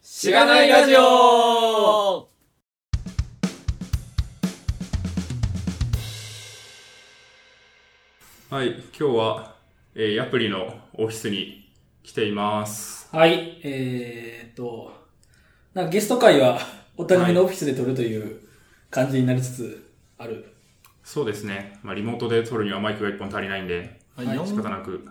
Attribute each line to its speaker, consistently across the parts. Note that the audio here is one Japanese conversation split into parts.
Speaker 1: しがないラジオ
Speaker 2: はい、今日は、えー、アプリのオフィスに来ています。
Speaker 1: はい、えー、っと、なんかゲスト会はお互いのオフィスで撮るという感じになりつつある。
Speaker 2: そうですね。まあ、リモートで撮るにはマイクが一本足りないんで、
Speaker 3: はい、
Speaker 1: はい
Speaker 2: 仕
Speaker 3: 四
Speaker 2: 方なく。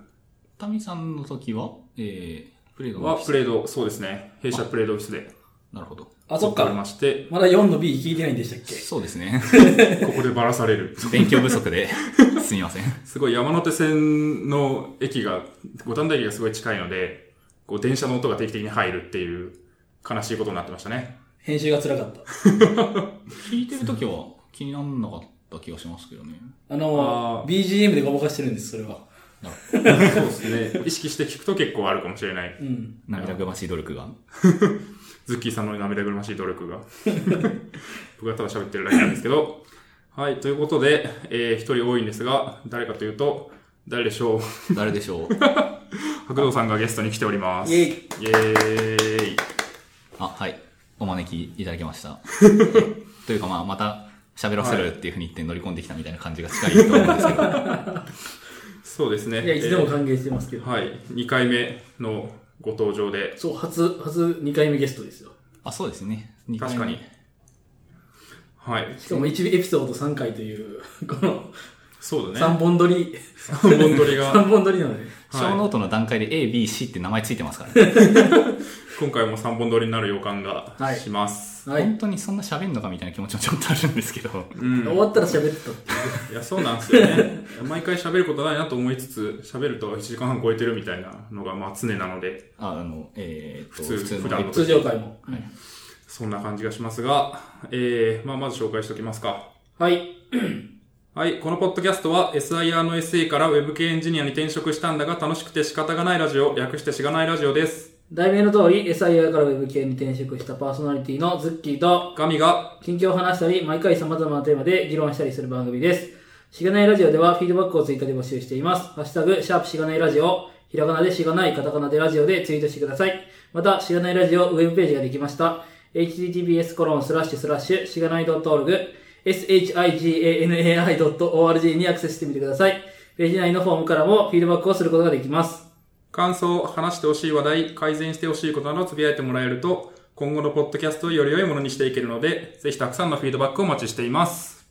Speaker 3: 谷さんの時は、えー、プレイのオ
Speaker 2: は、
Speaker 3: フィス
Speaker 2: プレード、そうですね。弊社プレードオフィスで
Speaker 3: なるほど。
Speaker 1: あ、そっ
Speaker 2: 撮りま
Speaker 1: か。
Speaker 2: して、
Speaker 1: まだ4の B 聞いてないんでしたっけ
Speaker 3: そうです ね。
Speaker 2: ここでバラされる。
Speaker 3: 勉強不足で、すみません。
Speaker 2: すごい山手線の駅が、五反田駅がすごい近いので、こう電車の音が定期的に入るっていう悲しいことになってましたね。
Speaker 1: 編集が辛かった。
Speaker 3: 聞いてる時は気になんなかった気がしますけどね。
Speaker 1: あの
Speaker 2: あー
Speaker 1: BGM でごまかしてるんです、それは。
Speaker 3: なるほ
Speaker 2: そうですね。意識して聞くと結構あるかもしれない。
Speaker 1: うん。
Speaker 3: ど涙ぐましい努力が。
Speaker 2: ズッキーさんの涙ぐましい努力が。 僕がただ喋ってるだけなんですけど。はい、ということで、えー、一人多いんですが、誰かというと、誰でしょう。
Speaker 3: 誰でしょう。
Speaker 2: 白道さんがゲストに来ております。
Speaker 1: イェイ
Speaker 2: イェーイ
Speaker 3: あ、はい。お招きいただきま した。えというかまあ、また喋らせるっていうふうに言って乗り込んできたみたいな感じが近いと思うんですけ ど。
Speaker 2: そうですね。
Speaker 1: いや、いつでも
Speaker 2: えー
Speaker 1: 歓迎してますけど。
Speaker 2: はい、2回目のご登場で、
Speaker 1: そう、初、初2回目ゲストですよ。
Speaker 3: あ、そうですね。二回目
Speaker 2: 確かに。はい、
Speaker 1: しかも1エピソード3回という、 この
Speaker 2: そうだ
Speaker 1: 3
Speaker 2: ね。
Speaker 1: 本撮り、
Speaker 2: 3本撮り
Speaker 1: 3
Speaker 2: が、
Speaker 1: 本撮りなので。
Speaker 3: 小ノートの段階で A、B、C って名前ついてますからね。
Speaker 2: 今回も3本撮りになる予感が
Speaker 1: はい
Speaker 2: します。
Speaker 1: はい。
Speaker 3: 本当にそんな喋んのかみたいな気持ちもちょっとあるんですけど。
Speaker 2: うん
Speaker 1: 終わったら喋ってたっていう。
Speaker 2: いや、そうなんですよね。 毎回喋ることないなと思いつつ、喋ると1時間半超えてるみたいなのが、まあ常なので、
Speaker 3: あ、あの、えー、と
Speaker 2: 普通普段の
Speaker 3: の
Speaker 1: 通常回も。
Speaker 2: そんな感じがしますが、えー、まあまず紹介しておきますか。
Speaker 1: はい。
Speaker 2: はい、このポッドキャストは SIR の SE から Web 系エンジニアに転職したんだが楽しくて仕方がないラジオ、略してしがないラジオです。
Speaker 1: 題名の通り、SIR から Web 系に転職したパーソナリティのズッキーと、
Speaker 2: 神が、
Speaker 1: 近況を話したり、毎回様々なテーマで議論したりする番組です。しがないラジオではフィードバックを追加で募集しています。ハッシュタグ、シャープしがないラジオ、ひらがなでしがない、カタカナでラジオでツイートしてください。また、しがないラジオウェブページができました。https コロンスラッシュスラッシュしがない .org、shiganai.org にアクセスしてみてください。ページ内のフォームからもフィードバックをすることができます。
Speaker 2: 感想、話してほしい話題、改善してほしいことなどつぶやいてもらえると、今後のポッドキャストをより良いものにしていけるので、ぜひたくさんのフィードバックをお待ちしています。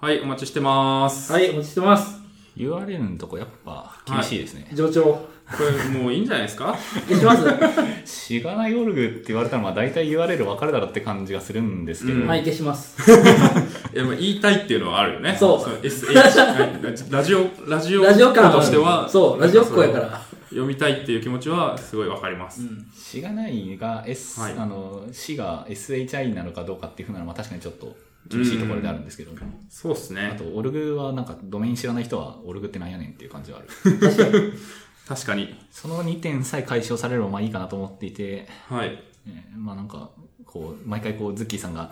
Speaker 2: はい、お待ちしてます。
Speaker 1: はい、お待ちしてます。
Speaker 3: URL のとこやっぱ厳しいですね。
Speaker 1: 上長。
Speaker 2: これもういいんじゃないですか
Speaker 1: できます
Speaker 3: しがないオルグって言われたら、まあ大体 URL 分かるだろうって感じがするんですけど、
Speaker 2: うん
Speaker 1: はい、消します。
Speaker 2: いやまあ言いたいっていうのはあるよね。
Speaker 1: そう
Speaker 2: の SH ラジオ、ラジオ
Speaker 1: ラジオ感はある
Speaker 2: としては、
Speaker 1: そうラジオっ子やから
Speaker 2: なんその読みたいっていう気持ちはすごいわかります。
Speaker 3: しがないが S、
Speaker 2: はい
Speaker 3: あの、しが SHI なのかどうかっていうふうなのはまあ確かにちょっと厳しいところであるんですけど、
Speaker 2: そうです
Speaker 3: あ
Speaker 2: ね。
Speaker 3: と、オルグはなんかドメイン知らない人は、オルグってなんやねんっていう感じはある。
Speaker 2: 確かに。
Speaker 3: その2点さえ解消されればまあいいかなと思っていて、
Speaker 2: はい。
Speaker 3: えーまあなんか、こう、毎回こう、ズッキーさんが、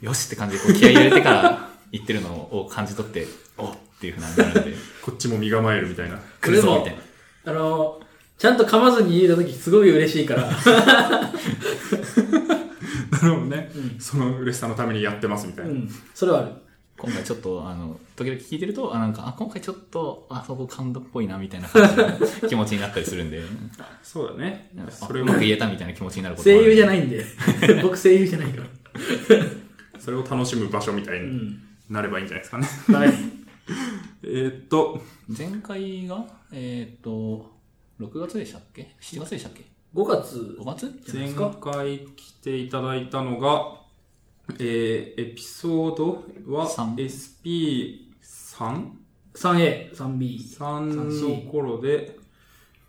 Speaker 3: よしって感じでこう気合い入れてから 言ってるのを感じ取って、おっっていうふうにな るんで、
Speaker 2: こっちも身構えるみたいな。
Speaker 3: 来るぞみたいな。
Speaker 1: あの、ちゃんと噛まずに言えたときすごい嬉しいから。
Speaker 2: なるほどね。その嬉しさのためにやってますみたいうな。
Speaker 1: ん。そ れはある。
Speaker 3: 今回ちょっと、あの、時々聞いてると、あ、なんか、あ、今回ちょっと、あそこ感動っぽいな、みたいな感じの気持ちになったりする んで、
Speaker 2: そうだね
Speaker 3: なん。かあ
Speaker 2: それ
Speaker 3: う
Speaker 2: を
Speaker 3: ま、く言えたみたいな気持ちになること。
Speaker 1: 声優じゃないいんで。 僕声優じゃないから。
Speaker 2: それを楽しむ場所みたいうに
Speaker 1: ん。
Speaker 2: なればいいんじゃないですかね。
Speaker 1: はい。
Speaker 2: えーっと、
Speaker 3: 前回が、えっ、と、6月でしたっけ ?7 月でしたっけ
Speaker 1: 5月
Speaker 3: ?5 月
Speaker 1: じゃないで
Speaker 2: 前
Speaker 1: すか。
Speaker 2: 回来ていただいたのが、えー、エピソードは
Speaker 3: 三
Speaker 2: SP3?
Speaker 1: 3A、3B。
Speaker 2: 3の頃で、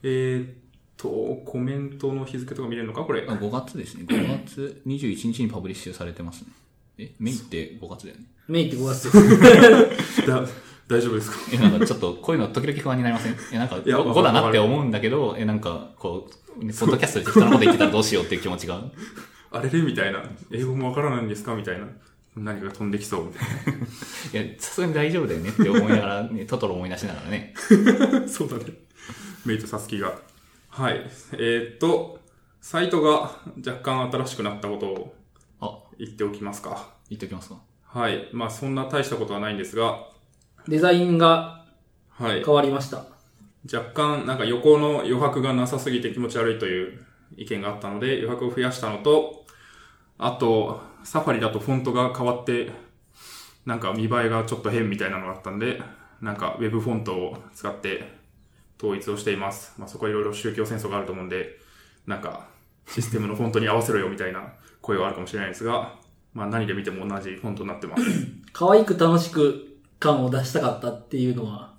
Speaker 2: えーっと、コメントの日付とか見れるのかこれ
Speaker 3: あ。5月ですね。5月21日にパブリッシュされてますね。え、メインって5月だよね。
Speaker 1: メイって5月 です。
Speaker 2: だ大丈夫ですか
Speaker 3: え、なんかちょっとこういうの時々不安になりませんえ、なんか
Speaker 2: いや
Speaker 3: 5だなって思うんだけど、え、なんかこう、ねポッドキャストで適当なこと言ってたらどうしようっていう気持ちが。
Speaker 2: あれれみたいな。英語もわからないんですかみたいな。何かが飛んできそうみ たい
Speaker 3: いや、さすがに大丈夫だよねって思いながら、ね、トトロ思い出しながらね。
Speaker 2: な。そうだね。メイとサスキが。はい。えーっと、サイトが若干新しくなったことを
Speaker 3: あ、
Speaker 2: 言っておきますか。
Speaker 3: 言っておきますか。
Speaker 2: はい。まあ、そんな大したことはないんですが、
Speaker 1: デザインが
Speaker 2: はい。
Speaker 1: 変わりました。
Speaker 2: 若干、なんか横の余白がなさすぎて気持ち悪いという意見があったので、余白を増やしたのと、あと、サファリだとフォントが変わって、なんか見栄えがちょっと変みたいなのがあったんで、なんかウェブフォントを使って統一をしています。まあ、そこはいろいろ宗教戦争があると思うんで、なんかシステムのフォントに合わせろよみたいな声はあるかもしれないですが、まあ何で見ても同じフォントになってます。
Speaker 1: 可愛く楽しく感を出したかったっていうのは、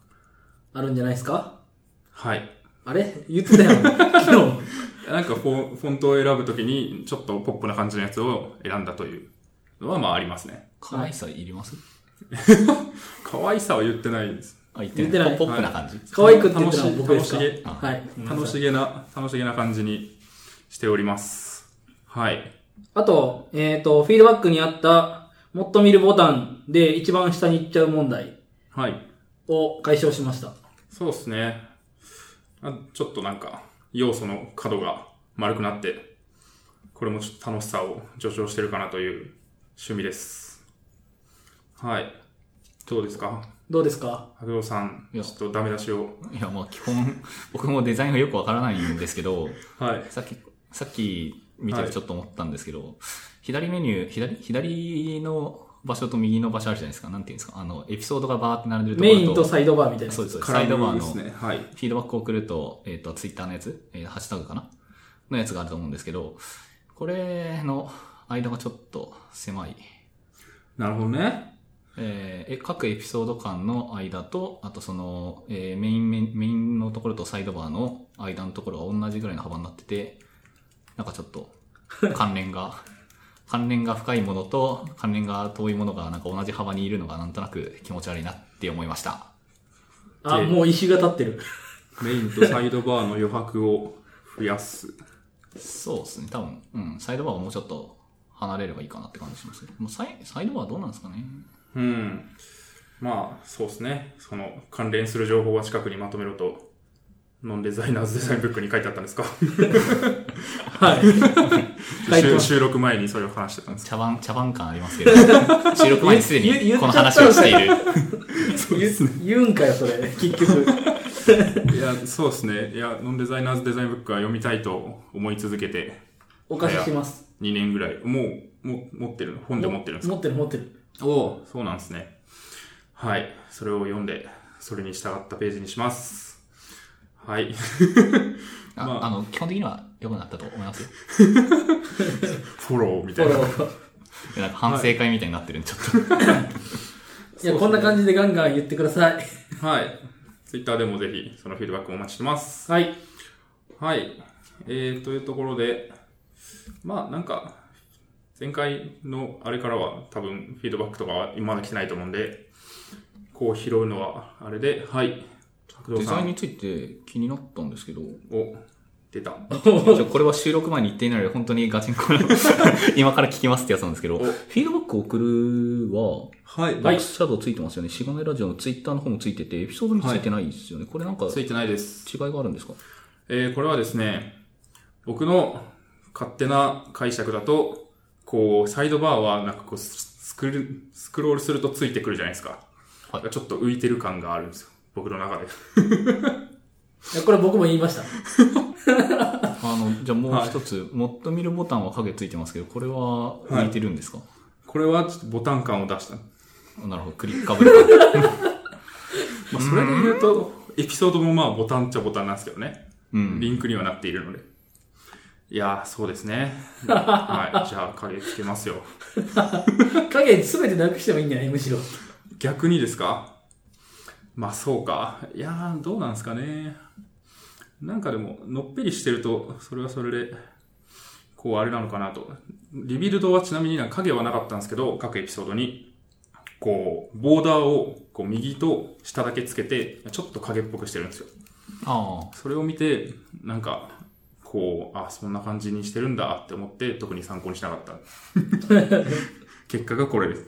Speaker 1: あるんじゃないですか
Speaker 2: はい。
Speaker 1: あれ言 ってたよ、ね、昨日。
Speaker 2: なんかフォフォントを選ぶときに、ちょっとポップな感じのやつを選んだというのは、まあありますね。
Speaker 3: 可愛さいります
Speaker 2: 可愛さは言ってないです。
Speaker 3: あ、言って
Speaker 1: 言って
Speaker 3: な
Speaker 1: ない
Speaker 3: い。ポップな感じ。
Speaker 1: 可愛くって言ってたのは僕で
Speaker 2: 楽
Speaker 1: す
Speaker 2: し
Speaker 1: か
Speaker 2: い
Speaker 1: はい。
Speaker 2: 楽しげな、楽しげな感じにしております。はい。
Speaker 1: あと、えっ、と、フィードバックにあった、もっと見るボタンで一番下に行っちゃう問題
Speaker 2: はい。
Speaker 1: を解消しました。
Speaker 2: そうですね。あちょっとなんか、要素の角が丸くなって、これもちょっと楽しさを助長してるかなという趣味です。はい。どうですか
Speaker 1: どうですか
Speaker 2: 白道さん、
Speaker 3: い
Speaker 2: ちょ
Speaker 3: や
Speaker 2: っとダメ出しを。
Speaker 3: いや、まあ基本、僕もデザインがよくわからないんですけど、
Speaker 2: はい。
Speaker 3: さっき、さっき見て
Speaker 2: は
Speaker 3: て
Speaker 2: い
Speaker 3: ちょっと思ったんですけど、左メニュー、左、左の場所と右の場所あるじゃないですか。なんていうんですか。あの、エピソードがバーって並んでるとこ
Speaker 1: メ
Speaker 3: ろと。
Speaker 1: インとサイドバーみたいな。
Speaker 3: そうですそうです。
Speaker 2: カ
Speaker 3: サイ
Speaker 2: ラ
Speaker 3: ドバー
Speaker 2: ムで
Speaker 3: の
Speaker 2: すね。はい。
Speaker 3: フィードバックを送ると、えっ、と、ツイッターのやつ、えーハッシュタグかなのやつがあると思うんですけど、これの間がちょっと狭い。
Speaker 2: なるほどね。
Speaker 3: えーえ各エピソード間の間と、あとその、えーメインメ、メインのところとサイドバーの間のところが同じぐらいの幅になってて、なんかちょっと、関連が、 関連が深いものと関連が遠いものがなんか同じ幅にいるのがなんとなく気持ち悪いなって思いました。
Speaker 1: あ、もう石が立って る。
Speaker 2: メインとサイドバーの余白を増やす。
Speaker 3: そうですね、多分、うん、サイドバーをもうちょっと離れればいいかなって感じしますね。もうサイサイドバーはどうなんですかね。
Speaker 2: うん。まあ、そうですね。その、関連する情報は近くにまとめろと、ノンデザイナーズデザインブックに書いてあったんですか
Speaker 1: はい。書いて
Speaker 2: 収
Speaker 1: ます
Speaker 2: 収録前にそれを話してたんです。
Speaker 3: 茶番、茶番感あります けど、収録前にすで
Speaker 1: 言言
Speaker 3: に
Speaker 1: っ
Speaker 3: この話をしている。
Speaker 2: そうですね。
Speaker 1: 言うんかよ、それ。結局。
Speaker 2: いや、そうですね。いや、ノンデザイナーズデザインブックは読みたいと思い続けて、
Speaker 1: お貸しします。
Speaker 2: 2年ぐらい。もう、も持ってるの本で持ってるんですか
Speaker 1: 持ってる持ってる。
Speaker 2: おおそうなんですね。はい。それを読んで、それに従ったページにします。はい。
Speaker 3: あ,、
Speaker 2: まあ
Speaker 3: あ、の、基本的には良くなったと思い ますよ。
Speaker 2: フォローみ
Speaker 1: フ
Speaker 2: たい
Speaker 1: ォ
Speaker 2: な
Speaker 1: ロ。ー。
Speaker 3: いやなんか反省会みたいになってるんで、ちょっと。
Speaker 1: いや、こんな感じでガンガン言ってください。
Speaker 2: はい。ツイッターでもぜひ、そのフィードバックをお待ちしてます。
Speaker 1: はい。
Speaker 2: はい。えー、というところで、まあ、なんか、前回のあれからは多分フィードバックとかは今まで来てないと思うんで、こう拾うのはあれで、はい。白
Speaker 3: デ
Speaker 2: 道さ
Speaker 3: ザイン
Speaker 2: ん
Speaker 3: について気になったんですけど、
Speaker 2: を出た。
Speaker 3: じゃあこれは収録前に言っていないので、本当にガチンコな 今から聞きますってやつなんですけど、
Speaker 2: お
Speaker 3: フィードバックを送るは、
Speaker 2: はい
Speaker 3: ダックスシャドウついてますよね。しがないラジオのツイッターの方もついてて、エピソードについてないですよね。これなんか
Speaker 2: ついてないです。
Speaker 3: 違いがあるんですか
Speaker 2: えーこれはですね、僕の勝手な解釈だと、こう、サイドバーはなんかこうス、スクルスクロールするとついてくるじゃないですか。
Speaker 3: はい
Speaker 2: ちょっと浮いてる感があるんですよ。僕の中で。
Speaker 1: いやこれ僕も言いま した。
Speaker 3: あの、じゃあもう一つ、もっと見るボタンは影ついてますけど、これは浮いてるんですか、
Speaker 2: これはちょっとボタン感を出した。
Speaker 3: なるほど、クリッカブルが。
Speaker 2: まあ、それで言うと、エピソードもまあボタンっちゃボタンなんですけどね。
Speaker 3: うん
Speaker 2: リンクにはなっているので。いやー、そうで すね。はい。じゃあ、影つけますよ。
Speaker 1: 影すべてなくしてもいいんじゃないむしろ。
Speaker 2: 逆にですかまあそうか。いやー、どうなんですかね。なんかでも、のっぺりしてると、それはそれで、こうあれなのかなと。リビルドはちなみになんか影はなかったんですけど、各エピソードに、こう、ボーダーをこう右と下だけつけて、ちょっと影っぽくしてるんですよ。
Speaker 3: ああ。
Speaker 2: それを見て、なんか、こう、あ、そんな感じにしてるんだって思って、特に参考にしなかった。結果がこれです。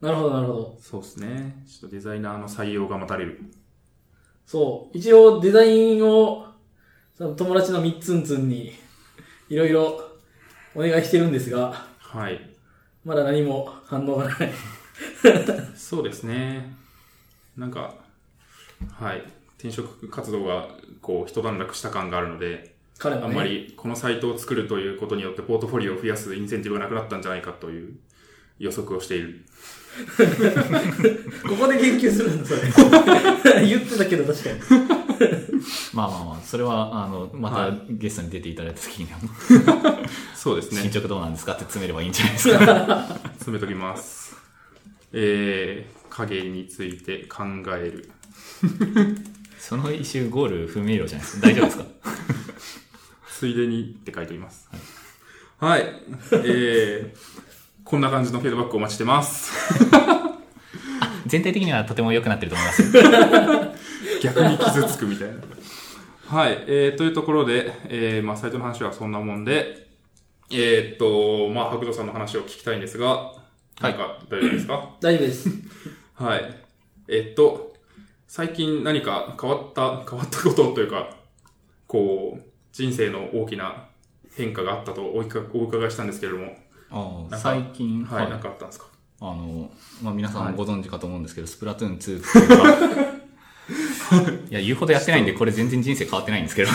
Speaker 1: なるほど、なるほど。
Speaker 2: そうですね。ちょっとデザイナーの採用が待たれる。
Speaker 1: そう。一応デザインをその友達のみっつんつんに、いろいろお願いしてるんですが、
Speaker 2: はい。
Speaker 1: まだ何も反応がない。
Speaker 2: そうですね。なんか、はい。転職活動が、こう、一段落した感があるので、
Speaker 1: 彼は、ね、
Speaker 2: あんまりこのサイトを作るということによってポートフォリオを増やすインセンティブがなくなったんじゃないかという予測をしている。
Speaker 1: ここで言及するんだ、それ。 言ってたけど確かに。
Speaker 3: まあまあまあ、それは、あの、またゲストに出ていただいた時に、
Speaker 2: そうです
Speaker 3: 進
Speaker 2: ね。
Speaker 3: 捗どうなんですかって詰めればいいんじゃないですか。
Speaker 2: 詰めときます。えー、影について考える。
Speaker 3: その一周ゴール不明瞭じゃない ですか。大丈夫ですか
Speaker 2: ついでにって書いております。はい。えー、こんな感じのフィードバックをお待ちしてます。
Speaker 3: 全体的にはとても良くなってると思いますよ。
Speaker 2: 逆に傷つくみたいな。はい。えー、というところで、えー、まあ、サイトの話はそんなもんで、えー、っと、まあ、白道さんの話を聞きたいんですが、なんか、大丈夫ですか
Speaker 1: 大丈夫です。
Speaker 2: はい。えっと、最近何か変わった、変わったことというか、こう、人生の大きな変化があったとおいかお伺いしたんですけれども、
Speaker 3: あ
Speaker 2: な
Speaker 3: あ
Speaker 2: んか
Speaker 3: 最近、
Speaker 2: は
Speaker 3: はい
Speaker 2: い、なんかあったんですか
Speaker 3: あの、まあ、皆さんご存知かと思うんですけど、スプラトゥーン2って いうか、いや、言うほどやってないんで、これ全然人生変わってないんですけど。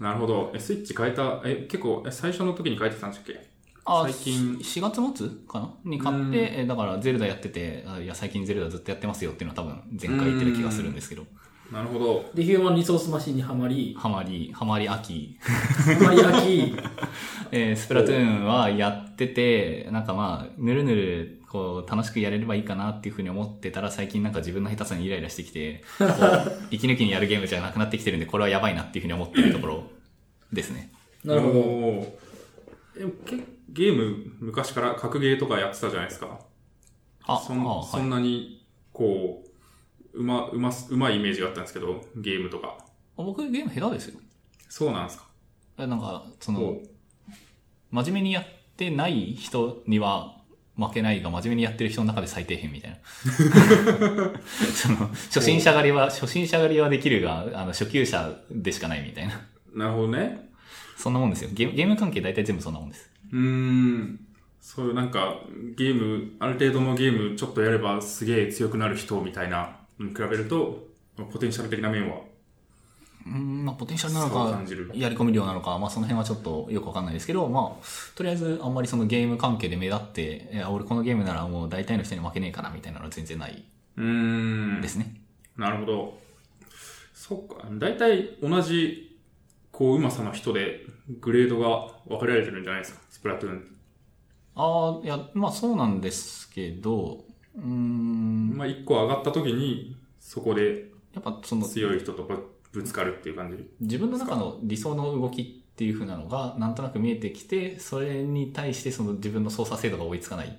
Speaker 2: なるほど。え、スイッチ変えた、え、結構、え最初の時に変えてたんでしたっけ
Speaker 3: あ
Speaker 2: 最近
Speaker 3: し4月末かなに買
Speaker 2: うん
Speaker 3: って、えだからゼルダやってて、あいや、最近ゼルダずっとやってますよっていうのは多分前回言ってる気がするんですけど、
Speaker 2: なるほど。
Speaker 1: で、ヒューマンリソースマシンにはまり、
Speaker 3: ハマり、ハマり秋、
Speaker 1: はまり飽き、
Speaker 3: えースプラトゥーンはやってて、なんかまあ、ぬるぬる、こう、楽しくやれればいいかなっていうふうに思ってたら、最近なんか自分の下手さにイライラしてきて、 こう、息抜きにやるゲームじゃなくなってきてるんで、これはやばいなっていうふうに思ってるところですね。
Speaker 1: なるほど。
Speaker 2: ど。でもけゲーム、昔から格ゲーとかやってたじゃないですか。
Speaker 3: あ、
Speaker 2: そ
Speaker 3: あ
Speaker 2: ん
Speaker 3: はい
Speaker 2: そんなに、こう、うま、うます、うまいイメージがあったんですけど、ゲームとか。
Speaker 3: あ僕ゲーム下手ですよ。
Speaker 2: そうなんですか
Speaker 3: えなんか、そ
Speaker 2: も
Speaker 3: の
Speaker 2: う、
Speaker 3: 真面目にやってない人には負けないが、真面目にやってる人の中で最底辺み たいな。その、初心者狩りは、初心者狩りはできるが、あの、初級者でしかないみたいな。
Speaker 2: なるほどね。
Speaker 3: そんなもんですよ。ゲゲーム関係大体全部そんなもんです。
Speaker 2: うーん。そういうなんか、ゲーム、ある程度のゲームちょっとやればすげえ強くなる人みたいな、に比べると、ポテンシャル的な面は。
Speaker 3: うん、まあ、ポテンシャルなの
Speaker 2: そう
Speaker 3: か
Speaker 2: 感じる、
Speaker 3: やり込み量なのか、まあ、その辺はちょっとよくわかんないですけど、まあ、とりあえず、あんまりそのゲーム関係で目立って、いや、俺このゲームならもう大体の人に負けねえかな、みたいなのは全然ないう
Speaker 2: ーん。
Speaker 3: ですね。
Speaker 2: なるほど。そっか。大体同じ、こう、うまさの人で、グレードが分けられてるんじゃないですか。スプラトゥーン。
Speaker 3: ああ、いや、まあ、そうなんですけど、うーん、
Speaker 2: まあ、一個上がった時に、そこで
Speaker 3: やっぱその、
Speaker 2: 強い人とぶぶつかるっていう感じ。
Speaker 3: 自分の中の理想の動きっていう風なのが、なんとなく見えてきて、それに対してその自分の操作精度が追いつかないっ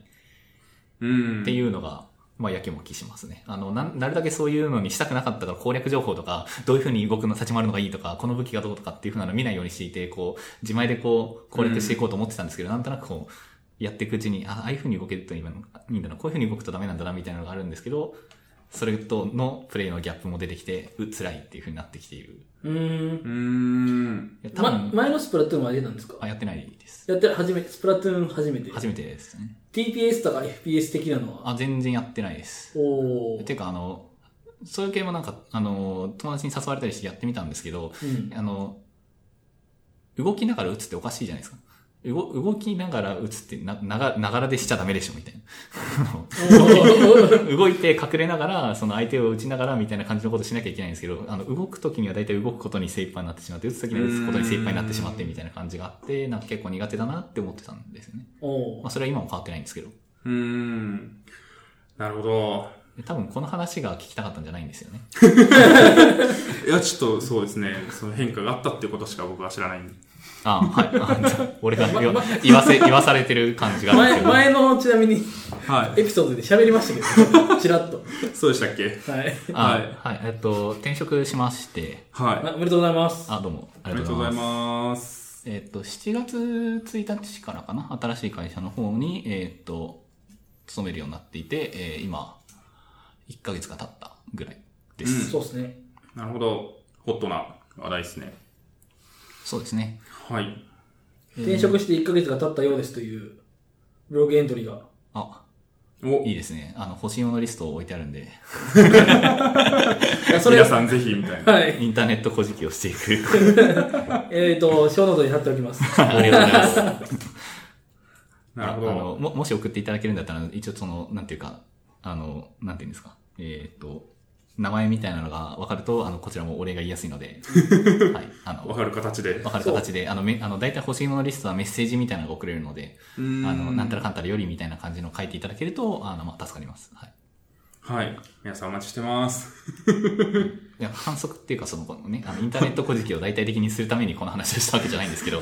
Speaker 2: うん。。
Speaker 3: ていううのが、まあ、やきもきしますね。あの、なん、なるだけそういうのにしたくなかったから攻略情報とか、どういう風に動くの、立ち回るのがいいとか、この武器がどうとかっていう風なの見ないようにしていて、こう、自前でこう、攻略していこうと思ってたんですけど、なんとなくこう、やっていくうちに、あ、ああいう風に動けると今のいいんだな、こういう風に動くとダメなんだな、みたいなのがあるんですけど、それとのプレイのギャップも出てきて、う、辛いっていう風になってきている。
Speaker 1: うーん。
Speaker 2: うーん。
Speaker 3: いや多分
Speaker 1: ま、前のスプラトゥーンはあれなんですか
Speaker 3: あ、やってないです。
Speaker 1: やってる、初め、スプラトゥーン初めて。
Speaker 3: 初めてですね。
Speaker 1: TPS とか FPS 的なのは。
Speaker 3: あ、全然やってないです。
Speaker 1: おー
Speaker 3: て。いうか、あの、そういう系もなんか、あの、友達に誘われたりしてやってみたんですけど、
Speaker 1: うん。
Speaker 3: あの、動きながら打つっておかしいじゃないですか。動動きながら打つってな、なが、ながらでしちゃダメでしょ、みたいな。 動いて隠れながら、その相手を打ちながらみたいな感じのことしなきゃいけないんですけど、あの、動くときには大体動くことに精一杯になってしまって、打つときには打つことに精一杯になってしまってみたいな感じがあって、なんか結構苦手だなって思ってたんですよね。
Speaker 1: お
Speaker 3: まあ、それは今も変わってないんですけど。
Speaker 2: うーん。なるほど。
Speaker 3: 多分この話が聞きたかったんじゃないんですよね。
Speaker 2: いや、ちょっとそうですね。その変化があったっていうことしか僕は知らないんで。
Speaker 3: あはい あ。俺が言わ言わせ、言わされてる感じがあるんで
Speaker 1: 前、
Speaker 3: すけど。
Speaker 1: 前の、ちなみに、
Speaker 2: は
Speaker 1: エピソードで喋りましたけど、ちらっ と。
Speaker 2: い。そうでしたっけ
Speaker 1: はい。
Speaker 3: あはい。えっと、転職しまして、
Speaker 2: はい。
Speaker 1: あおめでとうございます。
Speaker 3: あ、どうも、あ
Speaker 2: あ
Speaker 3: り
Speaker 2: り
Speaker 3: がと
Speaker 2: がと
Speaker 3: う
Speaker 2: う
Speaker 3: ござい
Speaker 2: ござい
Speaker 3: ます。
Speaker 2: ます。
Speaker 3: えっと、7月1日からかな、新しい会社の方に、えっと、勤めるようになっていて、えー今、1ヶ月が経ったぐらいです。
Speaker 1: そうですね。
Speaker 2: なるほど。ホットな話題ですね。
Speaker 3: そうですね。
Speaker 2: はい。
Speaker 1: 転職して1ヶ月が経ったようですというブログエントリーが。
Speaker 3: あ、
Speaker 2: お、
Speaker 3: いいですね。あの、欲しいものリストを置いてあるんで、
Speaker 1: いやそれ
Speaker 2: 皆さんぜひ、みたい な。
Speaker 1: はい。
Speaker 3: インターネット小じきをしていく。
Speaker 1: えっ、と、小ノートに貼っておきます。
Speaker 3: ありがとうございます。
Speaker 2: なるほ
Speaker 3: あ
Speaker 2: ど
Speaker 3: の。も、もし送っていただけるんだったら、一応その、なんていうか、あの、なんていうんですか。えーっと、名前みたいなのが分かると、あの、こちらもお礼が言いやすいの で、はい。あの、
Speaker 2: わかる形で
Speaker 3: 分。かる形で、あの、め、あの、大体欲しいものリストはメッセージみたいなのが送れるので、
Speaker 2: あ
Speaker 3: あの、なんたら
Speaker 2: か。
Speaker 3: かんたらよりみたいな感じの書いていただけると、あの、まあ、助かります。はい。
Speaker 2: はい。皆さんお待ちしてます。
Speaker 3: いや、反則っていうか、その、このね、あの、インターネット小じきを大体的にするためにこの話をしたわけじゃないん ですけど、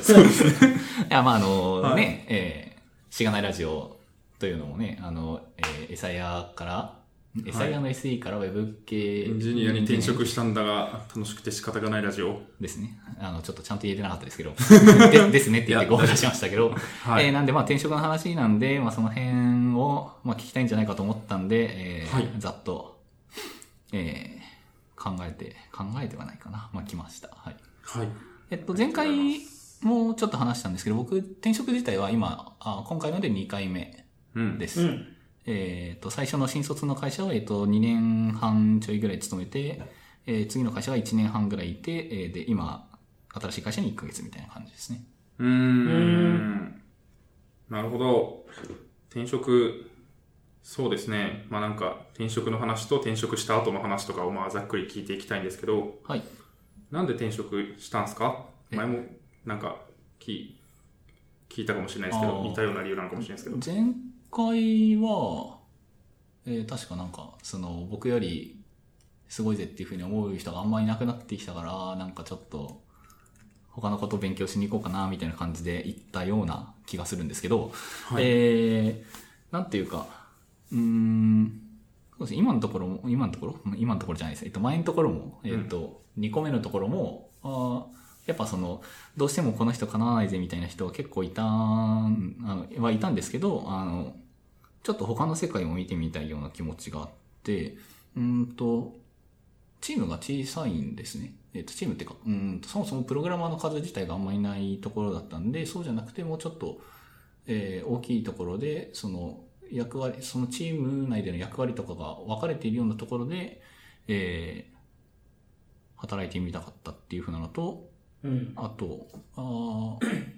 Speaker 3: いや、まあ、あの、
Speaker 2: はい
Speaker 3: ね、えー、しがないラジオというのもね、あの、えー、エサイアから、エサイアの SE から Web 系
Speaker 2: エンジニアに転職したんだが、楽しくて仕方がないラジオ。
Speaker 3: ですね。あの、ちょっとちゃんと言えてなかったですけど、 でですねって言ってご無沙汰しましたけど、
Speaker 2: はい
Speaker 3: えーなんでまあ転職の話なんで、まあその辺を、まあ聞きたいんじゃないかと思ったんで、えー
Speaker 2: はい
Speaker 3: ざっと、えー考えて、考えてはないかな。まあ来ました。はい。
Speaker 2: はい。
Speaker 3: えっと、前回もちょっと話したんですけど、僕、転職自体は今、あ今回ので2回目
Speaker 2: うん。
Speaker 3: です。
Speaker 1: うん。
Speaker 3: えっ、と、最初の新卒の会社を、えっ、と、2年半ちょいぐらい勤めて、えー次の会社は1年半ぐらいいて、えーで、今、新しい会社に1ヶ月みたいな感じですね。
Speaker 2: うーん。なるほど。転職、そうですね。まあなんか、転職の話と転職した後の話とかをまあざっくり聞いていきたいんですけど、
Speaker 3: はい。
Speaker 2: なんで転職したんすか
Speaker 3: え
Speaker 2: 前もなんか聞、聞いたかもしれないですけ
Speaker 3: あ
Speaker 2: ど、
Speaker 3: ー
Speaker 2: 似たような理由なのかもしれないですけど。
Speaker 3: 前回は、えー確かなんか、その、僕より、すごいぜっていうふうに思う人があんまいなくなってきたから、なんかちょっと、他のことを勉強しに行こうかな、みたいな感じで行ったような気がするんですけど、
Speaker 2: はい。
Speaker 3: えー、なんていうか、うーん、そうですね今のところも、今のところ今のところじゃないです。えっと、前のところも、えっと、2個目のところも、あーやっぱその、どうしてもこの人叶わないぜみたいな人は結構いたん、あの、はいたんですけど、あの、ちょっと他の世界も見てみたいような気持ちがあって、うーんと、チームが小さいんですね。えっと、チームっていうか、うーんと、そもそもプログラマーの数自体があんまりないところだったんで、そうじゃなくてもうちょっと、えー大きいところで、その役割、そのチーム内での役割とかが分かれているようなところで、えー働いてみたかったっていうふうなのと、
Speaker 1: うん。
Speaker 3: あと、あー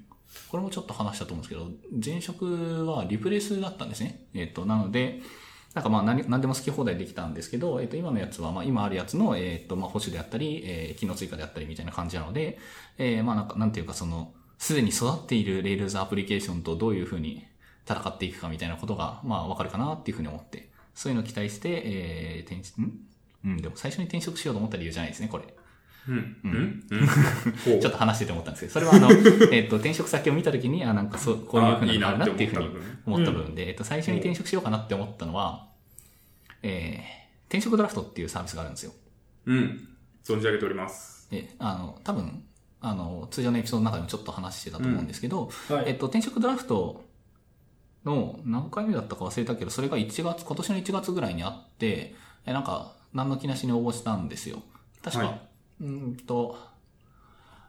Speaker 3: これもちょっと話したと思うんですけど、前職はリプレイスだったんですね。えっ、と、なので、なんかまあ何、何でも好き放題できたんですけど、えっ、と、今のやつは、まあ、今あるやつの、えっ、と、まあ、保守であったり、えー機能追加であったりみたいな感じなので、えーまあ、なんか、なんていうか、その、すでに育っている Rails アプリケーションとどういうふうに戦っていくかみたいなことが、まあ、わかるかなっていうふうに思って、そういうのを期待して、えー、転職、んうん、でも最初に転職しようと思った理由じゃないですね、これ。
Speaker 2: うん。う
Speaker 3: うんん。
Speaker 2: うん。ほう
Speaker 3: ちょっと話してて思ったんですけど、それはあ の、えっと、転職先を見たときに、あ、なんかそう、こういうふうなのがあるなっていうふうに
Speaker 2: あいいなって思
Speaker 3: 思
Speaker 2: った
Speaker 3: った部分で、えっと、最初に転職しようかなって思ったのは、えー、転職ドラフトっていうサービスがあるんですよ。
Speaker 2: うん。存じ上げております。
Speaker 3: で、あの、多分、あの、通常のエピソードの中でもちょっと話してたと思うんですけど、
Speaker 1: はい。
Speaker 3: えっと、転職ドラフトの何回目だったか忘れたけど、それが1月、今年の1月ぐらいにあって、えなんか、何の気なしに応募したんですよ。確か、
Speaker 2: は
Speaker 3: うーんと、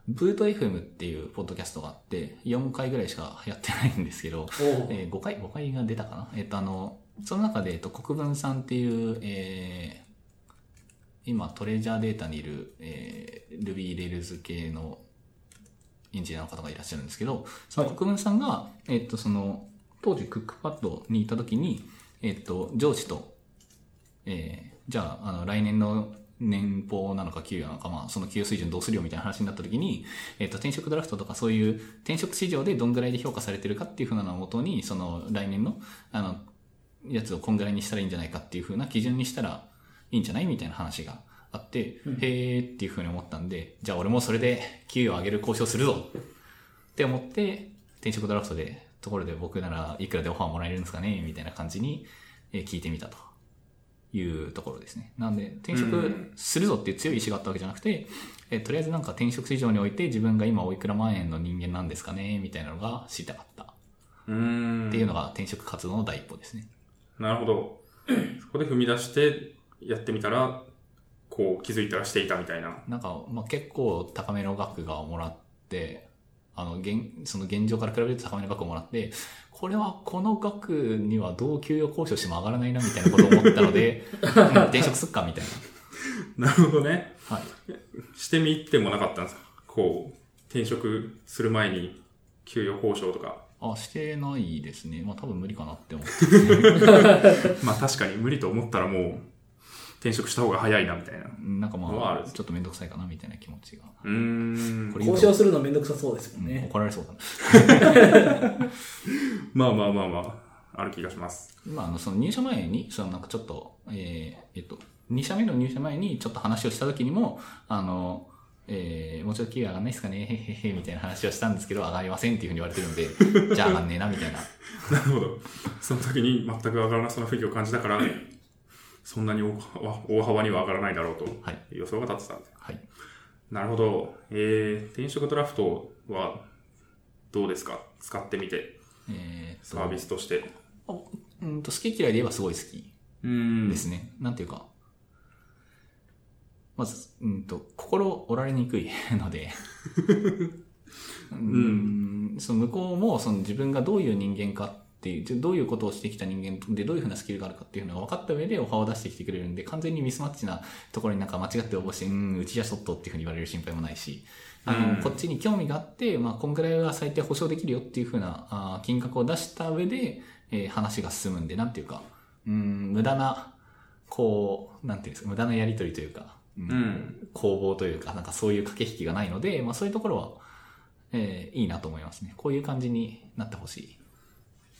Speaker 3: ブート FM っていうポッドキャストがあって、4回ぐらいしかやってないんですけど、
Speaker 1: おう
Speaker 3: えー5回、5回が出たかなえっ、と、あの、その中で、えっと、国分さんっていう、えー今、トレジャーデータにいる、えー Ruby Rails 系のエンジニアの方がいらっしゃるんですけど、その国分さんが、えっと、その、当時クックパッドにいた時に、えっと、上司と、えーじゃあ、あの、来年の年俸なのか給与なのか、まあ、その給与水準どうするよみたいな話になった時に、えっ、と、転職ドラフトとかそういう転職市場でどんぐらいで評価されてるかっていうふうなのをもとに、その、来年の、あの、やつをこんぐらいにしたらいいんじゃないかっていうふうな基準にしたらいいんじゃないみたいな話があって、
Speaker 1: うん
Speaker 3: へーっていうふうに思ったんで、じゃあ俺もそれで給与を上げる交渉するぞって思って、転職ドラフトで、ところで僕ならいくらでオファーもらえるんですかねみたいな感じにえー聞いてみたというところですね。なんで、転
Speaker 2: うん
Speaker 3: 職するぞっていう強い意志があったわけじゃなくて、えーとりあえずなんか転職市場において自分が今おいくら万円の人間なんですかねみたいなのが知りたかった
Speaker 2: うーん。
Speaker 3: っていうのが転職活動の第一歩ですね。
Speaker 2: なるほど。そこで踏み出してやってみたら、こう気づいたらしていたみたいな。
Speaker 3: なんか、まあ、結構高めの額がもらって、あの、現、その現状から比べると高めの額をもらって、これはこの額にはどう給与交渉しても上がらないなみたいなことを思ったので、 うん転職すっかみたい
Speaker 2: なるほどね。
Speaker 3: な。はい。
Speaker 2: してみてもなかったんですかこう、転職する前に給与交渉とか。
Speaker 3: あ、してないですね。まあ多分無理かなって思って。
Speaker 2: まあ確かに無理と思ったらもう、転職した方が早いなみたいな。う
Speaker 3: なんか
Speaker 2: まああ
Speaker 3: ま
Speaker 2: る
Speaker 3: あ、ちょっとめんどくさいかなみたいな気持ちが。
Speaker 2: ーん。
Speaker 3: これ
Speaker 1: 交渉するのめんどくさそうですもん
Speaker 3: うん
Speaker 1: ね。
Speaker 3: 怒られそうだな。
Speaker 2: まあまあまあまあ、ある気がします。
Speaker 3: まあ、あの、その入社前に、そのなんかちょっと、えーえっと、2社目の入社前にちょっと話をした時にも、あの、えーもうちょっと給料上がんないですかね、へへへ、みたいな話をしたんですけど、上がりませんっていうふうに言われてるんで、じゃあ上がんねえな、みたいな。
Speaker 2: なるほど。その時に全く上がらなそうな雰囲気を感じたから、そんなに大大幅には上がらないだろうと
Speaker 3: はい。
Speaker 2: 予想が立ってたんで
Speaker 3: はい。
Speaker 2: なるほど。えー、転職ドラフトはどうですか使ってみて、
Speaker 3: えー、
Speaker 2: サービスとして。
Speaker 3: おうんと、好き嫌いで言えばすごい好き
Speaker 2: うーん
Speaker 3: ですね。なんていうか、まず、うんと、心折られにくい ので、うん、その向こうもその自分がどういう人間かっていうじゃ、どういうことをしてきた人間でどういうふうなスキルがあるかっていうのが分かった上でオファーを出してきてくれるんで、完全にミスマッチなところになんか間違って応募して、うん、うちじゃちょっとっていうふうに言われる心配もないし、あの、
Speaker 2: うん
Speaker 3: こっちに興味があって、まあ、こんくらいは最低保証できるよっていうふうなあー金額を出した上で、えー話が進むんで、なんていうか、うん、無駄な、こう、なんていうんですか、無駄なやりとりというか、うん
Speaker 2: うん。
Speaker 3: 攻防というか、なんかそういう駆け引きがないので、まあそういうところは、えーいいなと思いますね。こういう感じになってほしい、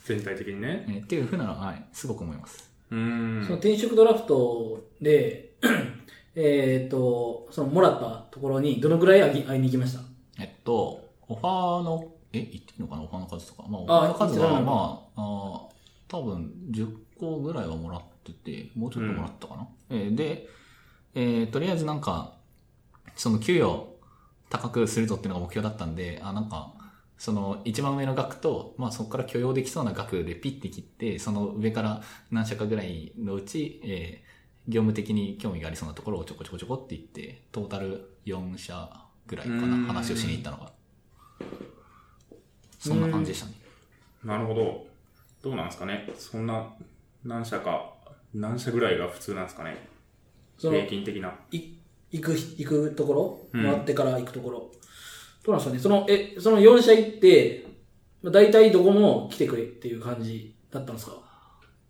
Speaker 2: 全体的にね
Speaker 3: え。ーっていうふうなのは、はい、すごく思います。
Speaker 2: う
Speaker 1: その
Speaker 2: ん。
Speaker 1: 転職ドラフトで、えっと、そのもらったところにどのぐらい会い会いに行きました
Speaker 3: えっと、オファーの、え、言っていいのかなオファーの数とか。まあ、オファーの数
Speaker 1: 言ってな
Speaker 3: は、
Speaker 1: い
Speaker 3: まあ、あー多分10個ぐらいはもらってて、もうちょっともらったかな。えーで、えーとりあえずなんか、その給与高くするぞっていうのが目標だったんで、あ、なんか、その一番上の額と、まあそこから許容できそうな額でピッて切って、その上から何社かぐらいのうち、えー業務的に興味がありそうなところをちょこちょこちょこって言って、トータル4社ぐらいか
Speaker 2: うーん
Speaker 3: な、話をしに行ったのが。そんな感じでしたね。
Speaker 2: なるほど。どうなんですかね。そんな、何社か、何社ぐらいが普通なんですかね。
Speaker 1: その
Speaker 2: 平、均的な。
Speaker 1: い行く、行くところ
Speaker 2: うん
Speaker 1: もらってから行くところ。どうなんですかねその、え、その4社行って、まあ大体どこも来てくれっていう感じだったんですか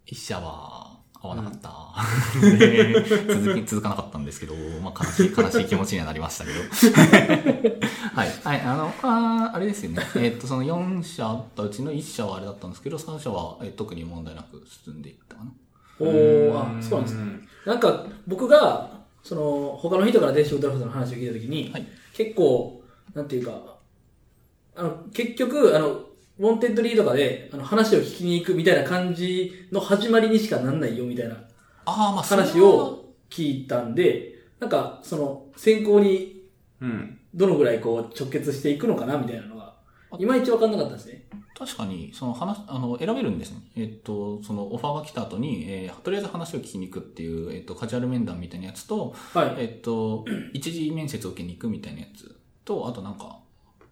Speaker 3: 一社は合わなかった、で 続き続かなかったんですけど、まあ、悲しい悲しい気持ちにはなりましたけど はい、はい、あのあーあれですよね、えっとその4社あったうちの1社はあれだったんですけど3社は、え特に問題なく進んでいったかな
Speaker 1: お
Speaker 2: う
Speaker 1: ー、
Speaker 2: ん
Speaker 1: あ、そうなんですね。なんか、僕が、その、他の人から転職ドラフトの話を聞いたときに、
Speaker 3: はい
Speaker 1: 結構、なんていうか、あの、結局、あの、ウォンテッドリーとかで、あの、話を聞きに行くみたいな感じの始まりにしかなんないよ、みたいな
Speaker 3: ああまあそれは
Speaker 1: 話を聞いたんで、なんか、その、選考に
Speaker 2: うん。
Speaker 1: どのぐらいこう直結していくのかなみたいなのが、いまいち分かんなかったんですね。
Speaker 3: 確かに、その話、あの、選べるんですね。えっと、そのオファーが来た後に、えーとりあえず話を聞きに行くっていう、えっと、カジュアル面談みたいなやつと、
Speaker 1: はい。
Speaker 3: えっと、一時面接を受けに行くみたいなやつと、あとなんか、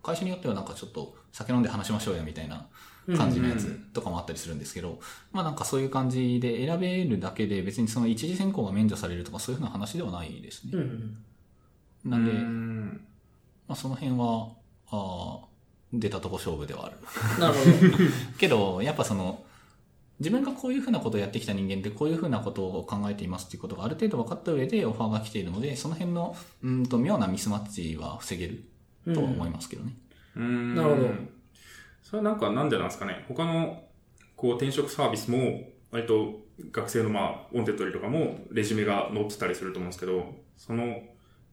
Speaker 3: 会社によってはなんかちょっと酒飲んで話しましょうやみたいな感じのや
Speaker 2: うんう
Speaker 3: つとかもあったりするんですけど、まあなんかそういう感じで選べるだけで別にその一時選考が免除されるとかそういうふうな話ではないです
Speaker 1: う
Speaker 3: ね。
Speaker 1: ん。
Speaker 3: なんで、
Speaker 2: う
Speaker 3: ま
Speaker 2: ん
Speaker 3: あその辺は、あー出たとこ勝負ではある。
Speaker 1: なるほど。
Speaker 3: けど、やっぱその、自分がこういうふうなことをやってきた人間でこういうふうなことを考えていますっていうことがある程度分かった上でオファーが来ているので、その辺の、うーんと、妙なミスマッチは防げる とは思いますけどね。
Speaker 2: うん
Speaker 1: なるほど
Speaker 2: それはなんかなんでなんですかね。他の、こう、転職サービスも、割と学生のまあ、オンテッドリーとかも、レジュメが載ってたりすると思うんですけど、その、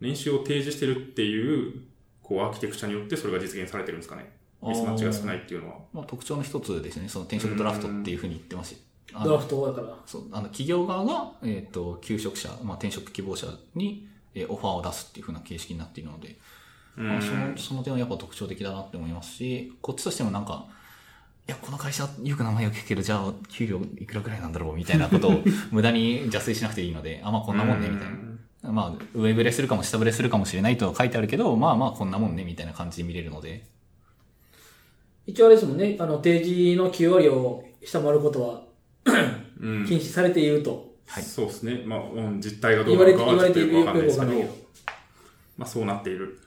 Speaker 2: 年収を提示してるっていう、こう、アーキテクチャによってそれが実現されてるんですかね。ミスマッチが少ないっていうのは。
Speaker 3: まあ、特徴の一つですね、その転職ドラフトっていうふうに言ってますし。あ
Speaker 1: ドラ
Speaker 3: の
Speaker 1: フトだから。
Speaker 3: そうあの企業側が、えっと求職者、まあ、転職希望者に、えーオファーを出すっていうふうな形式になっているので、
Speaker 2: う
Speaker 3: まあ
Speaker 2: ん
Speaker 3: そのその点はやっぱ特徴的だなって思いますし、こっちとしてもなんか、いや、この会社よく名前を聞くけど、じゃあ給料いくらぐらいなんだろうみたいなことを無駄に邪推しなくていいので、あ、まあこんなもんね、みたいな。
Speaker 2: うん
Speaker 3: まあ、上ブレするかも下ブレするかもしれないとは書いてあるけど、まあまあこんなもんね、みたいな感じで見れるので。
Speaker 1: 一応あれですもんね、あの、提示の9割を下回ることは
Speaker 2: うん。
Speaker 1: 禁止されていると
Speaker 3: はい
Speaker 2: そうですね。まあ、うん実態がどう
Speaker 1: 言
Speaker 2: な
Speaker 1: われ
Speaker 2: の
Speaker 1: て、
Speaker 2: か
Speaker 1: 言
Speaker 2: は
Speaker 1: わ
Speaker 2: ちょ
Speaker 1: れているよくわ
Speaker 2: っとよくわかんないです
Speaker 1: か
Speaker 2: け
Speaker 1: んないけ
Speaker 2: ど
Speaker 1: ど。、
Speaker 2: まあ、そうなっている。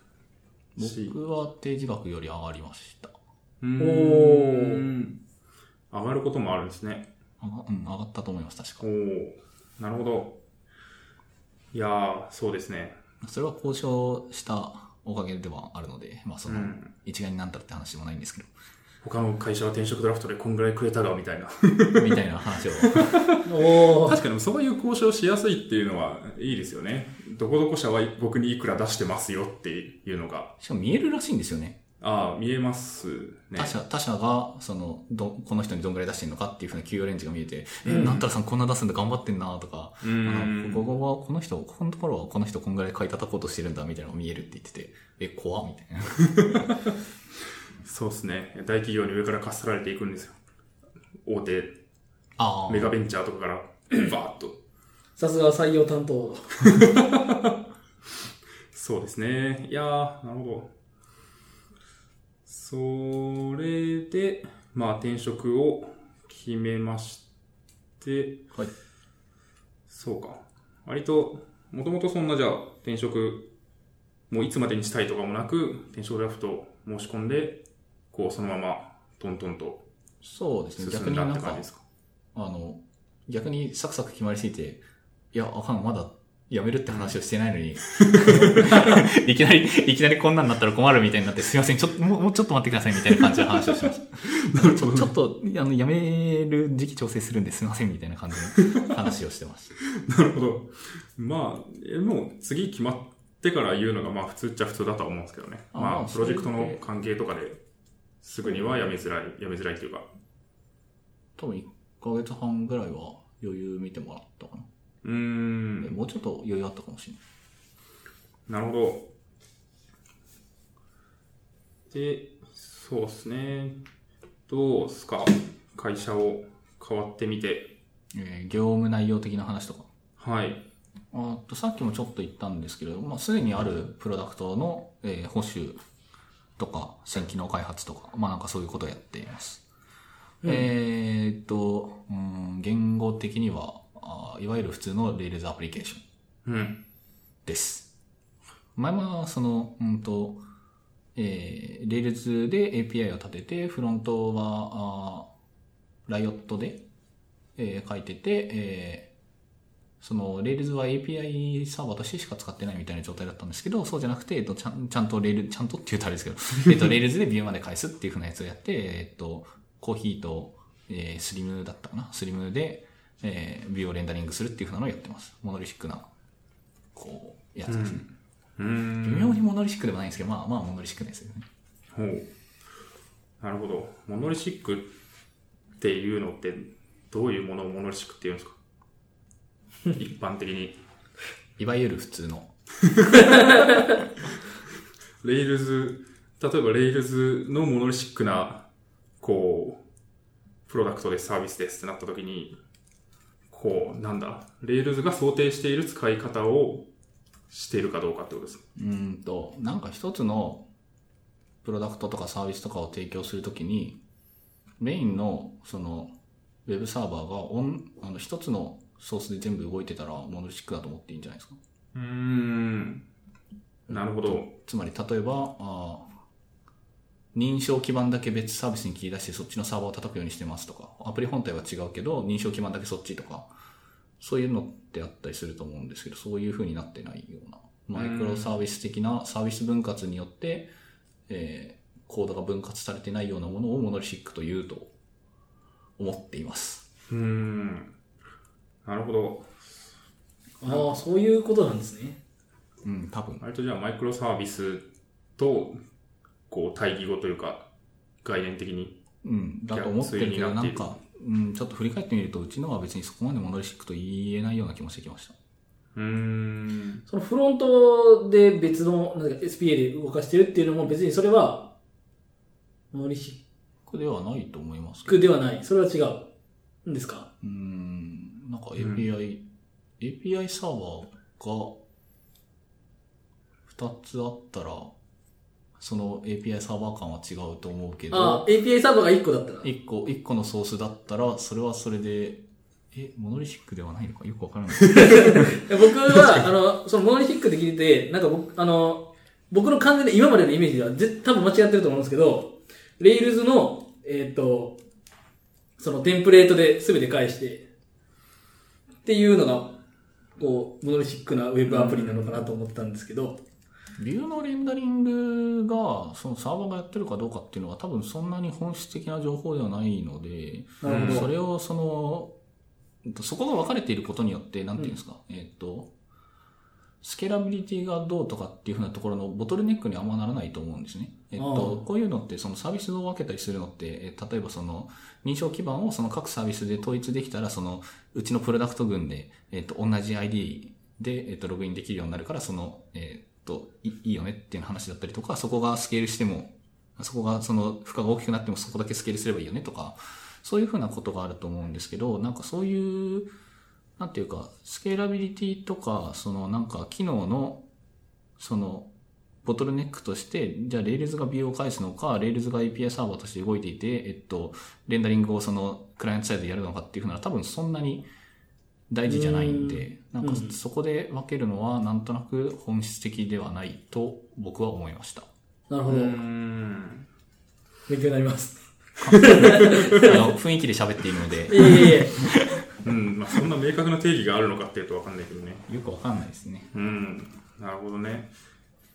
Speaker 2: し
Speaker 3: 僕は定時額より上がりました。
Speaker 2: うーん
Speaker 1: お
Speaker 2: 上がることもあるんですね。
Speaker 3: 上がうん、上がったと思います、確
Speaker 2: お
Speaker 3: か。
Speaker 2: おなるほど。いやー、そうですね。
Speaker 3: それは交渉したおかげではあるので、まあそうの、
Speaker 2: ん。
Speaker 3: 一概になんたらって話でもないんですけ
Speaker 2: 他の会社は転職ドラフトでこんぐらいくれたが、みた いな。
Speaker 3: ど、みたいな話を。
Speaker 1: おー
Speaker 2: 確かにそういう交渉しやすいっていうのはいいですよね。どこどこ社は僕にいくら出してますよっていうのが。
Speaker 3: しかも見えるらしいんですよね。
Speaker 2: ああ、見えますね。
Speaker 3: 他社、他社が、その、ど、この人にどんぐらい出してるのかっていうふうな給与レンジが見えて、え、なんたらさんこんな出すんだ頑張ってんなとか、
Speaker 2: う
Speaker 3: あ
Speaker 2: ん。
Speaker 3: のここは、この人、ここのところはこの人こんぐらい買い叩こうとしてるんだみたいなのが見えるって言ってて、え、怖っみたいな。
Speaker 2: そうですね。大企業に上からかっさられていくんですよ。大手、
Speaker 3: ああ。
Speaker 2: メガベンチャーとかから、バーっと。
Speaker 1: さすが採用担当。
Speaker 2: そうですね。いやー、なるほど。それで、まあ転職を決めまして、
Speaker 3: はい。
Speaker 2: そうか。割と、もともとそんなじゃあ転職、もういつまでにしたいとかもなく、転職ドラフトを申し込んで、こうそのままトントンと
Speaker 3: そうですね。逆
Speaker 2: 進ん
Speaker 3: に
Speaker 2: だ
Speaker 3: な
Speaker 2: って
Speaker 3: ん
Speaker 2: 感じ
Speaker 3: か
Speaker 2: で、すか。
Speaker 3: あの、逆にサクサク決まりすぎて、いや、あかん、まだ辞めるって話をしてないのに、 いきなり、いきなりこんなんなったら困るみたいになって、すいません、ちょっと、もうもうちょっと待ってくださいみたいな感じの話をしました。ちょちょっと、あの、辞める時期調整するんですいませんみたいな感じの話をしてました。
Speaker 2: なるほど。まあ、えもう次決まってから言うのがまあ普通っちゃ普通だとは思うんですけどね。
Speaker 3: あ
Speaker 2: まあ、
Speaker 3: まあ
Speaker 2: プロジェクト
Speaker 3: それ
Speaker 2: の
Speaker 3: で
Speaker 2: 関係とかですぐにはやめづらい、やめづらいというか。
Speaker 3: 多分1ヶ月半ぐらいは余裕見てもらったかな。
Speaker 2: うーん、
Speaker 3: もうちょっと余裕あったかもしれない。
Speaker 2: なるほど。で、そうですね。どうすか会社を変わってみて。
Speaker 3: えー業務内容的な話とか。
Speaker 2: はい。
Speaker 3: あとさっきもちょっと言ったんですけど、まあ、すでにあるプロダクトの、えー保守とか、新機能開発とか、まあなんかそういうことをやっています。
Speaker 1: うん
Speaker 3: えーっと、うん、言語的にはあー、いわゆる普通の Rails アプリケーション
Speaker 2: うん。
Speaker 3: です。前は、その、うんと、えー、Rails で API を立てて、フロントは、あライオットで、えー書いてて、えーその、Rails は API サーバーとしてしか使ってないみたいな状態だったんですけど、そうじゃなくて、えっと、ちゃんちゃんと Rails、ちゃんとって言うとあれですけど、 えっと、Rails でビューまで返すっていうふうなやつをやって、えっと、コーヒーと、えースリムだったかなスリムで、えービューをレンダリングするっていうふうなのをやってます。モノリシックな、こう、やつですね。
Speaker 2: うー
Speaker 3: 微
Speaker 2: ん。
Speaker 3: 妙にモノリシックではないんですけど、まあまあモノリシックですよね。
Speaker 2: ほう。なるほど。モノリシックっていうのって、どういうものをモノリシックって言うんです か一般的に。
Speaker 3: いわゆる普通の。
Speaker 2: レイルズ、例えばレイルズのモノリシックな、こう、プロダクトでサービスですってなった時に、こう、なんだ、レイルズが想定している使い方をしているかどうかってことです。
Speaker 3: うーんと、なんか一つのプロダクトとかサービスとかを提供するときに、メインのそのウェブサーバーがオンあの一つのソースで全部動いてたらモノリシックだと思っていいんじゃないですか。
Speaker 2: うーん。なるほど。
Speaker 3: つまり例えば、あー認証基盤だけ別サービスに切り出してそっちのサーバーを叩くようにしてますとか、アプリ本体は違うけど認証基盤だけそっちとか、そういうのってあったりすると思うんですけど、そういう風になってないような、マイクロサービス的なサービス分割によって、えーコードが分割されてないようなものをモノリシックというと思っています。
Speaker 2: うーん。なるほど。
Speaker 1: ああ、そういうことなんですね。
Speaker 3: うん、多分。
Speaker 2: 割とじゃあマイクロサービスと、こう、対義語というか、概念的に。
Speaker 3: うん、だと思ってるけ
Speaker 2: いや
Speaker 3: ど、
Speaker 2: ついにな
Speaker 3: な
Speaker 2: ってい
Speaker 3: ん
Speaker 2: る
Speaker 3: か、うん、ちょっと振り返ってみると、うちのは別にそこまでモノリシックと言えないような気もしてきました。
Speaker 2: うーん。
Speaker 1: そのフロントで別の、なんか SPA で動かしてるっていうのも別にそれは、モリシ
Speaker 3: 僕ではないと思います
Speaker 1: ッ
Speaker 3: けど。
Speaker 1: クではない。それは違うんですか
Speaker 3: うーん、なんか
Speaker 2: ん
Speaker 3: API、API サーバーが2つあったら、その API サーバー間は違うと思うけ
Speaker 1: あ
Speaker 3: ど、
Speaker 1: API サーバーが1個だったら。
Speaker 3: 1個、一個のソースだったら、それはそれで、え、モノリシックではないのかよくわか らない。
Speaker 1: 僕は、あの、そのモノリティックで聞いて、なんか僕、あの、僕の完全で今までのイメージでは、ぜ多分間違ってると思うんですけど、レイルズの、えっ、と、そのテンプレートで全て返して、っていうのが、こう、モノリティックなウェブアプリなのかなと思ったんですけど、
Speaker 3: ビューのレンダリングが、そのサーバーがやってるかどうかっていうのは多分そんなに本質的な情報ではないので、
Speaker 1: なるほど。
Speaker 3: それをその、うんとそこが分かれていることによって、なんていうんですか、えーっと、スケーラビリティがどうとかっていうふうなところのボトルネックにあんまならないと思うんですね。えっ
Speaker 1: あ
Speaker 3: と
Speaker 1: あ、
Speaker 3: こういうのってそのサービスを分けたりするのって、えー例えばその認証基盤をその各サービスで統一できたら、そのうちのプロダクト群で、えーっと、同じ ID で、えーっと、ログインできるようになるから、その、えーっと、いいいよねっていう話だったりとか、そこがスケールしても、そこがその負荷が大きくなってもそこだけスケールすればいいよねとか、そういうふうなことがあると思うんですけど、なんかそういう、なんていうか、スケーラビリティとか、そのなんか機能の、その、ボトルネックとして、じゃあ Rails がビューを返すのか、Rails が API サーバーとして動いていて、えっと、レンダリングをそのクライアントサイドでやるのかっていうふうなら多分そんなに大事じゃないんで、なんか
Speaker 1: うん
Speaker 3: そこで分けるのはなんとなく本質的ではないと僕は思いました。
Speaker 1: なるほ
Speaker 2: う
Speaker 1: ど。
Speaker 2: ーん。
Speaker 1: 勉強になります。
Speaker 3: あの、雰囲気で喋っているの
Speaker 1: い
Speaker 3: で、
Speaker 1: えいえいえ。
Speaker 2: うん、まあそんな明確な定義があるのかっていうとわかんないけどね。
Speaker 3: よくわかんないですね。
Speaker 2: うん。なるほどね。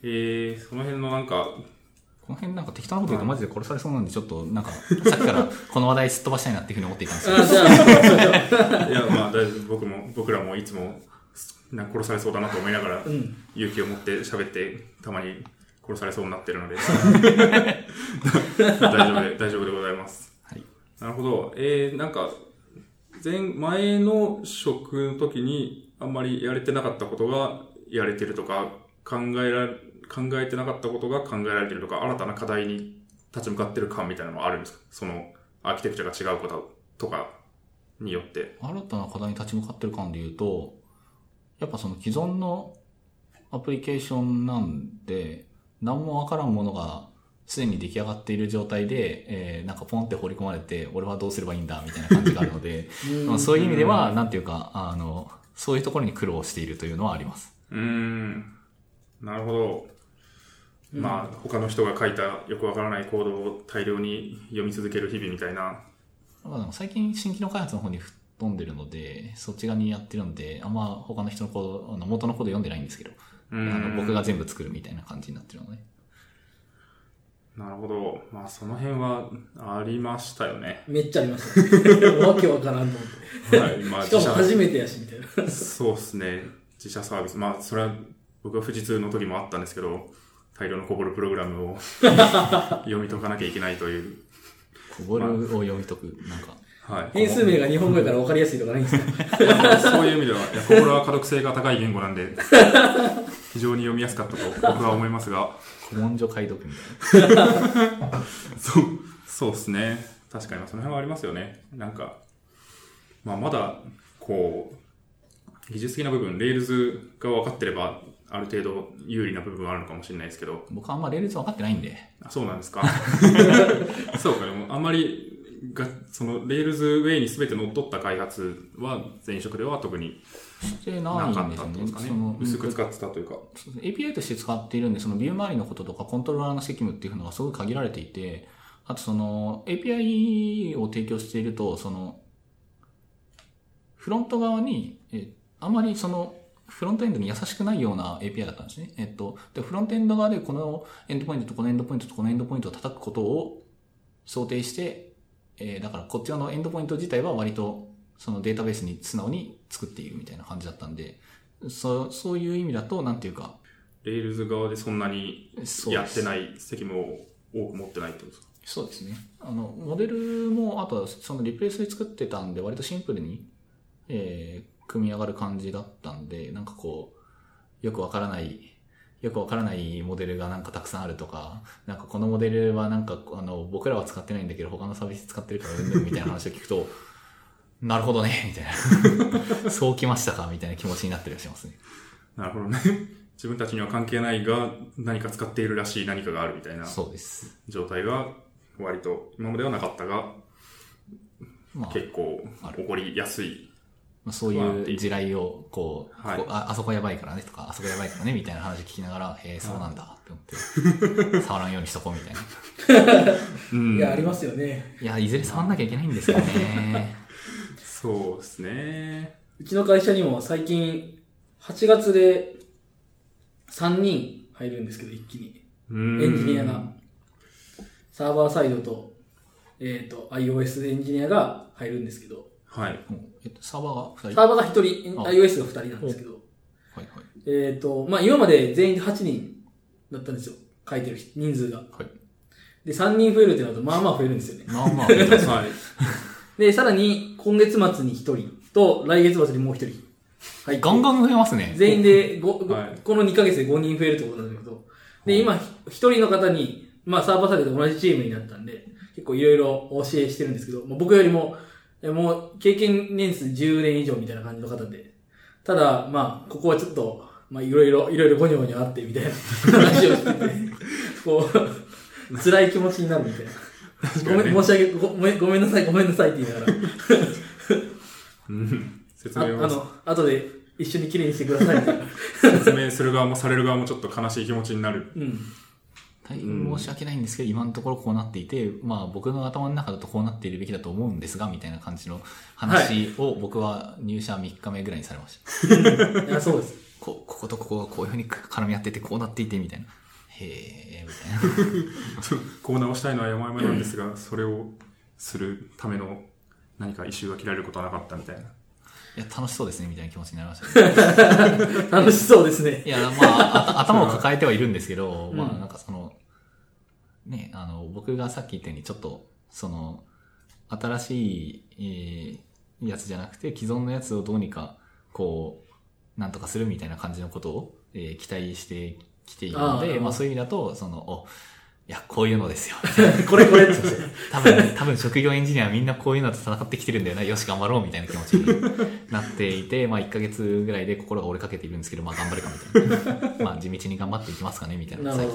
Speaker 2: えー、その辺のなんか、
Speaker 3: この辺なんか適当なこと言うとマジで殺されそうなんで、ちょっとなんか、 さっきからこの話題すっ飛ばしたいなっていうふうに思っていたんですけど、
Speaker 1: あじゃあ、
Speaker 2: いや、まあ大丈夫。僕も、僕らもいつも、なんか殺されそうだなと思いながら、
Speaker 1: うん。。
Speaker 2: 勇気を持って喋って、たまに殺されそうになってるので。大丈夫で、大丈夫でございます。
Speaker 3: はい。
Speaker 2: なるほど。えー、なんか、前、前の職の時にあんまりやれてなかったことがやれてるとか、考えら、考えてなかったことが考えられてるとか、新たな課題に立ち向かってる感みたいなのはあるんですかその、アーキテクチャが違うこととかによって。
Speaker 3: 新たな課題に立ち向かってる感で言うと、やっぱその既存のアプリケーションなんで、何もわからんものが、すでに出来上がっている状態で、えー、なんかポンって放り込まれて、俺はどうすればいいんだ、みたいな感じがあるので、まあ そういう意味では、なんていうか、あの、そういうところに苦労しているというのはあります。
Speaker 2: うーん。なるほど。まあ、他の人が書いたよくわからないコードを大量に読み続ける日々みたいな。
Speaker 3: まあでも最近新規の開発の方に吹っ飛んでるので、そっち側にやってるんで、あんま他の人のコード、あの元のコード読んでないんですけど、
Speaker 2: う
Speaker 3: あ
Speaker 2: ーん
Speaker 3: の僕が全部作るみたいな感じになってるので。
Speaker 2: なるほど。まあ、その辺はありましたよね
Speaker 1: めっちゃありました。わけわからんと思っ
Speaker 2: はい。まあ、
Speaker 1: て。しかも
Speaker 2: 自
Speaker 1: 初
Speaker 2: 社、
Speaker 1: めてやし、みたいな。
Speaker 2: そうですね。自社サービス。まあ、それは僕は富士通の時もあったんですけど、大量のコボルプログラムを 読み解かなきゃいけないという。
Speaker 3: こぼるを読み解く、なんか。
Speaker 2: はい。
Speaker 1: 変数名が日本語やから分かりやすいとかないんですか
Speaker 2: そういう意味では、いやコボルは可読性が高い言語な んで、非常に読みやすかったと僕は思いますが。
Speaker 3: 古文書解読みたい
Speaker 2: そう、そうですね。確かに、まあその辺はありますよね。なんか、まあ、まだ、こう、技術的な部分、レールズが分かってれば、ある程度有利な部分はあるのかもしれないですけど、
Speaker 3: な。僕あんまレールズ分かってないんで。
Speaker 2: あそうなんですか。そうか、でも、あんまり、が、その、レールズウェイに全て乗っ取った開発は、前職では特に
Speaker 3: して
Speaker 2: な
Speaker 3: ない
Speaker 2: か
Speaker 3: ん
Speaker 2: っ
Speaker 3: です
Speaker 2: た
Speaker 3: よ
Speaker 2: ん
Speaker 3: ね。
Speaker 2: ですかね
Speaker 3: その。
Speaker 2: 薄く使ってたというか。
Speaker 3: そうですね API として使っているんで、そのビュー周りのこととかコントローラーの責務っていうのがすごい限られていて、あとその API を提供していると、その、フロント側に、えあまりその、フロントエンドに優しくないような API だったんですね。えっと、で、フロントエンド側でこのエンドポイントとこのエンドポイントとこのエンドポイントを叩くことを想定して、えーだからこっち側のエンドポイント自体は割とそのデータベースに素直に作っているみたいな感じだったんで、そう、そういう意味だと、なんていうか、
Speaker 2: レールズ側でそんなに
Speaker 3: そう
Speaker 2: や
Speaker 3: で
Speaker 2: って
Speaker 3: す
Speaker 2: ない責務を多く持ってないってことですか
Speaker 3: そうですね。あの、モデルも、あとはそのリプレイスで作ってたんで、割とシンプルに、えー、組み上がる感じだったんで、なんかこう、よくわからない、よくわからないモデルがなんかたくさんあるとか、なんかこのモデルはなんか、あの、僕らは使ってないんだけど、他のサービス使ってるからうんぬんみたいな話を聞くと、 なるほ どね、みたいな。そうきましたか、みたいな気持ちになったりはしますね。
Speaker 2: なるほどね。 自分たちには関係ないが、何か使っているらしい何かがあるみたいな
Speaker 3: そうです。
Speaker 2: 状態が、割と今まではなかったが、
Speaker 3: まあ、
Speaker 2: 結構
Speaker 3: ある
Speaker 2: 起こりやすい。
Speaker 3: まあ、そういう地雷を、こう、
Speaker 2: はい
Speaker 3: ここあ、あそこやばいからねとか、あそこやばいからねみたいな話聞きながら、へえ、そうなんだって思って、 触らんようにしとこうみたいな。
Speaker 2: うん
Speaker 1: いや、ありますよね。
Speaker 3: いや、いずれ触んなきゃいけないんですよね。
Speaker 2: そうですね。
Speaker 1: うちの会社にも最近、8月で3人入るんですけど、一気に。
Speaker 2: エ
Speaker 1: エン
Speaker 2: ン
Speaker 1: ジニアが。サーバーサイドと、えっ、と、iOS エンジニアが入るんですけど、
Speaker 2: はい。
Speaker 3: もうえっと、サーバーが2人。
Speaker 1: サ
Speaker 3: は
Speaker 1: ーバーが1人、
Speaker 3: あ
Speaker 1: iOS が2人なんですけど、
Speaker 3: いはい。
Speaker 1: えっ、と、まあ、今まで全員で8人だったんですよ。書いてる人人数が。
Speaker 3: はい。
Speaker 1: で、3人増えるってなると、まあまあ増えるんですよね。
Speaker 3: まあまあ、えっと
Speaker 2: はい。
Speaker 1: で、さらに、今月末に1人と、来月末にもう1人。はい。
Speaker 3: ガンガン増えますね。
Speaker 1: 全員でご、ご
Speaker 2: はい
Speaker 1: この2ヶ月で5人増えるってことなんだけど、で、今、ひ1人の方に、まあ、サーバーサイドと同じチームになったんで、結構いろいろお教えしてるんですけど、まあ、僕よりも、えもう、経験年数10年以上みたいな感じの方で、ただ、まあ、ここはちょっと、まあ、いろいろ、いろいろごにょごにょあって、みたいな 話をしてて、こう、辛い気持ちになるみたいな。
Speaker 2: かにね
Speaker 1: ごめん、申し訳ごめん、ごめんなさい、ごめんなさいって言い ながら。
Speaker 2: うん説
Speaker 1: ああ
Speaker 2: 明を、
Speaker 1: の、後で一緒に綺麗にしてくださいみたいな。
Speaker 2: 説明する側もされる側もちょっと悲しい気持ちになる。
Speaker 1: うん。
Speaker 3: 大変申し訳ないんですけど、今のところこうなっていて、まあ僕の頭の中だとこうなっているべきだと思うんですが、みたいな感じの話を僕は入社3日目ぐらいにされました。
Speaker 1: いや、そうです。
Speaker 3: ここことここがこういうふうに絡み合ってて、こうなっていて、みたいな。へえ、みたいな。
Speaker 2: こう直したいのは山々なんですが、それをするための何か異臭が切られることはなかったみたいな。
Speaker 3: いや、楽しそうですね、みたいな気持ちになりましたね、
Speaker 1: 楽しそうですね。
Speaker 3: いや、まあ、 あ頭を抱えてはいるんですけど、まあ、なんかその、ね、あの、僕がさっき言ったように、ちょっと、その、新しい、えーやつじゃなくて、既存のやつをどうにか、こう、なんとかするみたいな感じのことを、えー期待してきているので、
Speaker 1: あー
Speaker 3: まあ、そういう意味だと、その、お、いや、こういうのですよ。
Speaker 1: これこれって。
Speaker 3: 多分、多分職業エンジニアはみんなこういうのと戦ってきてるんだよな、よし頑張ろうみたいな気持ちになっていて、まあ1ヶ月ぐらいで心が折れかけているんですけど、まあ頑張るかみたいな。まあ地道に頑張っていきますかね、みたいな、
Speaker 1: な
Speaker 3: 最
Speaker 1: る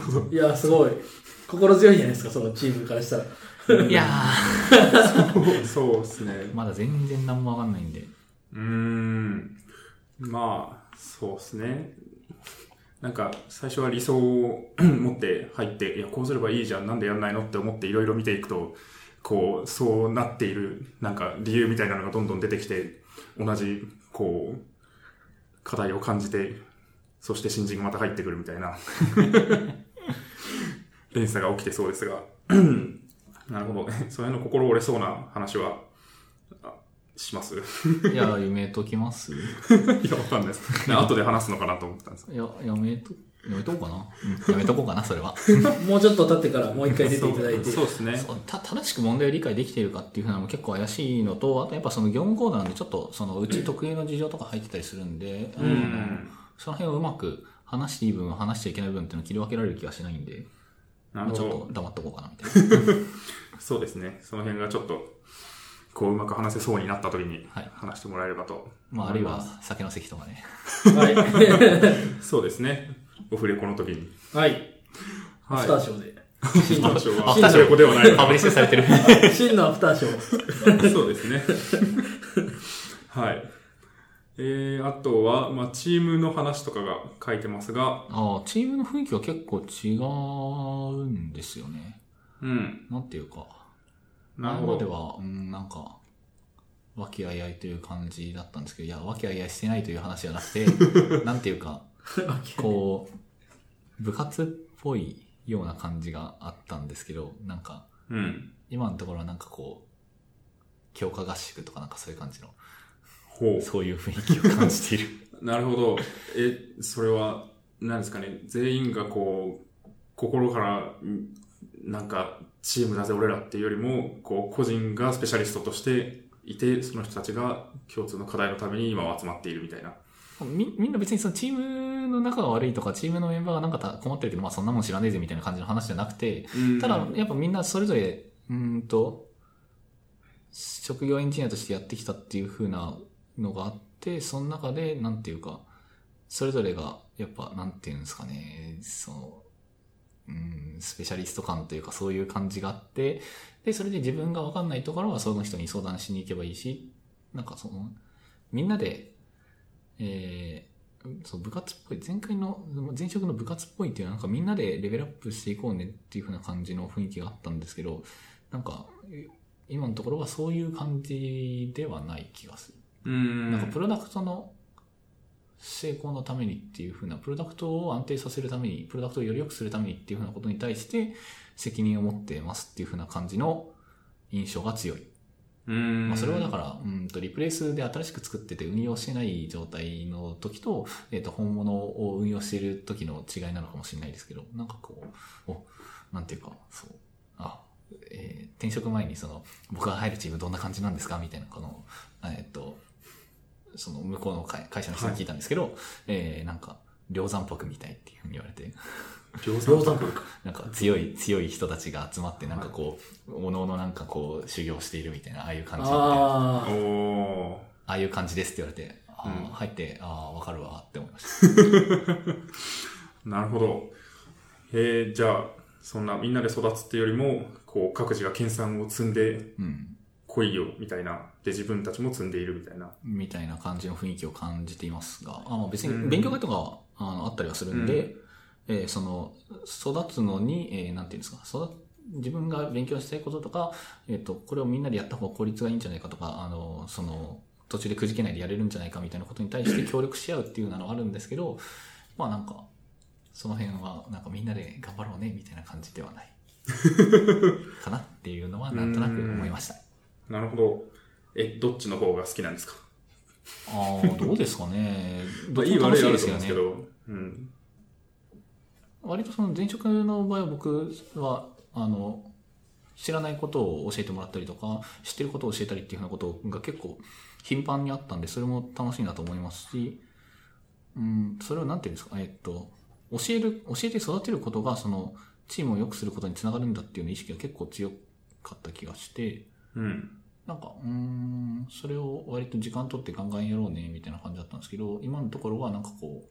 Speaker 1: ほど
Speaker 3: 近。
Speaker 1: いや、すごい。心強いんじゃないですか、そのチームからしたら。
Speaker 3: いや
Speaker 2: そうですね。
Speaker 3: ー、まだ全然何もわかんないんで。
Speaker 2: うーん。まあ、そうですね。なんか、最初は理想を持って入って、いや、こうすればいいじゃん、なんでやんないのって思っていろいろ見ていくと、こう、そうなっている、なんか、理由みたいなのがどんどん出てきて、同じ、こう、課題を感じて、そして新人がまた入ってくるみたいな、 連鎖が起きてそうですが、 なるほど。それの心折れそうな話は、あします
Speaker 3: いやー、やめときますい
Speaker 2: いや、わかんな いです。ね後で話すのかなと思ったんです。
Speaker 3: や、やめと、やめとこうかな。うん、やめとこうかな、それは。
Speaker 1: もうちょっと経ってからもう一回出ていただいて。
Speaker 2: そうですね。
Speaker 3: そうた正しく問題を理解できているかっていうふうなのも結構怪しいのと、あとやっぱその業務コーナーなんでちょっとそのうち特有の事情とか入ってたりするんで、あの
Speaker 2: うん
Speaker 3: その辺をうまく話していい部分、話しちゃいけない部分っていうのを切り分けられる気がしないんで、
Speaker 2: な
Speaker 3: まあ
Speaker 2: るほ
Speaker 3: ちょっ
Speaker 2: ど。
Speaker 3: と黙っとこうかなみたいな。
Speaker 2: そうですね。その辺がちょっと、こううまく話せそうになった時に
Speaker 3: はい
Speaker 2: 話してもらえればと。
Speaker 3: まああるいは酒の席とかね。
Speaker 1: は
Speaker 2: そうですね。オフレコの時に。
Speaker 1: い。はい。ア
Speaker 2: は
Speaker 1: フ
Speaker 2: い。
Speaker 1: ター
Speaker 2: ア
Speaker 1: ショーで。
Speaker 2: フターショーは。
Speaker 3: あ
Speaker 2: アフターショーではない
Speaker 3: パブリッシュされてる。
Speaker 1: 真のアフターショー。
Speaker 2: そうですね。 はい。えー、あとは、まあ、チームの話とかが書いてますが、
Speaker 3: ああ、チームの雰囲気は結構違うんですよね。
Speaker 2: うん。
Speaker 3: なんていうか、
Speaker 2: な
Speaker 3: 前
Speaker 2: るほ
Speaker 3: まで
Speaker 2: ど。
Speaker 3: は、うん、なんか、和気あいあいという感じだったんですけど、いや、和気あいあいしてないという話じゃなく て、なんていうか、こう、部活っぽいような感じがあったんですけど、なんか、
Speaker 2: うん。
Speaker 3: 今のところはなんかこう、強化合宿とかなんかそういう感じの、
Speaker 2: ほう。
Speaker 3: そういう雰囲気を感じている。
Speaker 2: なるほど。え、それは、何ですかね、全員がこう、心から、んなんか、チームだぜ、俺らっていうよりも、こう、個人がスペシャリストとしていて、その人たちが共通の課題のために今は集まっているみたいな。
Speaker 3: み、みんな別にそのチームの仲が悪いとか、チームのメンバーがなんかた困ってるけど、まあそんなもん知らねえぜみたいな感じの話じゃなくて、ただやっぱみんなそれぞれ、うーんと、職業エンジニアとしてやってきたっていう風なのがあって、その中で、なんていうか、それぞれが、やっぱ、なんていうんですかね、その、うん、スペシャリスト感というか、そういう感じがあって、で、それで自分がわかんないところは、その人に相談しに行けばいいし、なんかその、みんなで、えーそう、部活っぽい、前回の、前職の部活っぽいっていうのは、なんかみんなでレベルアップしていこうねっていう風な感じの雰囲気があったんですけど、なんか、今のところはそういう感じではない気がする。
Speaker 2: うん。
Speaker 3: なんかプロダクトの成功のためにっていうふうな、プロダクトを安定させるために、プロダクトをより良くするためにっていうふうなことに対して責任を持ってますっていうふうな感じの印象が強い。
Speaker 2: うん。
Speaker 3: まあ、それはだから、うんと、リプレイスで新しく作ってて運用してない状態の時と、えっ、と、本物を運用している時の違いなのかもしれないですけど、なんかこう、お、なんていうか、そう、あ、えー転職前にその、僕が入るチームどんな感じなんですかみたいな、この、えっ、と、その向こうの会会社の人に聞いたんですけど、えーなんか、量産っぽくみたいっていうふうに言われて、
Speaker 2: 量産
Speaker 1: 量産国。
Speaker 3: なんか強い、強い人たちが集まって、なんかこう、おのおのなんかこう、修行しているみたいな、ああいう感じみたいな。
Speaker 1: ああ。
Speaker 2: おー。
Speaker 3: ああいう感じですって言われて、あー
Speaker 2: うん
Speaker 3: 入って、ああ、わかるわって思い ました。
Speaker 2: なるほど。えー、じゃあ、そんなみんなで育つっていうよりも、こう、各自が研鑽を積んで
Speaker 3: うん。
Speaker 2: 来いよ、みたいな。で、自分たちも積んでいるみたいな。
Speaker 3: みたいな感じの雰囲気を感じていますが、あまあ、別
Speaker 2: うん
Speaker 3: に勉強会とかはあのあったりはするんで、えーその、育つのに、えーなんていうんですか、育自分が勉強したいこととか、えっ、と、これをみんなでやった方が効率がいいんじゃないかとか、あの、その、途中でくじけないでやれるんじゃないかみたいなことに対して協力し合うっていうのはあるんですけど、まあなんか、その辺は、なんかみんなで頑張ろうねみたいな感じでは ない。かなっていうのはなんとなく思いました。
Speaker 2: なるほど。え、どっちの方が好きなんですか
Speaker 3: ああ、どうですか ね。どっ
Speaker 2: い
Speaker 3: ち
Speaker 2: い
Speaker 3: も
Speaker 2: 悪
Speaker 3: 楽
Speaker 2: い
Speaker 3: し
Speaker 2: あ
Speaker 3: いですよね
Speaker 2: ると思うんですけ。ど。うん。
Speaker 3: 割とその前職の場合は僕は、あの、知らないことを教えてもらったりとか、知ってることを教えたりっていうふうなことが結構頻繁にあったんで、それも楽しいなと思いますし、うん、それをなんていうんですか、えっと、教える、教えて育てることが、その、チームを良くすることにつながるんだっていうの意識が結構強かった気がして、
Speaker 2: うん。
Speaker 3: なんか、うーん、それを割と時間取ってガンガンやろうね、みたいな感じだったんですけど、今のところはなんかこう、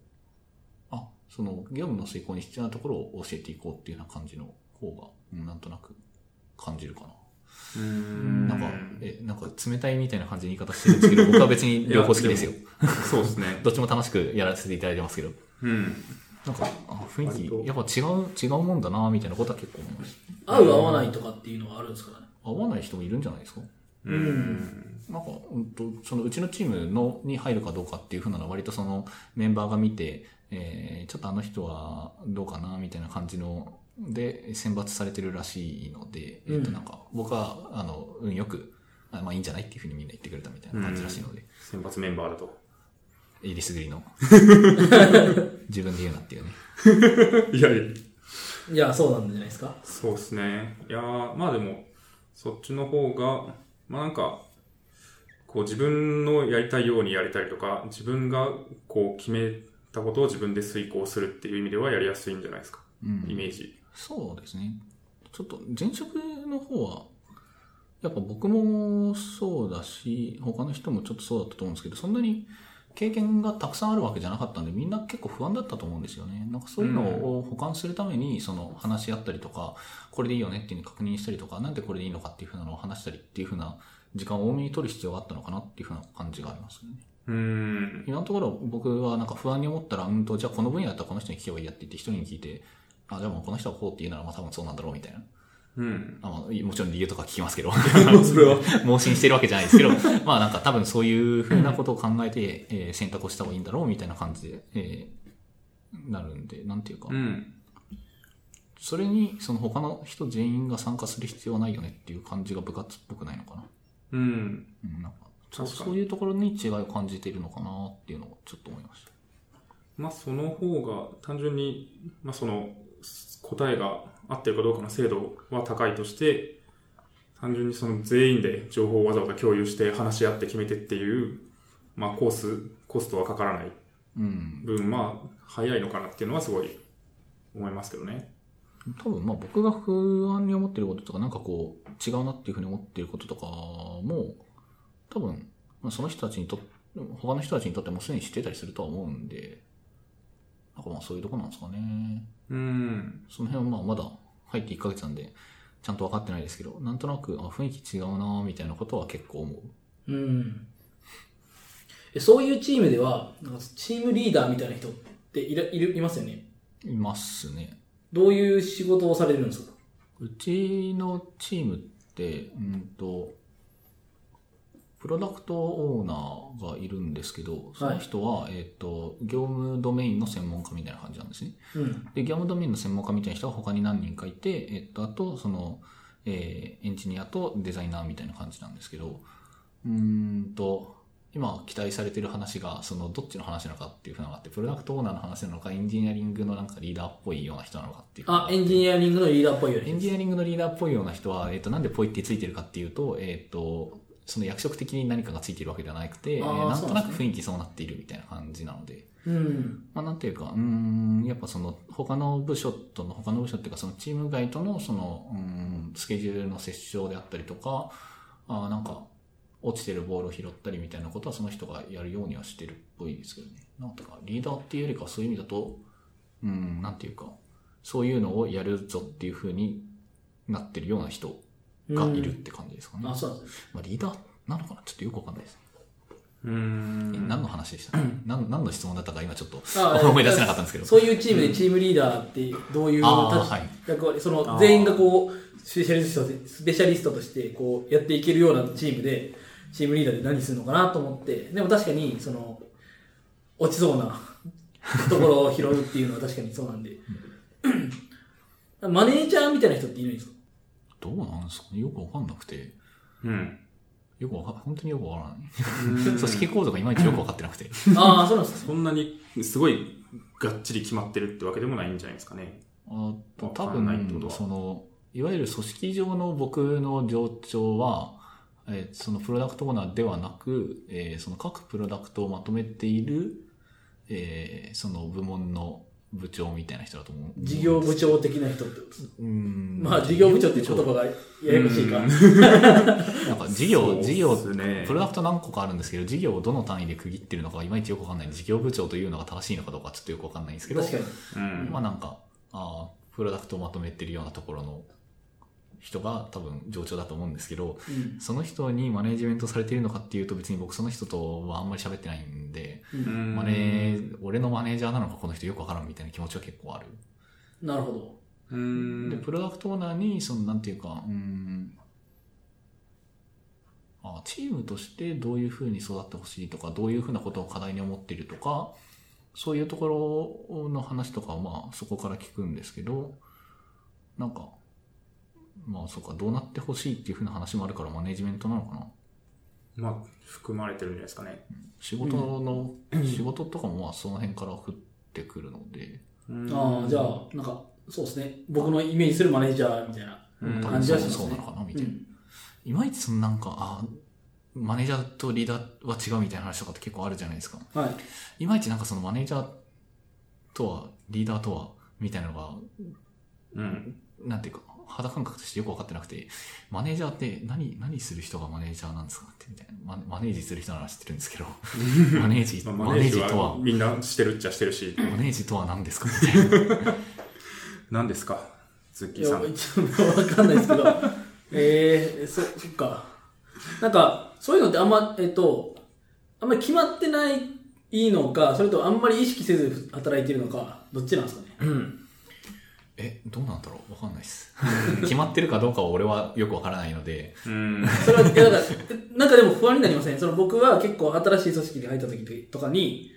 Speaker 3: あ、その、業務の遂行に必要なところを教えていこうっていうような感じの方が、うんなんとなく感じるか
Speaker 2: うん
Speaker 3: な。なんか、え、なんか冷たいみたいな感じの言い方してるん ですけど、僕は別に両方好きですよ。
Speaker 2: そうですね。
Speaker 3: どっちも楽しくやらせていただいてますけど、
Speaker 2: うん。
Speaker 3: なんか、あ雰
Speaker 2: 割と
Speaker 3: 囲気、やっぱ違う、違うもんだな、みたいなことは結構思いました。
Speaker 1: 合う合わないとかっていうのはあるんですからね。
Speaker 3: 合わない人もいるんじゃないですか
Speaker 2: うん。
Speaker 3: なんか、うんと、そのうちのチームのに入るかどうかっていう風なのは割とそのメンバーが見て、えーちょっとあの人はどうかなみたいな感じの、で、選抜されてるらしいので、えっ、
Speaker 1: う
Speaker 3: と
Speaker 1: ん
Speaker 3: なんか、僕は、あの、運よく、あまあいいんじゃないっていう風にみんな言ってくれたみたいな感じらしいので、
Speaker 2: 選抜メンバーだと。
Speaker 3: イリスグ リの。自分で言うなっていうね。
Speaker 2: いやいや。
Speaker 1: いや、そうなんじゃないですか。
Speaker 2: そうですね。いやーまあでも、そっちの方が、まあなんか、こう自分のやりたいようにやれたりとか、自分がこう決めたことを自分で遂行するっていう意味ではやりやすいんじゃないですか。
Speaker 3: うん
Speaker 2: イメージ。
Speaker 3: そうですね。ちょっと前職の方は、やっぱ僕もそうだし、他の人もちょっとそうだったと思うんですけど、そんなに経験がたくさんあるわけじゃなかったんで、みんな結構不安だったと思うんですよね。なんかそういうのを補完するために、その話し合ったりとか、これでいいよねっていうのを確認したりとか、なんでこれでいいのかっていうふうなのを話したりっていうふうな時間を多めに取る必要があったのかなっていうふうな感じがありますね。
Speaker 2: うーん。
Speaker 3: 今のところ僕はなんか不安に思ったら、うんと、じゃあこの分野だったらこの人に聞けばいいやって言って一人に聞いて、あ、でもこの人はこうって言うならまあ多分そうなんだろうみ たいな。
Speaker 2: うん。
Speaker 3: あまあ、もちろん理由とか聞きますけど、
Speaker 2: それは。
Speaker 3: 盲信してるわけじゃないですけど、 まあなんか多分そういうふうなことを考えて、えー選択をした方がいいんだろうみたいな感じで、えーなるんで、なんていうか、
Speaker 2: うん。
Speaker 3: それにその他の人全員が参加する必要はないよねっていう感じが部活っぽくないのかな。
Speaker 2: うん。
Speaker 3: うん、なんかそう
Speaker 2: 確か
Speaker 3: そう
Speaker 2: に。
Speaker 3: いうところに違いを感じているのかなっていうのをちょっと思いました。
Speaker 2: まあその方が単純に、まあその答えが合ってるかどうかの精度は高いとして、単純にその全員で情報をわざわざ共有して話し合って決めてっていう、まあコース、コストはかからない
Speaker 3: うん。
Speaker 2: 分、まあ早いのかなっていうのはすごい思いますけどね。
Speaker 3: 多分まあ僕が不安に思ってることとかなんかこう違うなっていうふうに思ってることとかも多分まあその人たちにと他の人たちにとってもすでに知ってたりするとは思うんでなんかまあそういうとこなんですかね。
Speaker 2: うん。
Speaker 3: その辺はまあまだ入って1ヶ月なんで、ちゃんと分かってないですけど、なんとなく、あ、雰囲気違うなみたいなことは結構思う。
Speaker 1: うん。えそういうチームでは、なんかチームリーダーみたいな人っていらいるいますよね。
Speaker 3: いますね。
Speaker 1: どういう仕事をされるんですか
Speaker 3: うちのチームって、うんと、プロダクトオーナーがいるんですけど、その人は、えっ、と、業務ドメインの専門家みたいな感じなんですね。
Speaker 1: うん。
Speaker 3: で、業務ドメインの専門家みたいな人は他に何人かいて、えっと、あと、その、えーエンジニアとデザイナーみたいな感じなんですけど、うーんと、今期待されてる話が、その、どっちの話なのかっていうふうなのがあって、プロダクトオーナーの話なのか、エンジニアリングのなんかリーダーっぽいような人なのかっていう。
Speaker 1: あ、エンジニアリングのリーダーっぽいよ
Speaker 3: エ
Speaker 1: ね。
Speaker 3: ンジニアリングのリーダーっぽいような人は、えっと、なんでぽいってついてるかっていうと、えっと、その役職的に何かがついてるわけではなくて、え
Speaker 1: あー
Speaker 3: ーなんとな
Speaker 1: そうなん
Speaker 3: く
Speaker 1: です
Speaker 3: 雰囲気そうなっているみたいな感じなので、
Speaker 1: うん。
Speaker 3: まあ、なんていうか、うーん、やっぱその、他の部署との、他の部署っていうか、そのチーム外との、その、うーん、スケジュールの折衝であったりとか、あーなんか、落ちてるボールを拾ったりみたいなことは、その人がやるようにはしてるっぽいですけどね。なんていうか、リーダーっていうよりかは、そういう意味だと、うーん、なんていうか、そういうのをやるぞっていう風になってるような人がいるって感じですかね。
Speaker 1: あ、そうなんですね。
Speaker 3: まあ、リーダーなのかなちょっとよくわかんないです。
Speaker 2: う
Speaker 3: え
Speaker 2: ん。
Speaker 3: 何の話でした、何何の質問だったか今ちょっと
Speaker 1: あ
Speaker 3: 思い出せなかったんですけど。
Speaker 1: そういうチームでチームリーダーってどういう立
Speaker 3: あーはい
Speaker 1: 役割、そ
Speaker 2: あ
Speaker 1: の
Speaker 2: ー
Speaker 1: 全員がこう、スペシャリストで、スペシャリストとしてこうやっていけるようなチームで、チームリーダーで何するのかなと思って、でも確かに、その、落ちそう なところを拾うっていうのは確かにそうなんで。マネージャーみたいな人っていないん ですか
Speaker 3: どうなんですかねよくわかんなくて。
Speaker 2: うん。
Speaker 3: よくわか、本当によくわから ない。組織構造がいまいちよくわかってなくて。
Speaker 1: ああ、そうなんですか。
Speaker 2: そんなに、すごい、がっちり決まってるってわけでもないんじゃないですかね。
Speaker 3: あと、多
Speaker 2: わかんないってこと
Speaker 3: 分、
Speaker 2: は
Speaker 3: その、いわゆる組織上の僕の上長は、えーそのプロダクトオーナーではなく、えーその各プロダクトをまとめている、えーその部門の部長みたいな人だと思う。
Speaker 1: 事業部長的な人ってことです。
Speaker 3: うん。
Speaker 1: まあ、事業部長って言葉がややこしいか。
Speaker 3: なんか事業、事業、
Speaker 2: そうっすね
Speaker 3: プロダクト何個かあるんですけど、事業をどの単位で区切ってるのかがいまいちよくわかんないんで、事業部長というのが正しいのかどうかちょっとよくわかんないんですけど、
Speaker 1: 確かに。
Speaker 2: うん。
Speaker 3: まあなんか、あープロダクトをまとめてるようなところの人が多分上長だと思うんですけど、
Speaker 1: うん
Speaker 3: その人にマネジメントされているのかっていうと別に僕その人とはあんまり喋ってないんで、
Speaker 2: うん
Speaker 3: マネー俺のマネージャーなのかこの人よくわからんみたいな気持ちは結構ある。
Speaker 1: なるほど。
Speaker 2: う
Speaker 3: で、
Speaker 2: ん。
Speaker 3: プロダクトオーナーに、その、なんていうか、うーん、あチームとしてどういうふうに育ってほしいとか、どういうふうなことを課題に思っているとか、そういうところの話とかは、まあ、そこから聞くんですけど、なんか、まあ、そうか、どうなってほしいっていうふうな話もあるから、マネジメントなのかな。
Speaker 2: まあ、含まれてるんじゃないですかね。
Speaker 3: 仕事の、仕事とかも、まあ、その辺から降ってくるので、
Speaker 1: ああ、じゃあ、なんか、そうですね。僕のイメージするマネージャーみたいな。
Speaker 2: うん
Speaker 3: 多
Speaker 1: 感
Speaker 3: 分
Speaker 1: じ
Speaker 3: そ
Speaker 1: は
Speaker 3: う
Speaker 1: しますね
Speaker 3: そうなのかな、み
Speaker 1: う
Speaker 3: たいな。
Speaker 1: ん。
Speaker 3: いまいちそのなんか、あマネージャーとリーダーは違うみたいな話とかって結構あるじゃないですか。
Speaker 1: はい。
Speaker 3: いまいちなんかそのマネージャーとは、リーダーとは、みたいなのが、
Speaker 2: うん。
Speaker 3: なんていうか、肌感覚としてよく分かってなくて、マネージャーって何、何する人がマネージャーなんですかって、みたいな。ママネージする人なら知ってるんですけど、マネージ、
Speaker 2: まあ
Speaker 3: マ
Speaker 2: マ
Speaker 3: ネ
Speaker 2: ネ
Speaker 3: ー
Speaker 2: ー
Speaker 3: ジ
Speaker 2: ジ
Speaker 3: とは
Speaker 2: は、みんなしてるっちゃしてるし、
Speaker 3: マネージとは何ですかみたいな。
Speaker 2: 何ですか、ズッキ
Speaker 1: い
Speaker 2: ー
Speaker 1: や、
Speaker 2: さ
Speaker 1: わ
Speaker 2: ん。
Speaker 1: かんないですけど。 えー、そ、そっか。なんか、そういうのってあんま、えっと、あんまり決まってないいいのか、それとあんまり意識せず働いてるのか、どっちなんですかね。
Speaker 3: え、どうなんだろうわかんないです。決まってるかどうかは俺はよくわからないので、
Speaker 2: うん。
Speaker 1: それは、いや、なんか、なんかでも不安になりません。その僕は結構新しい組織に入った時とかに、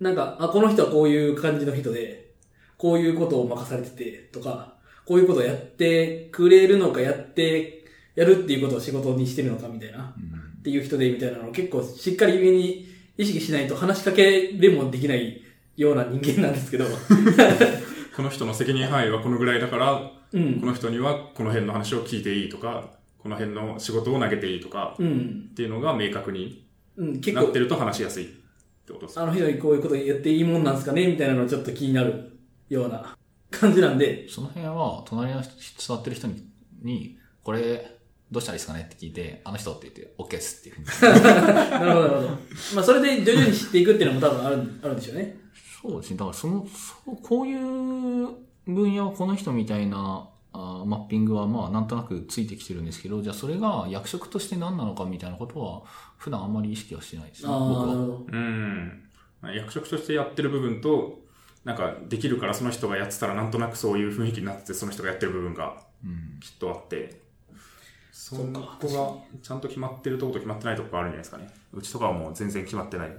Speaker 1: なんか、あ、この人はこういう感じの人で、こういうことを任されてて、とか、こういうことをやってくれるのか、やって、やるっていうことを仕事にしてるのか、みたいな。
Speaker 3: うん
Speaker 1: っていう人でみたいなのを結構しっかり上に意識しないと話しかけでもできないような人間なんですけど、
Speaker 2: この人の責任範囲はこのぐらいだから、
Speaker 1: うん
Speaker 2: こ。の人にはこの辺の話を聞いていいとか、この辺の仕事を投げていいとか、
Speaker 1: うん。
Speaker 2: っていうのが明確に
Speaker 1: うん、結
Speaker 2: なっ
Speaker 1: 構
Speaker 2: て、ると話しやすいってことです
Speaker 1: あの人にこういうことやっていいもんなんですかねみたいなのちょっと気になるような感じなんで、
Speaker 3: その辺は、隣の人、座ってる人に、にこれ、どうしたらいいですかねって聞いて、あの人って言って、OK っすっていうふう に。
Speaker 1: なるほど、なるほど。まあ、それで徐々に知っていくっていうのも多分ある、あるんでしょうね。
Speaker 3: そうですね。だからその、そうこういう分野はこの人みたいなあーマッピングはまあなんとなくついてきてるんですけど、じゃあそれが役職として何なのかみたいなことは普段あんまり意識はしてないですね。
Speaker 1: ああ、
Speaker 3: 僕
Speaker 1: なるほ
Speaker 3: は。
Speaker 1: ど。
Speaker 2: うん。役職としてやってる部分と、なんかできるからその人がやってたらなんとなくそういう雰囲気になってて、その人がやってる部分が
Speaker 3: うん。
Speaker 2: きっとあって、そ
Speaker 1: っ
Speaker 2: ん
Speaker 1: か
Speaker 2: なここがちゃんと決まってるとこと決まってないとこがあるんじゃないですかね。うちとかはもう全然決まってない。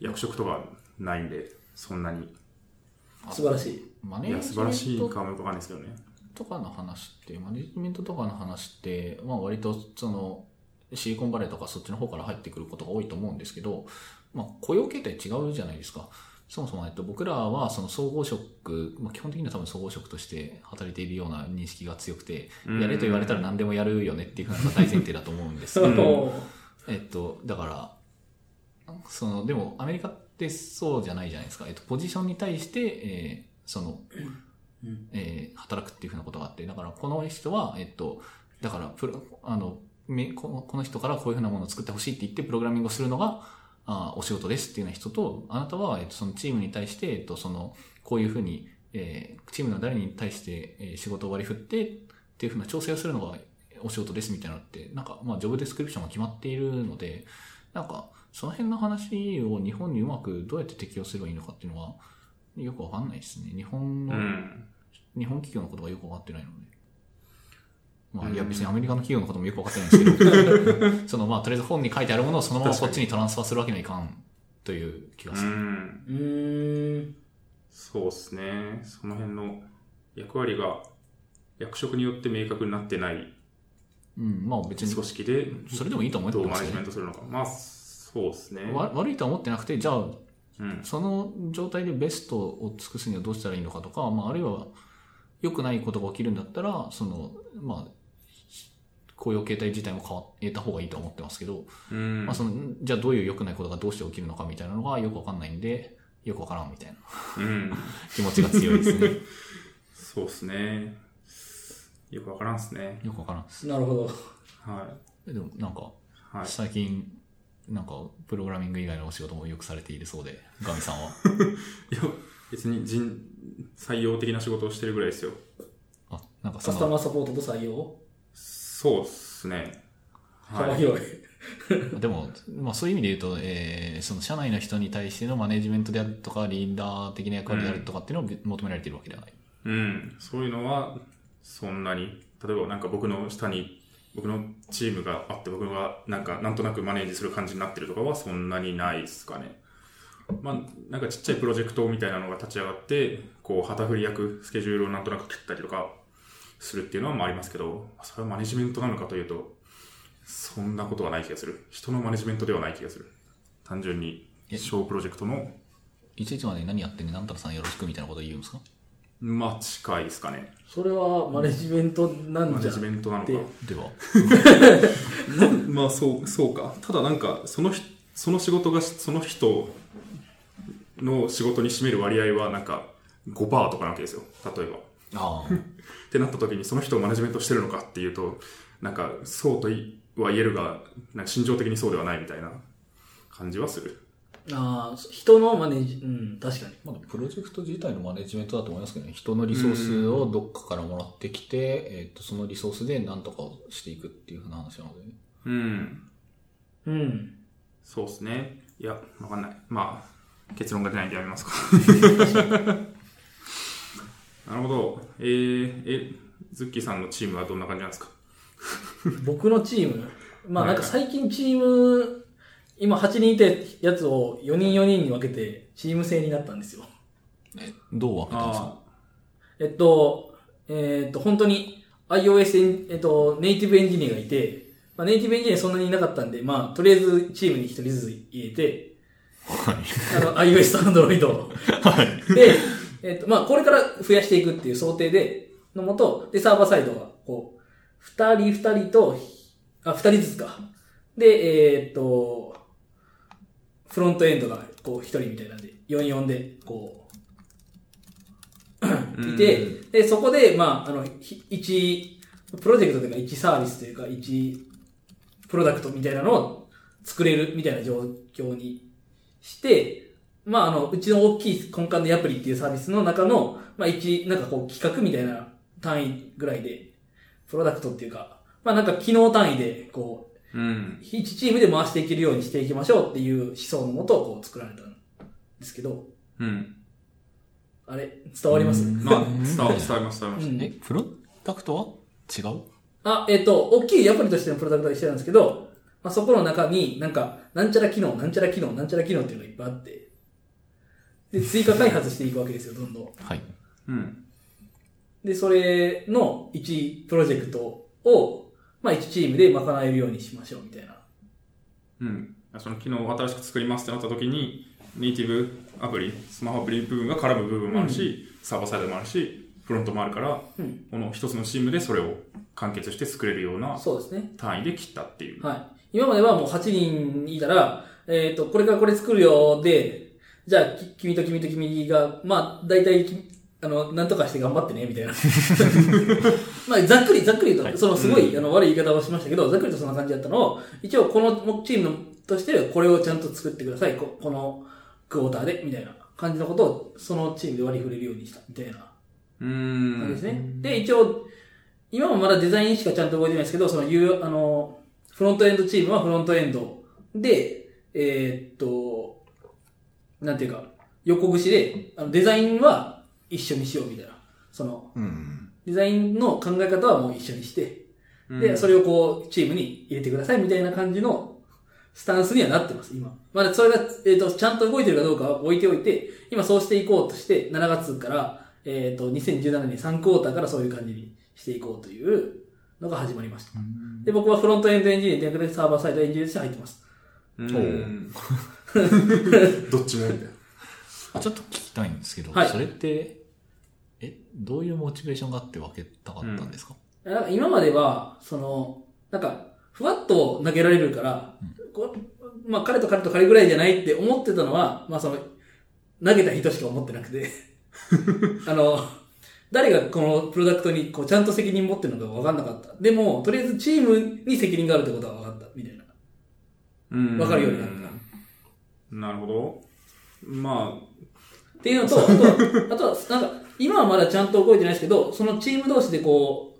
Speaker 2: 役職とかないんで、そんなに。
Speaker 1: 素晴らしい。
Speaker 3: マネ
Speaker 2: い
Speaker 3: ージメ
Speaker 2: や、
Speaker 3: ント
Speaker 2: 素晴らしいかもよくわかんないですけどね。
Speaker 3: とかの話って、マネジメントとかの話って、まあ割とその、シリコンバレーとかそっちの方から入ってくることが多いと思うんですけど、まあ雇用形態違うじゃないですか。そもそも、えっと、僕らはその総合職、まあ、基本的には多分総合職として働いているような認識が強くて、
Speaker 2: うん
Speaker 3: やれと言われたら何でもやるよねっていうのが大前提だと思うん で す
Speaker 1: そう
Speaker 3: よ。
Speaker 2: ん
Speaker 3: えっと、だから、その、でもアメリカってそうじゃないじゃないですか。えっと、ポジションに対して、えーその、
Speaker 1: うん
Speaker 3: えー働くっていうふうなことがあって、だからこの人は、えっと、だからプロ、あの、めこのこの人からこういうふうなものを作ってほしいって言ってプログラミングをするのが、あーお仕事ですっていうような人と、あなたは、えっと、そのチームに対して、えっと、その、こういうふうに、えーチームの誰に対して、えー仕事を割り振ってっていうふうな調整をするのがお仕事ですみたいなのって、なんか、まあ、ジョブデスクリプションが決まっているので、なんか、その辺の話を日本にうまくどうやって適用すればいいのかっていうのは、よくわかんないですね。日本
Speaker 2: う
Speaker 3: の、
Speaker 2: ん。
Speaker 3: 日本企業のことがよくわかってないので。まあ、
Speaker 2: うん
Speaker 3: いや別にアメリカの企業のこともよくわかってないんですけ ど、そのまあとりあえず本に書いてあるものをそのままこっちにトランスファーするわけにはいかんという気が
Speaker 2: う
Speaker 3: する。
Speaker 2: ん。
Speaker 1: うーん。
Speaker 2: そうですね。その辺の役割が役職によって明確になってない
Speaker 3: うん、まあ別
Speaker 2: 組
Speaker 3: に、
Speaker 2: 織で
Speaker 3: それでもいいと思って
Speaker 2: どう
Speaker 3: ま
Speaker 2: マ
Speaker 3: す
Speaker 2: ネ
Speaker 3: け
Speaker 2: ジ
Speaker 3: ど
Speaker 2: メン
Speaker 3: ね。
Speaker 2: トするのか。まあ、そうですね。
Speaker 3: わ悪いとは思ってなくて、じゃあ
Speaker 2: うん。
Speaker 3: その状態でベストを尽くすにはどうしたらいいのかとか、まあ、あるいは良くないことが起きるんだったら、その、まあ、雇用形態自体も変わ得た方がいいと思ってますけど、
Speaker 2: うん
Speaker 3: まあ、その、じゃあどういう良くないことがどうして起きるのかみたいなのがよくわかんないんで、よくわからんみたいな
Speaker 2: うん。
Speaker 3: 気持ちが強いですね。
Speaker 2: そうですね。よくわからんですね。
Speaker 3: よくわからんです。
Speaker 1: なるほど。
Speaker 2: は
Speaker 3: でもなんか、
Speaker 2: い。はい。
Speaker 3: 最近、なんか、プログラミング以外のお仕事もよくされているそうで、ガミさんは。
Speaker 2: いや、別に人、採用的な仕事をしてるぐらいですよ。
Speaker 3: あ、なんかそ
Speaker 1: カスタマ
Speaker 3: の、
Speaker 1: ーサポートと採用
Speaker 2: そうですね。は
Speaker 1: 幅
Speaker 2: い。
Speaker 1: 広い。
Speaker 3: でも、まあそういう意味で言うと、えーその社内の人に対してのマネジメントであるとか、リーダー的な役割であるとかっていうのを求められているわけではない。
Speaker 2: うん。そういうのは、そんなに。例えばなんか僕の下に、僕のチームがあって、僕がなんか、なんとなくマネージする感じになってるとかはそんなにないですかね。まあ、なんかちっちゃいプロジェクトみたいなのが立ち上がって、こう、旗振り役、スケジュールをなんとなく切ったりとか、するっていうのはまあありますけど、それはマネジメントなのかというと、そんなことはない気がする。人のマネジメントではない気がする。単純に、
Speaker 3: え
Speaker 2: 小プロジェクトの、
Speaker 3: いちいちまで何やってんねなんたらさんよろしくみたいなこと言うんですか
Speaker 2: まあ近いですかね。
Speaker 1: それはマネジメントなん
Speaker 2: マ
Speaker 1: じ
Speaker 2: ネ
Speaker 1: ゃ
Speaker 2: ジ。メントなのか
Speaker 1: で。
Speaker 3: では、
Speaker 2: まあそうそうかただなんかそのひその仕事がその人の仕事に占める割合はなんか5%とかなわけですよ例えばっ
Speaker 3: ああ。
Speaker 2: てなった時にその人をマネジメントしてるのかっていうとなんかそうといは言えるがなんか心情的にそうではないみたいな感じはする
Speaker 1: ああ、人のマネジ、うん、確かに。
Speaker 3: まあ、プロジェクト自体のマネジメントだと思いますけどね、人のリソースをどっかからもらってきて、えっとそのリソースで何とかをしていくっていうふうな話なので、
Speaker 2: うん
Speaker 1: うん。
Speaker 2: そうですねいやわかんないまあ結論が出ないんでやめ ますかなるほどえー、えズッキーさんのチームはどんな感じなんですか
Speaker 1: 僕のチーム。まあ
Speaker 2: は
Speaker 1: ないんか最近チーム、今8人いたやつを4人4人に分けてチーム制になったんですよ。
Speaker 3: えどう分けたんですか
Speaker 2: あ
Speaker 1: えっと、えっと、本当に iOS エン、えっと、ネイティブエンジニアがいて、まあ、ネイティブエンジニアそんなにいなかったんで、まあ、とりあえずチームに1人ずつ入れて、
Speaker 3: はい。
Speaker 1: あの、iOS と Android を。で、えっ、と、まあ、これから増やしていくっていう想定で、のもと、で、サーバーサイドは、こう、二人二人と、あ、二人ずつか。で、えっ、と、フロントエンドが、こう、一人みたいなんで、44で、こう、
Speaker 2: うん
Speaker 1: いて、で、そこで、まあ、あの、ひ一、プロジェクトというか、一サービスというか、一、プロダクトみたいなのを作れるみたいな状況にして、まあ、あの、うちの大きい根幹でアプリっていうサービスの中の、まあ、一、なんかこう、企画みたいな単位ぐらいで、プロダクトっていうか、まあ、なんか機能単位で、こう、
Speaker 2: うん。
Speaker 1: 1チームで回していけるようにしていきましょうっていう思想のもと、こう、作られたんですけど、
Speaker 2: うん。
Speaker 1: あれ、伝わります
Speaker 3: う ん
Speaker 2: まあ、伝わ、伝わりました、伝わりました。
Speaker 1: うん
Speaker 3: え、プロダクトは違う
Speaker 1: あ、えっ、と、大きいアプリとしてのプロダクトは一緒なんですけど、まあ、そこの中になんか、なんちゃら機能、なんちゃら機能、なんちゃら機能っていうのがいっぱいあって、で、追加開発していくわけですよ、どんどん。
Speaker 3: はい。
Speaker 2: うん。
Speaker 1: で、それの1プロジェクトを、まあ1チームで賄えるようにしましょう、みたいな。
Speaker 2: うん。その機能を新しく作りますってなった時に、ネイティブアプリ、スマホアプリ部分が絡む部分もあるし、サーバーサイドもあるし、フロントもあるから、
Speaker 1: うん。
Speaker 2: この一つのチームでそれを完結して作れるような
Speaker 1: そうですね。
Speaker 2: 単位で切ったっていう。
Speaker 1: はい。今まではもう8人いたら、えっ、と、これからこれ作るよで、じゃあ、き君と君と君が、まあ、大体き、あの、なんとかして頑張ってね、み たいな。まあ、ざっくり、ざっくり言うと、そのすごい、あの、悪い言い方をしましたけど、ざっくりとそんな感じだったのを、一応このチームのとして、これをちゃんと作ってください。ここのクォーターで、みたいな感じのことを、そのチームで割り振れるようにした、みたいな。
Speaker 2: うーん。
Speaker 1: ですね。で、一応、今もまだデザインしかちゃんと動いてないですけど、その、U、あの、フロントエンドチームはフロントエンドで、えーっと、なんていうか、横串で、あのデザインは一緒にしようみたいな。その、
Speaker 3: うん。
Speaker 1: デザインの考え方はもう一緒にして、
Speaker 2: うん
Speaker 1: で、それをこう、チームに入れてくださいみたいな感じのスタンスにはなってます、今。まだそれが、えーっと、ちゃんと動いてるかどうかは置いておいて、今そうしていこうとして、7月から、えーっと、2017年3クォーターからそういう感じにしていこうというのが始まりました。で、僕はフロントエンドエンジニアで逆でサーバーサイドエンジニアとして入ってます。
Speaker 2: うん。どっちもみたいな。
Speaker 3: あちょっと聞きたいんですけど、
Speaker 1: はい
Speaker 3: それって、え、どういうモチベーションがあって分けたかったんですか、
Speaker 1: なんか今までは、その、なんか、ふわっと投げられるから、こうまあ、彼と彼と彼ぐらいじゃないって思ってたのは、まあ、その、投げた人しか思ってなくて、あの、誰がこのプロダクトにこうちゃんと責任持ってるのか分かんなかった。でも、とりあえずチームに責任があるってことは分かった、みたいな。
Speaker 2: うん
Speaker 1: わかるようになるか
Speaker 2: なるほど。まあ、
Speaker 1: っていうのと、あとは、あとはなんか、今はまだちゃんと動いてないですけど、そのチーム同士でこ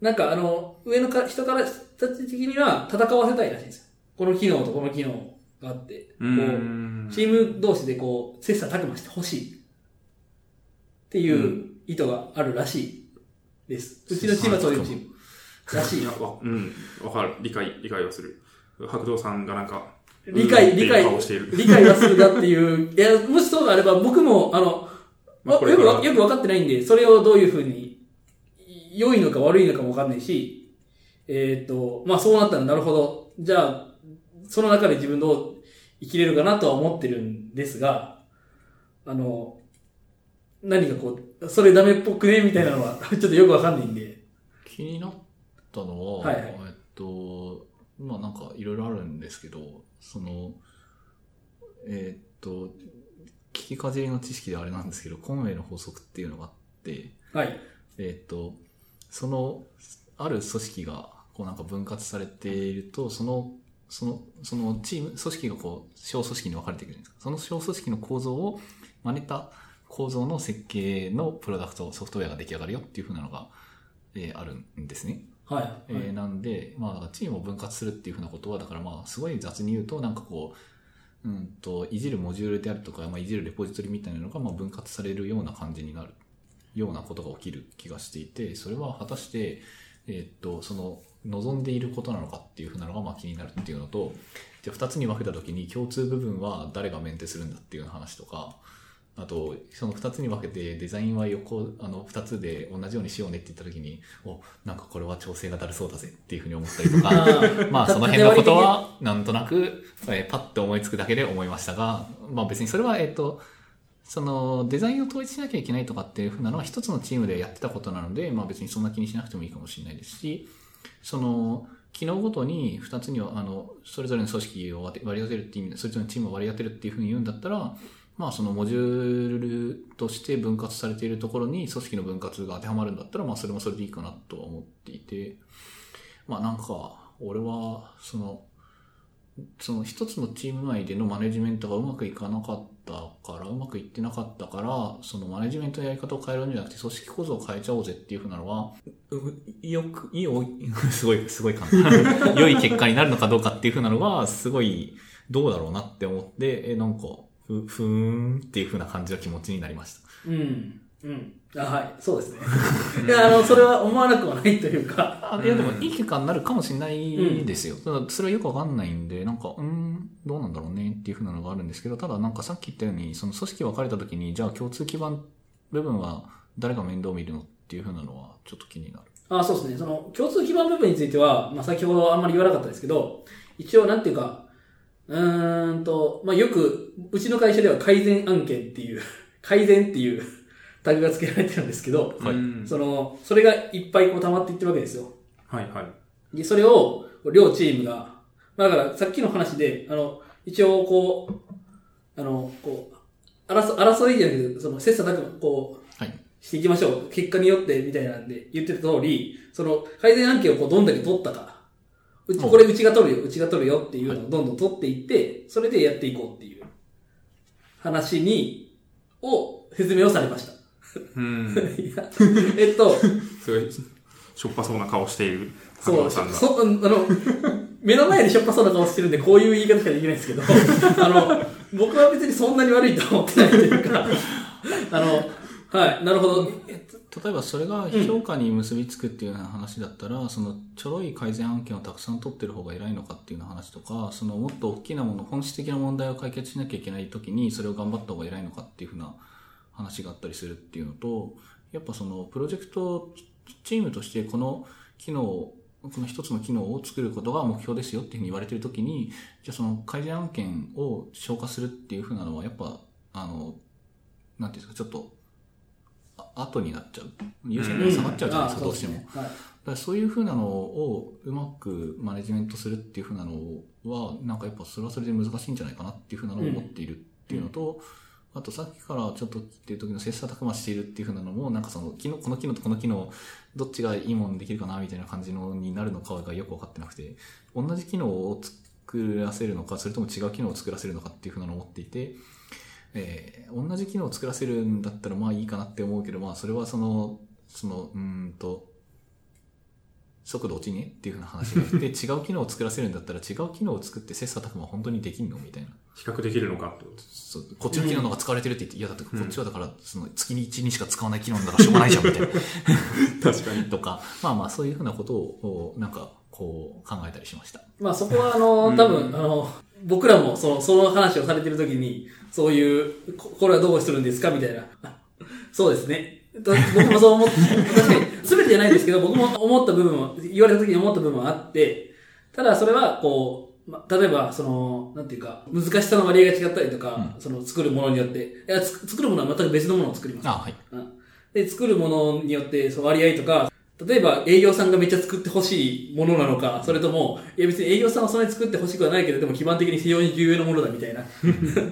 Speaker 1: う、なんかあの、上のか人から、人たち的には戦わせたいらしいんですよ。この機能とこの機能があって、こ
Speaker 2: う
Speaker 1: う、
Speaker 2: ん。
Speaker 1: チーム同士でこう、切磋琢磨してほしい。っていう意図があるらしいです。うちのチームはそういうチーム。らし
Speaker 2: い
Speaker 1: い
Speaker 2: や、。わ、うん。わかる。理解、理解はする。白道さんがなんか、
Speaker 1: 理解、理解
Speaker 2: うんっていう顔している、
Speaker 1: 理解はするなっていう。いや、もしそうであれば、僕も、あの、
Speaker 2: まあ
Speaker 1: わ
Speaker 2: これ
Speaker 1: よ
Speaker 2: か
Speaker 1: く
Speaker 2: ら
Speaker 1: わ、よく分かってないんで、それをどういうふうに、良いのか悪いのかも分かんないし、えっ、と、まあそうなったらなるほど。じゃあ、その中で自分どう生きれるかなとは思ってるんですが、あの、何かこう、それダメっぽくねみたいなのは、ちょっとよく分かんないんで。
Speaker 3: 気になったのは、
Speaker 1: はいはい
Speaker 3: えっと、まあなんかいろいろあるんですけど、その、えっと、聞きかじりの知識であれなんですけど、コンウェイの法則っていうのがあって、
Speaker 1: はい。
Speaker 3: えっと、その、ある組織が、こうなんか分割されていると、その、その、そのチーム、組織がこう、小組織に分かれていくるんですか。その小組織の構造を真似た構造の設計のプロダクト、ソフトウェアが出来上がるよっていう風なのが、えーあるんですね。
Speaker 1: はい。
Speaker 3: えーなんで、まあ、だからチームを分割するっていうふうなことは、だからまあ、すごい雑に言うと、なんかこう、うんと、いじるモジュールであるとか、まあ、いじるレポジトリみたいなのが、まあ、分割されるような感じになるようなことが起きる気がしていて、それは果たして、えーっと、その、望んでいることなのかっていうふうなのが、まあ、気になるっていうのと、じゃあ、二つに分けたときに、共通部分は誰がメンテするんだっていうような話とか、あと、その二つに分けて、デザインは横、あの、二つで同じようにしようねって言ったときに、お、なんかこれは調整がだるそうだぜっていうふうに思ったりとか、まあその辺のことは、なんとなく、えーパッと思いつくだけで思いましたが、まあ別にそれは、えっ、と、そのデザインを統一しなきゃいけないとかっていうふうなのは一つのチームでやってたことなので、まあ別にそんな気にしなくてもいいかもしれないですし、その、機能ごとに2つには、あの、それぞれの組織を割り割り当てるっていう意味で、それぞれのチームを割り当てるっていうふうに言うんだったら、まあそのモジュールとして分割されているところに組織の分割が当てはまるんだったら、まあそれもそれでいいかなとは思っていて、まあなんか、俺は、その、その一つのチーム内でのマネジメントがうまくいかなかったから、うまくいってなかったから、そのマネジメントのやり方を変えるんじゃなくて、組織構造を変えちゃおうぜっていうふうなのは、うよく、いいお、 すごい、すごい簡 単。良い結果になるのかどうかっていうふうなのは、すごい、どうだろうなって思って、え、なんか、ふ、ふーんっていうふうな感じの気持ちになりました。
Speaker 1: うん。うん。あはい。そう ですね。いや、あの、それは思わなくはないというか。
Speaker 3: あいやでもいい結果になるかもしれないですよ。ただそれはよくわかんないんで、なんか、うーん、どうなんだろうねっていうふうなのがあるんですけど、ただなんかさっき言ったように、その組織分かれた時に、じゃあ共通基盤部分は誰が面倒見るのっていうふうなのはちょっと気になる。
Speaker 1: あそうですね。その、共通基盤部分については、まあ、先ほどあんまり言わなかったですけど、一応、なんていうか、うーんと、まあ、よく、うちの会社では改善案件っていう、 改善っていうタグが付けられてるんですけど、
Speaker 3: はい
Speaker 2: うん
Speaker 1: その、それがいっぱいこう溜まっていってるわけですよ。
Speaker 2: はいはい。
Speaker 1: で、それを、両チームが、まあだから、さっきの話で、あの、一応、こう、あの、こう、争争いじゃなくて、その、切磋琢磨、こう、
Speaker 3: はい。
Speaker 1: していきましょう。結果によって、みたいなんで言ってた通り、その、改善案件をこう、どんだけ取ったか。うち、
Speaker 3: うん
Speaker 1: これうちが取るよ、うちが取るよっていうのをどんどん取っていって、それでやっていこうっていう、話に、を、説明をされました。
Speaker 2: うん。
Speaker 1: いや、 えっと、
Speaker 2: すごい、しょっぱそうな顔している、萩
Speaker 1: そ
Speaker 2: 原
Speaker 1: う、
Speaker 2: さんが。
Speaker 1: そ、あの、目の前でしょっぱそうな顔してるんで、こういう言い方しかできないんですけど、あの、僕は別にそんなに悪いと思ってないというか、あの、はい、なるほど。
Speaker 3: 例えばそれが評価に結びつくっていうような話だったら、そのちょろい改善案件をたくさん取ってる方が偉いのかっていうような話とか、そのもっと大きなもの、本質的な問題を解決しなきゃいけない時に、それを頑張った方が偉いのかっていうふうな話があったりするっていうのと、やっぱそのプロジェクトチームとしてこの機能をこの一つの機能を作ることが目標ですよっていうふうに言われてる時に、じゃあその改善案件を消化するっていうふうなのは、やっぱ、あの、なんていうんですか、ちょっと、あ後になっちゃう。優先度が下がっちゃうじゃないですか、どうしても。だ
Speaker 1: あ
Speaker 3: か
Speaker 1: そうですねはい
Speaker 3: らそういうふうなのをうまくマネジメントするっていうふうなのは、なんかやっぱそれはそれで難しいんじゃないかなっていうふうなのを思っているっていうのと、あとさっきからちょっとっていう時の切磋琢磨しているっていうふうなのも、なんかその、機能この機能とこの機能、どっちがいいものできるかなみたいな感じのになるのかがよく分かってなくて、同じ機能を作らせるのか、それとも違う機能を作らせるのかっていうふうなのを思っていて、えー同じ機能を作らせるんだったらまあいいかなって思うけど、まあそれはその、その、うーんと、速度落ちねっていうふうな話があって、 違う機能を作らせるんだったら違う機能を作って切磋琢磨本当にできんのみたいな。
Speaker 2: 比較できるのかってことです。
Speaker 3: そうこっちの機能の方が使われてるって言って、いやだってこっちはだから、その月に1にしか使わない機能だからしょうがないじゃんみたい な。
Speaker 2: 確かに。
Speaker 3: とか、まあまあそういうふうなことを、なんか、こう考えたりしました。
Speaker 1: まあそこはあの、多分、
Speaker 2: うん
Speaker 1: あの、僕らもその、その話をされてる時に、そういう、ここれはどうするんですかみたいな。 あそうですね。と僕もそう思って、 確かに、全てじゃないですけど、僕も思った部分は、言われた時に思った部分はあって、ただそれは、こう、ま例えば、その、なんていうか、難しさの割合が違ったりとか、その、作るものによって、いや、つ作るものは全く別のものを作ります。
Speaker 3: あはい。
Speaker 1: うんで、作るものによって、その割合とか、例えば営業さんがめっちゃ作ってほしいものなのか、それとも、いや別に営業さんはそんなに作ってほしくはないけど、でも基盤的に非常に重要なものだみたいな、 っ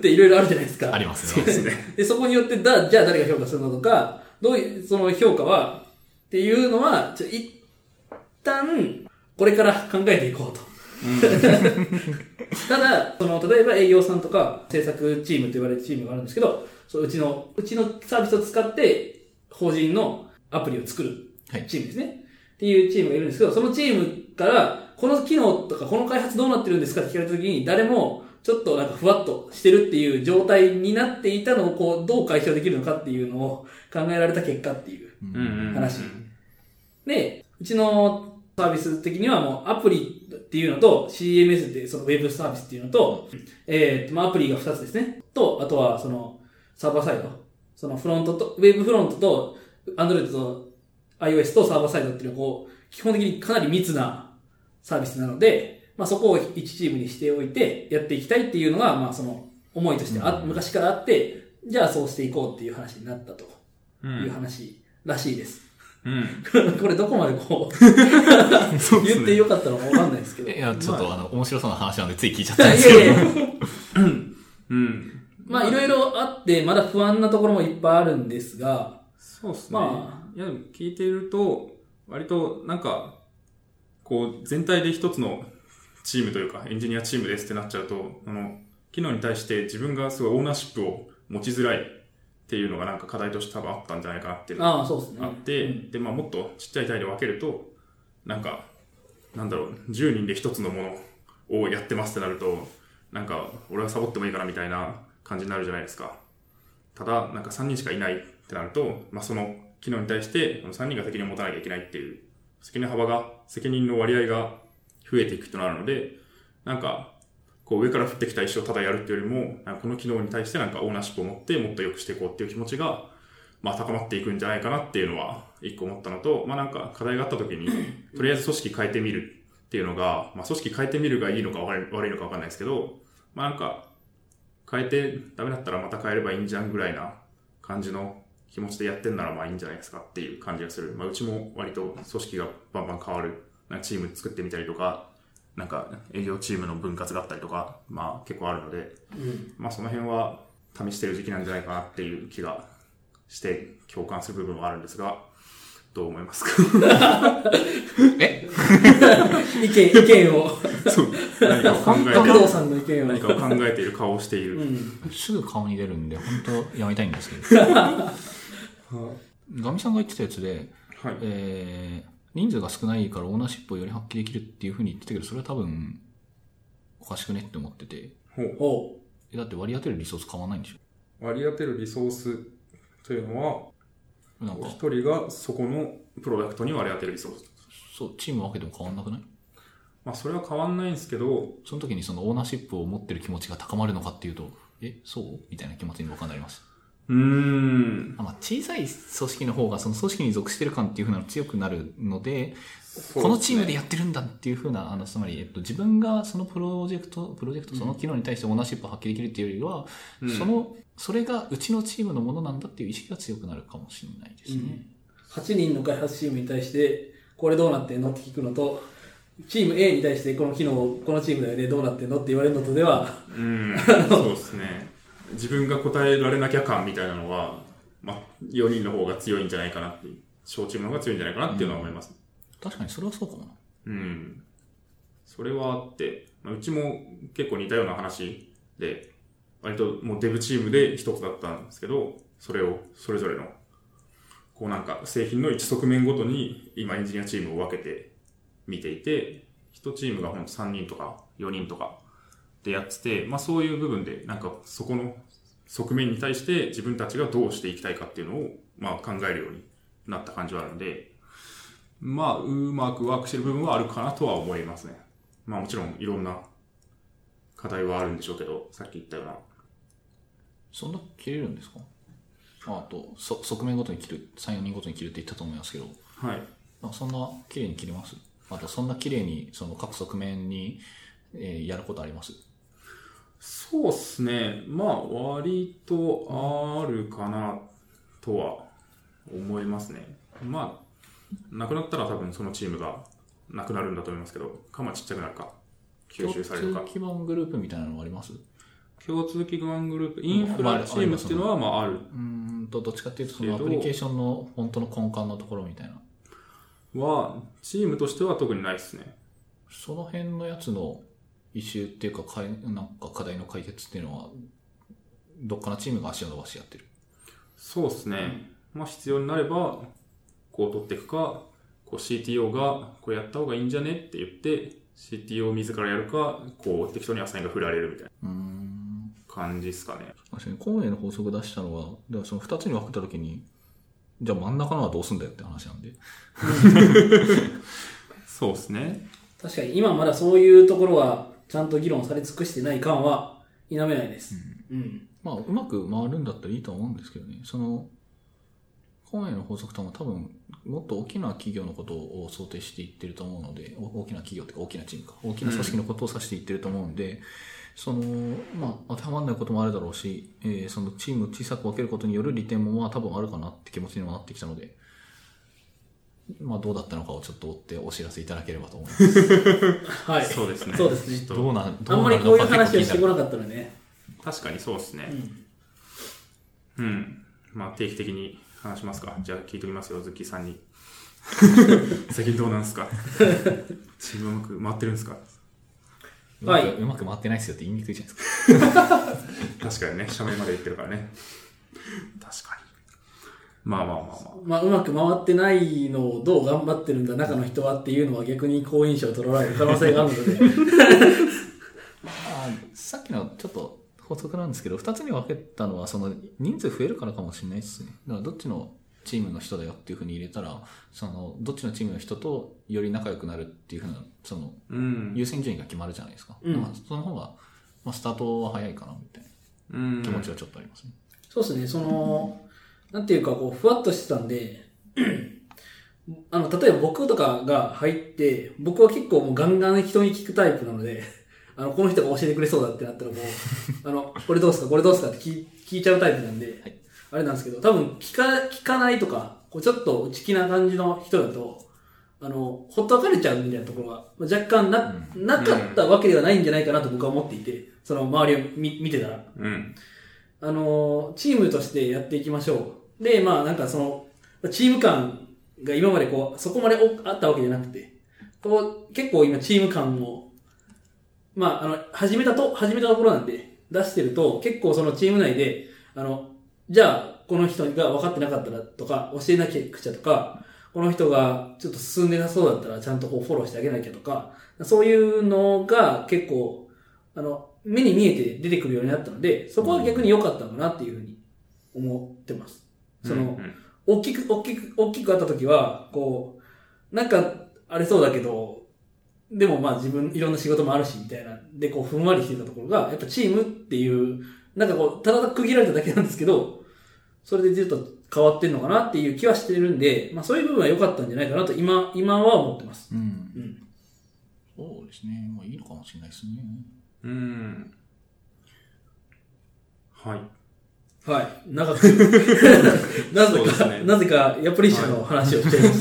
Speaker 1: ていろいろあるじゃないですか。
Speaker 3: ありますね。
Speaker 1: すね。で、そこによって、だ、じゃあ誰が評価するのとか、どういう、その評価は、っていうのは、ちょ、一旦、これから考えていこうと。ただ、その、例えば営業さんとか、制作チームと言われるチームがあるんですけど、そう、うちの、うちのサービスを使って、法人のアプリを作る
Speaker 3: はい。
Speaker 1: チームですね。っていうチームがいるんですけど、そのチームから、この機能とか、この開発どうなってるんですかって聞かれた時に、誰も、ちょっとなんかふわっとしてるっていう状態になっていたのを、こう、どう解消できるのかっていうのを考えられた結果っていう。
Speaker 2: うんうん。
Speaker 1: 話で、うちのサービス的にはもうアプリっていうのと CMS っていうそのウェブサービスっていうのと、えーと、まあアプリが2つですね。と、あとはそのサーバーサイド。そのフロントと、ウェブフロントと、Android と iOS とサーバーサイドっていうのをこう、基本的にかなり密なサービスなので、まあそこを1チームにしておいてやっていきたいっていうのが、まあその思いとしてあ、
Speaker 3: うん
Speaker 1: 昔からあって、じゃあそうしていこうっていう話になったと
Speaker 2: う。
Speaker 1: いうん話らしいです。
Speaker 2: うん。
Speaker 1: これどこまでこう、
Speaker 2: そうです
Speaker 1: 言
Speaker 2: ね
Speaker 1: ってよかったのかわかんないですけど。
Speaker 3: いや、ちょっとあの、面白そうな話なんでつい聞いちゃっ
Speaker 1: い
Speaker 3: たん
Speaker 1: や
Speaker 3: で
Speaker 1: い
Speaker 3: すけど。
Speaker 1: やいや、
Speaker 2: うん。
Speaker 1: まあいろいろあって、まだ不安なところもいっぱいあるんですが、
Speaker 2: そうですね。
Speaker 1: ま
Speaker 2: いや、でも聞いていると、割となんか、こう、全体で一つのチームというか、エンジニアチームですってなっちゃうと、あの、機能に対して自分がすごいオーナーシップを持ちづらいっていうのがなんか課題として多分あったんじゃないかなっていうのが
Speaker 1: ああ、そうですね。
Speaker 2: あって、
Speaker 1: うん
Speaker 2: で、まあもっとちっちゃい単位で分けると、なんか、なんだろう、10人で1つのものをやってますってなると、なんか、俺はサボってもいいかなみたいな感じになるじゃないですか。ただ、なんか3人しかいないってなると、まあその機能に対して、3人が責任を持たなきゃいけないっていう、責任の幅が、責任の割合が増えていくとなるので、なんか、こう上から降ってきた石をただやるっていうよりも、なんかこの機能に対してなんかオーナーシップを持ってもっと良くしていこうっていう気持ちが、まあ高まっていくんじゃないかなっていうのは一個思ったのと、まあなんか課題があった時に、とりあえず組織変えてみるっていうのが、まあ組織変えてみるがいいのか悪い悪いのかわかんないですけど、まあなんか変えてダメだったらまた変えればいいんじゃんぐらいな感じの気持ちでやってんならまあいいんじゃないですかっていう感じがする。まあうちも割と組織がバンバン変わる。なんかチーム作ってみたりとか、なんか営業チームの分割だったりとか、まあ結構あるので、
Speaker 1: うん
Speaker 2: まあその辺は試してる時期なんじゃないかなっていう気がして共感する部分はあるんですが、どう思いますか
Speaker 3: え
Speaker 1: 意見、意見を、
Speaker 2: そう 何かを考え
Speaker 1: 工
Speaker 2: ている
Speaker 1: 藤、さんの意見を。
Speaker 2: 何かを考えている顔をしていうる。
Speaker 1: ん。
Speaker 3: すぐ顔に出るんで、本当やめたいんです けど。ガミさんが言ってたやつで、
Speaker 2: はい。
Speaker 3: えー、人数が少ないからオーナーシップをより発揮できるっていうふうに言ってたけど、それは多分、おかしくねって思ってて。
Speaker 2: ほう
Speaker 1: おう。
Speaker 3: えだって割り当てるリソース変わんないんでし
Speaker 2: 割り当てるリソースというのは、
Speaker 3: ょなんか
Speaker 2: 一、人がそこのプロダクトに割り当てるリソース。
Speaker 3: そう、チーム分けても変わんなくない
Speaker 2: まあそれは変わんないんですけど、
Speaker 3: その時にそのオーナーシップを持ってる気持ちが高まるのかっていうと、え、そうみたいな気持ちに僕はなります。
Speaker 2: うーん。
Speaker 3: あまあ、小さい組織の方がその組織に属してる感っていう風なの強くなるので、
Speaker 2: そう
Speaker 3: このチームでやってるんだっていう風な、あの、つまり、えっと、自分がそのプロジェクト、プロジェクト、その機能に対してオーナーシップを発揮できるっていうよりは、
Speaker 2: うん
Speaker 3: その、それがうちのチームのものなんだっていう意識が強くなるかもしれないですね。
Speaker 1: 8人の開発チームに対して、これどうなってんのって聞くのと、チーム A に対して、この機能、このチームだよね、どうなってんのって言われるのとでは、
Speaker 2: うん、そうですね。自分が答えられなきゃ感みたいなのは、まあ、4人の方が強いんじゃないかなっていう、小チームの方が強いんじゃないかなっていうのは思います。
Speaker 3: 確かにそれはそうかもな。
Speaker 2: うん。それはあって、まあ、うちも結構似たような話で、割ともうデブチームで一つだったんですけど、それをそれぞれの、こうなんか製品の一側面ごとに今エンジニアチームを分けて見ていて、一チームがほんと3人とか4人とかでやってて、まあそういう部分で、なんかそこの側面に対して自分たちがどうしていきたいかっていうのを、まあ考えるようになった感じはあるので、まあうまくワークしてる部分はあるかなとは思いますね。まあもちろんいろんな課題はあるんでしょうけど、さっき言ったような。
Speaker 3: そんな切れるんですかああと、そ、側面ごとに切る、3、4人ごとに切るって言ったと思いますけど、
Speaker 2: はい。
Speaker 3: なんかそんな綺麗に切れますあと、そんな綺麗に、その各側面に、えーやることあります
Speaker 2: そうっすね。まあ割とあるかなとは思いますね。まあ、なくなったら多分そのチームがなくなるんだと思いますけど、かまちっちゃくなるか、吸収されるか
Speaker 3: 共。通基盤グループみたいなのありますう
Speaker 2: 共通基盤グループ、インフラチームっていうのはまあある。
Speaker 3: ーんと、どっちかっていうと、そ
Speaker 2: け
Speaker 3: の
Speaker 2: ど
Speaker 3: アプリケーションのフォントの根幹のところみたいな。
Speaker 2: は、チームとしては特にないですね。
Speaker 3: その辺のやつの一周っていうか、かいなんか課題の解決っていうのは、どっかのチームが足を伸ばしてやってる。
Speaker 2: そうですね。まあ必要になれば、こう取っていくか、こう CTO が、これやった方がいいんじゃねって言って、CTO 自らやるか、こう適当にアサインが振られるみたいな
Speaker 3: うーん。
Speaker 2: 感じですかね。
Speaker 3: 確かに、コーネの法則出したのは、だからその二つに分けたときに、じゃあ真ん中のはどうすんだよって話なんで。
Speaker 2: そうですね。
Speaker 1: 確かに今まだそういうところは、ちゃんと議論され尽くしてない感は否めないです。うん。
Speaker 3: まあ、うまく回るんだったらいいとは思うんですけどね。その、コーネの法則とも多分、もっと大きな企業のことを想定していってると思うので、お大きな企業っていうか大きなチームか、大きな組織のことを指していってると思うんで、その、まあ、当てはまらないこともあるだろうし、えーそのチームを小さく分けることによる利点もまあ多分あるかなって気持ちにもなってきたので、まあ、どうだったのかをちょっと追ってお知らせいただければと思います。
Speaker 1: はい。
Speaker 2: そうですね。
Speaker 1: そうですね
Speaker 2: ちょっと
Speaker 3: どうな、
Speaker 1: あ
Speaker 3: ど
Speaker 1: ん
Speaker 3: う
Speaker 1: ま
Speaker 3: な
Speaker 1: り
Speaker 3: る
Speaker 1: こう
Speaker 3: の
Speaker 1: いう
Speaker 3: か結構
Speaker 1: 話
Speaker 3: 気
Speaker 1: は
Speaker 3: に
Speaker 1: し
Speaker 3: な
Speaker 1: て
Speaker 3: る
Speaker 1: こなかったのね。
Speaker 2: 確かにそうです
Speaker 1: う
Speaker 2: ね。
Speaker 1: ん。
Speaker 2: うん。まあ定期的に話しますか。じゃあ聞いておきますよ、ズッキーさん に。 最近どうなんすかチームうまく回ってるんすか
Speaker 3: うまく、
Speaker 1: はいう
Speaker 3: まく回ってないっすよって言いにくいじゃないですか。
Speaker 2: 確かにね、社名まで言ってるからね。確かに。まあまあまあまあ。
Speaker 1: まあ、うまく回ってないのをどう頑張ってるんだ、中の人はっていうのは逆に好印象を取られる可能性があるので。
Speaker 3: あさっきのちょっと法則なんですけど、二つに分けたのは、その人数増えるからかもしれないですね。だからどっちのチームの人だよっていうふうに入れたら、その、どっちのチームの人とより仲良くなるっていうふうな、その、
Speaker 2: うん。
Speaker 3: 優先順位が決まるじゃないですか。
Speaker 1: うん
Speaker 3: まあ、その方が、まあ、スタートは早いかな、みたいな
Speaker 2: うん。
Speaker 3: 気持ちはちょっとありますね。
Speaker 1: そうですね、その、なんていうか、こう、ふわっとしてたんで、あの、例えば僕とかが入って、僕は結構もうガンガン人に聞くタイプなので、あの、この人が教えてくれそうだってなったらもう、あの、これどうすか、これどうすかって聞い聞いちゃうタイプなんで、
Speaker 3: はい
Speaker 1: あれなんですけど、多分聞か、聞かないとか、こうちょっと内気な感じの人だと、あの、ほっとかれちゃうみたいなところは、まあ若干な、なかったわけではないんじゃないかなと僕は思っていて、その周りを見見てたら。
Speaker 2: うん。
Speaker 1: あの、チームとしてやっていきましょう。で、まあなんかその、チーム感が今までこう、そこまでおあったわけじゃなくて、こう、結構今チーム感を、まああの、始めたと、始めたところなんで、出してると、結構そのチーム内で、あの、じゃあ、この人が分かってなかったらとか、教えなきゃくちゃとか、この人がちょっと進んでなそうだったらちゃんとこうフォローしてあげなきゃとか、そういうのが結構、あの、目に見えて出てくるようになったので、そこは逆に良かったのかなっていうふうに思ってます。その、
Speaker 2: うん
Speaker 1: 大きく、大きく、大きくあった時は、こう、なんか、あれそうだけど、でもまあ自分、いろんな仕事もあるし、みたいな。で、こう、ふんわりしてたところが、やっぱチームっていう、なんかこう、ただ区切られただけなんですけど、それでずっと変わってんのかなっていう気はしてるんで、まあそういう部分は良かったんじゃないかなと、今、今は思ってます。
Speaker 3: うん。
Speaker 1: うん。
Speaker 3: そうですね。まあ、いいのかもしれないですね。
Speaker 2: うん。はい。
Speaker 1: はい。長く。 なぜ
Speaker 2: そうです
Speaker 1: か、
Speaker 2: ね
Speaker 1: なぜか、やっぱり社の話をしています。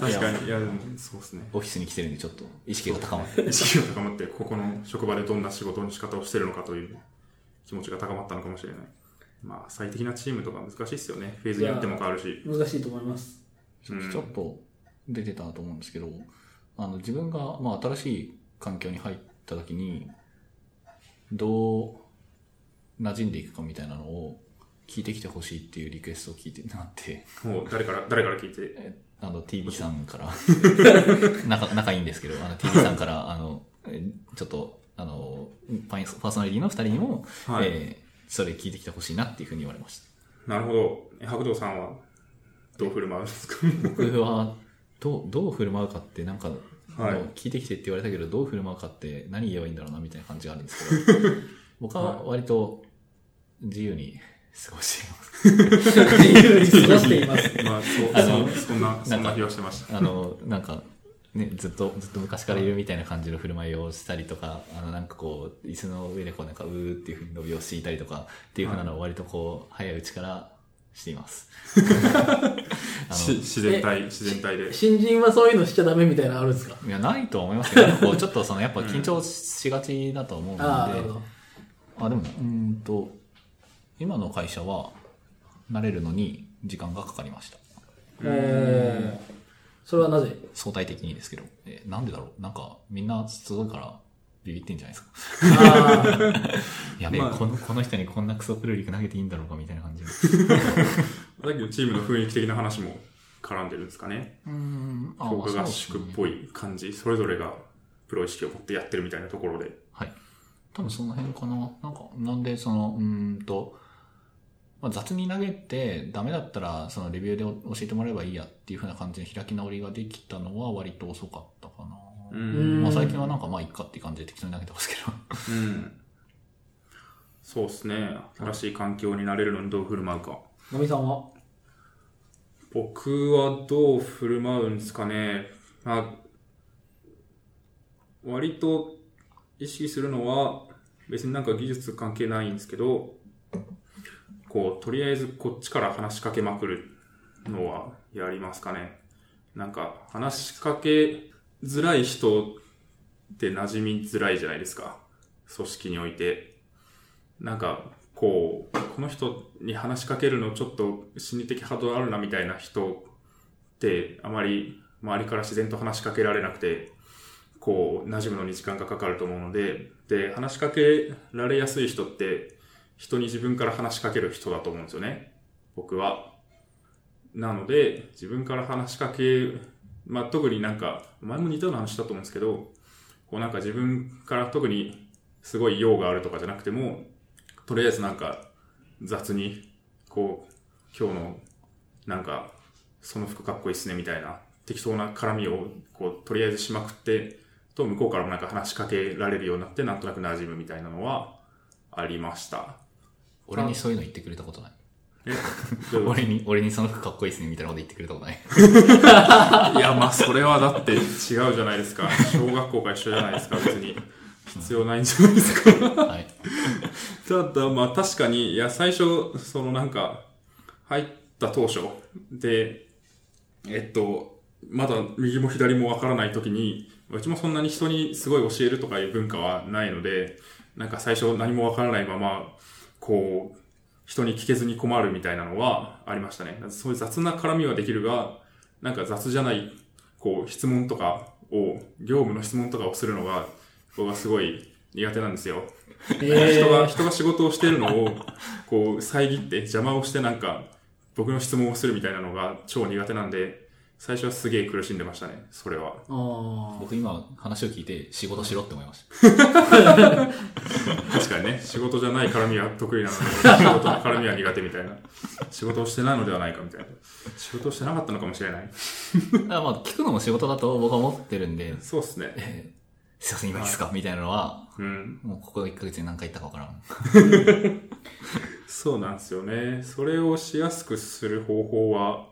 Speaker 2: 確かに。いや、でもそうですね。
Speaker 3: オフィスに来てるんで、ちょっと意識が高まって。
Speaker 2: 意識が高まって、ここの職場でどんな仕事の仕方をしてるのかという気持ちが高まったのかもしれない。まあ、最適なチームとか難しいですよね。フェーズによっても変わるし。
Speaker 1: 難しいと思います。
Speaker 2: うん
Speaker 3: ちょっと出てたと思うんですけど、あの自分が、まあ、新しい環境に入った時に、どう馴染んでいくかみたいなのを聞いてきてほしいっていうリクエストを聞いてなって、
Speaker 2: もう誰から、誰から聞いて。
Speaker 3: えあの TV さん から、仲仲いいんですけど、あの TV さんから、あの、えちょっと、あの、パイパーソナリティの二人にも、
Speaker 2: はい
Speaker 3: えーそれ聞いてきてほしいなっていうふうに言われました。
Speaker 2: なるほど。え白道さんはどう振る舞うんですか
Speaker 3: 僕はどうどう振る舞うかってなんか、
Speaker 2: はい
Speaker 3: あの聞いてきてって言われたけどどう振る舞うかって何言えばいいんだろうなみたいな感じがあるんですけど僕は割と自由に過ごしています
Speaker 1: っていうふうに過ごしてい ます。
Speaker 2: まあ、そう、
Speaker 3: あの
Speaker 2: そうそんな、そんな気はしてました。
Speaker 3: あのなんかねずっとずっと昔からいるみたいな感じの振る舞いをしたりとかあのなんかこう椅子の上でこうなんかうーっていうふうに伸びを敷いたりとかっていうふうなのを割とこう早いうちからしています。あの
Speaker 2: し自然体、自然体で。
Speaker 1: 新人はそういうのしちゃダメみたいなのあるんですか
Speaker 3: いや、ないとは思いますけど、なんかこうちょっとその、やっぱ緊張しがちだと思うので、
Speaker 1: ああ、なるほど。
Speaker 3: あでもうーんと今の会社は慣れるのに時間がかかりました
Speaker 1: えーそれはなぜ
Speaker 3: 相対的にですけどえなんでだろうなんかみんなすごいからビビってんじゃない ですか
Speaker 1: あー
Speaker 3: やべえ、
Speaker 2: まあ
Speaker 3: このこの人にこんなクソプルリク投げていいんだろうかみたいな感じで
Speaker 2: さっきのチームの雰囲気的な話も絡んでるんですかね。
Speaker 3: うんあ
Speaker 2: 強化合宿っぽ
Speaker 3: い
Speaker 2: い感じ。それぞれがプロ意識を持ってやってるみたいなところで。
Speaker 3: はい多分その辺かななんかなんでそのうーんと、まあ、雑に投げてダメだったらそのレビューで教えてもらえばいいやっていう風な感じで開き直りができたのは割と遅かったかな
Speaker 1: うん
Speaker 3: まあ、最近はなんかまあいっかって感じで適当に投げてますけ ど
Speaker 2: うん。そうですね。新しい環境になれるのにどう振る舞うか。
Speaker 1: のみさんは
Speaker 2: 僕はどう振る舞うんですかね。まあ、割と意識するのは、別になんか技術関係ないんですけど、こう、とりあえずこっちから話しかけまくるのはやりますかね。なんか、話しかけづらい人って馴染みづらいじゃないですか。組織において。なんか、こう、この人に話しかけるのちょっと心理的波動あるなみたいな人って、あまり周りから自然と話しかけられなくて、こう、馴染むのに時間がかかると思うので、で、話しかけられやすい人って、人に自分から話しかける人だと思うんですよね。僕は。なので、自分から話しかけ、まあ、特になんか、前も似たような話だと思うんですけど、こうなんか自分から特にすごい用があるとかじゃなくても、とりあえずなんか雑に、こう、今日のなんか、その服かっこいいっすねみたいな、適当な絡みを、こう、とりあえずしまくって、と、向こうからもなんか話しかけられるようになって、なんとなく馴染むみたいなのは、ありました。
Speaker 3: 俺にそういうの言ってくれたことない。
Speaker 2: えどういう こ
Speaker 3: 俺に、俺にその服かっこいいっすねみたいなこと言ってくれた ことない。
Speaker 2: といや、まあ、それはだって違うじゃないですか。小学校が一緒じゃないですか、別に。必要ないんじゃないですか。
Speaker 3: はい。
Speaker 2: ただ、まあ確かに、いや、最初、そのなんか、入った当初で、えっと、まだ右も左もわからない時に、うちもそんなに人にすごい教えるとかいう文化はないので、なんか最初何もわからないまま、こう、人に聞けずに困るみたいなのはありましたね。そういう雑な絡みはできるが、なんか雑じゃない、こう、質問とかを、業務の質問とかをするのが、僕はすごい苦手なんですよ。人が、人が仕事をしているのを、 こう、遮って、邪魔をしてなんか、僕の質問をするみたいなのが超苦手なんで、最初はすげえ苦しんでましたね、それは。
Speaker 1: あ
Speaker 3: 僕今話を聞いて仕事しろって思いました。
Speaker 2: 確かにね、仕事じゃない絡みは得意なのに、仕事の絡みは苦手みたいな。仕事をしてないのではないかみたいな。仕事をしてなかったのかもしれな い。
Speaker 3: だからまあ聞くのも仕事だと僕は思ってるんで、
Speaker 2: そうっすね。
Speaker 3: えーすいません、今いいですかみたいなのは、
Speaker 2: うん。
Speaker 3: もうここ1ヶ月に何回言ったかわからん。
Speaker 2: そうなんですよね。それをしやすくする方法は、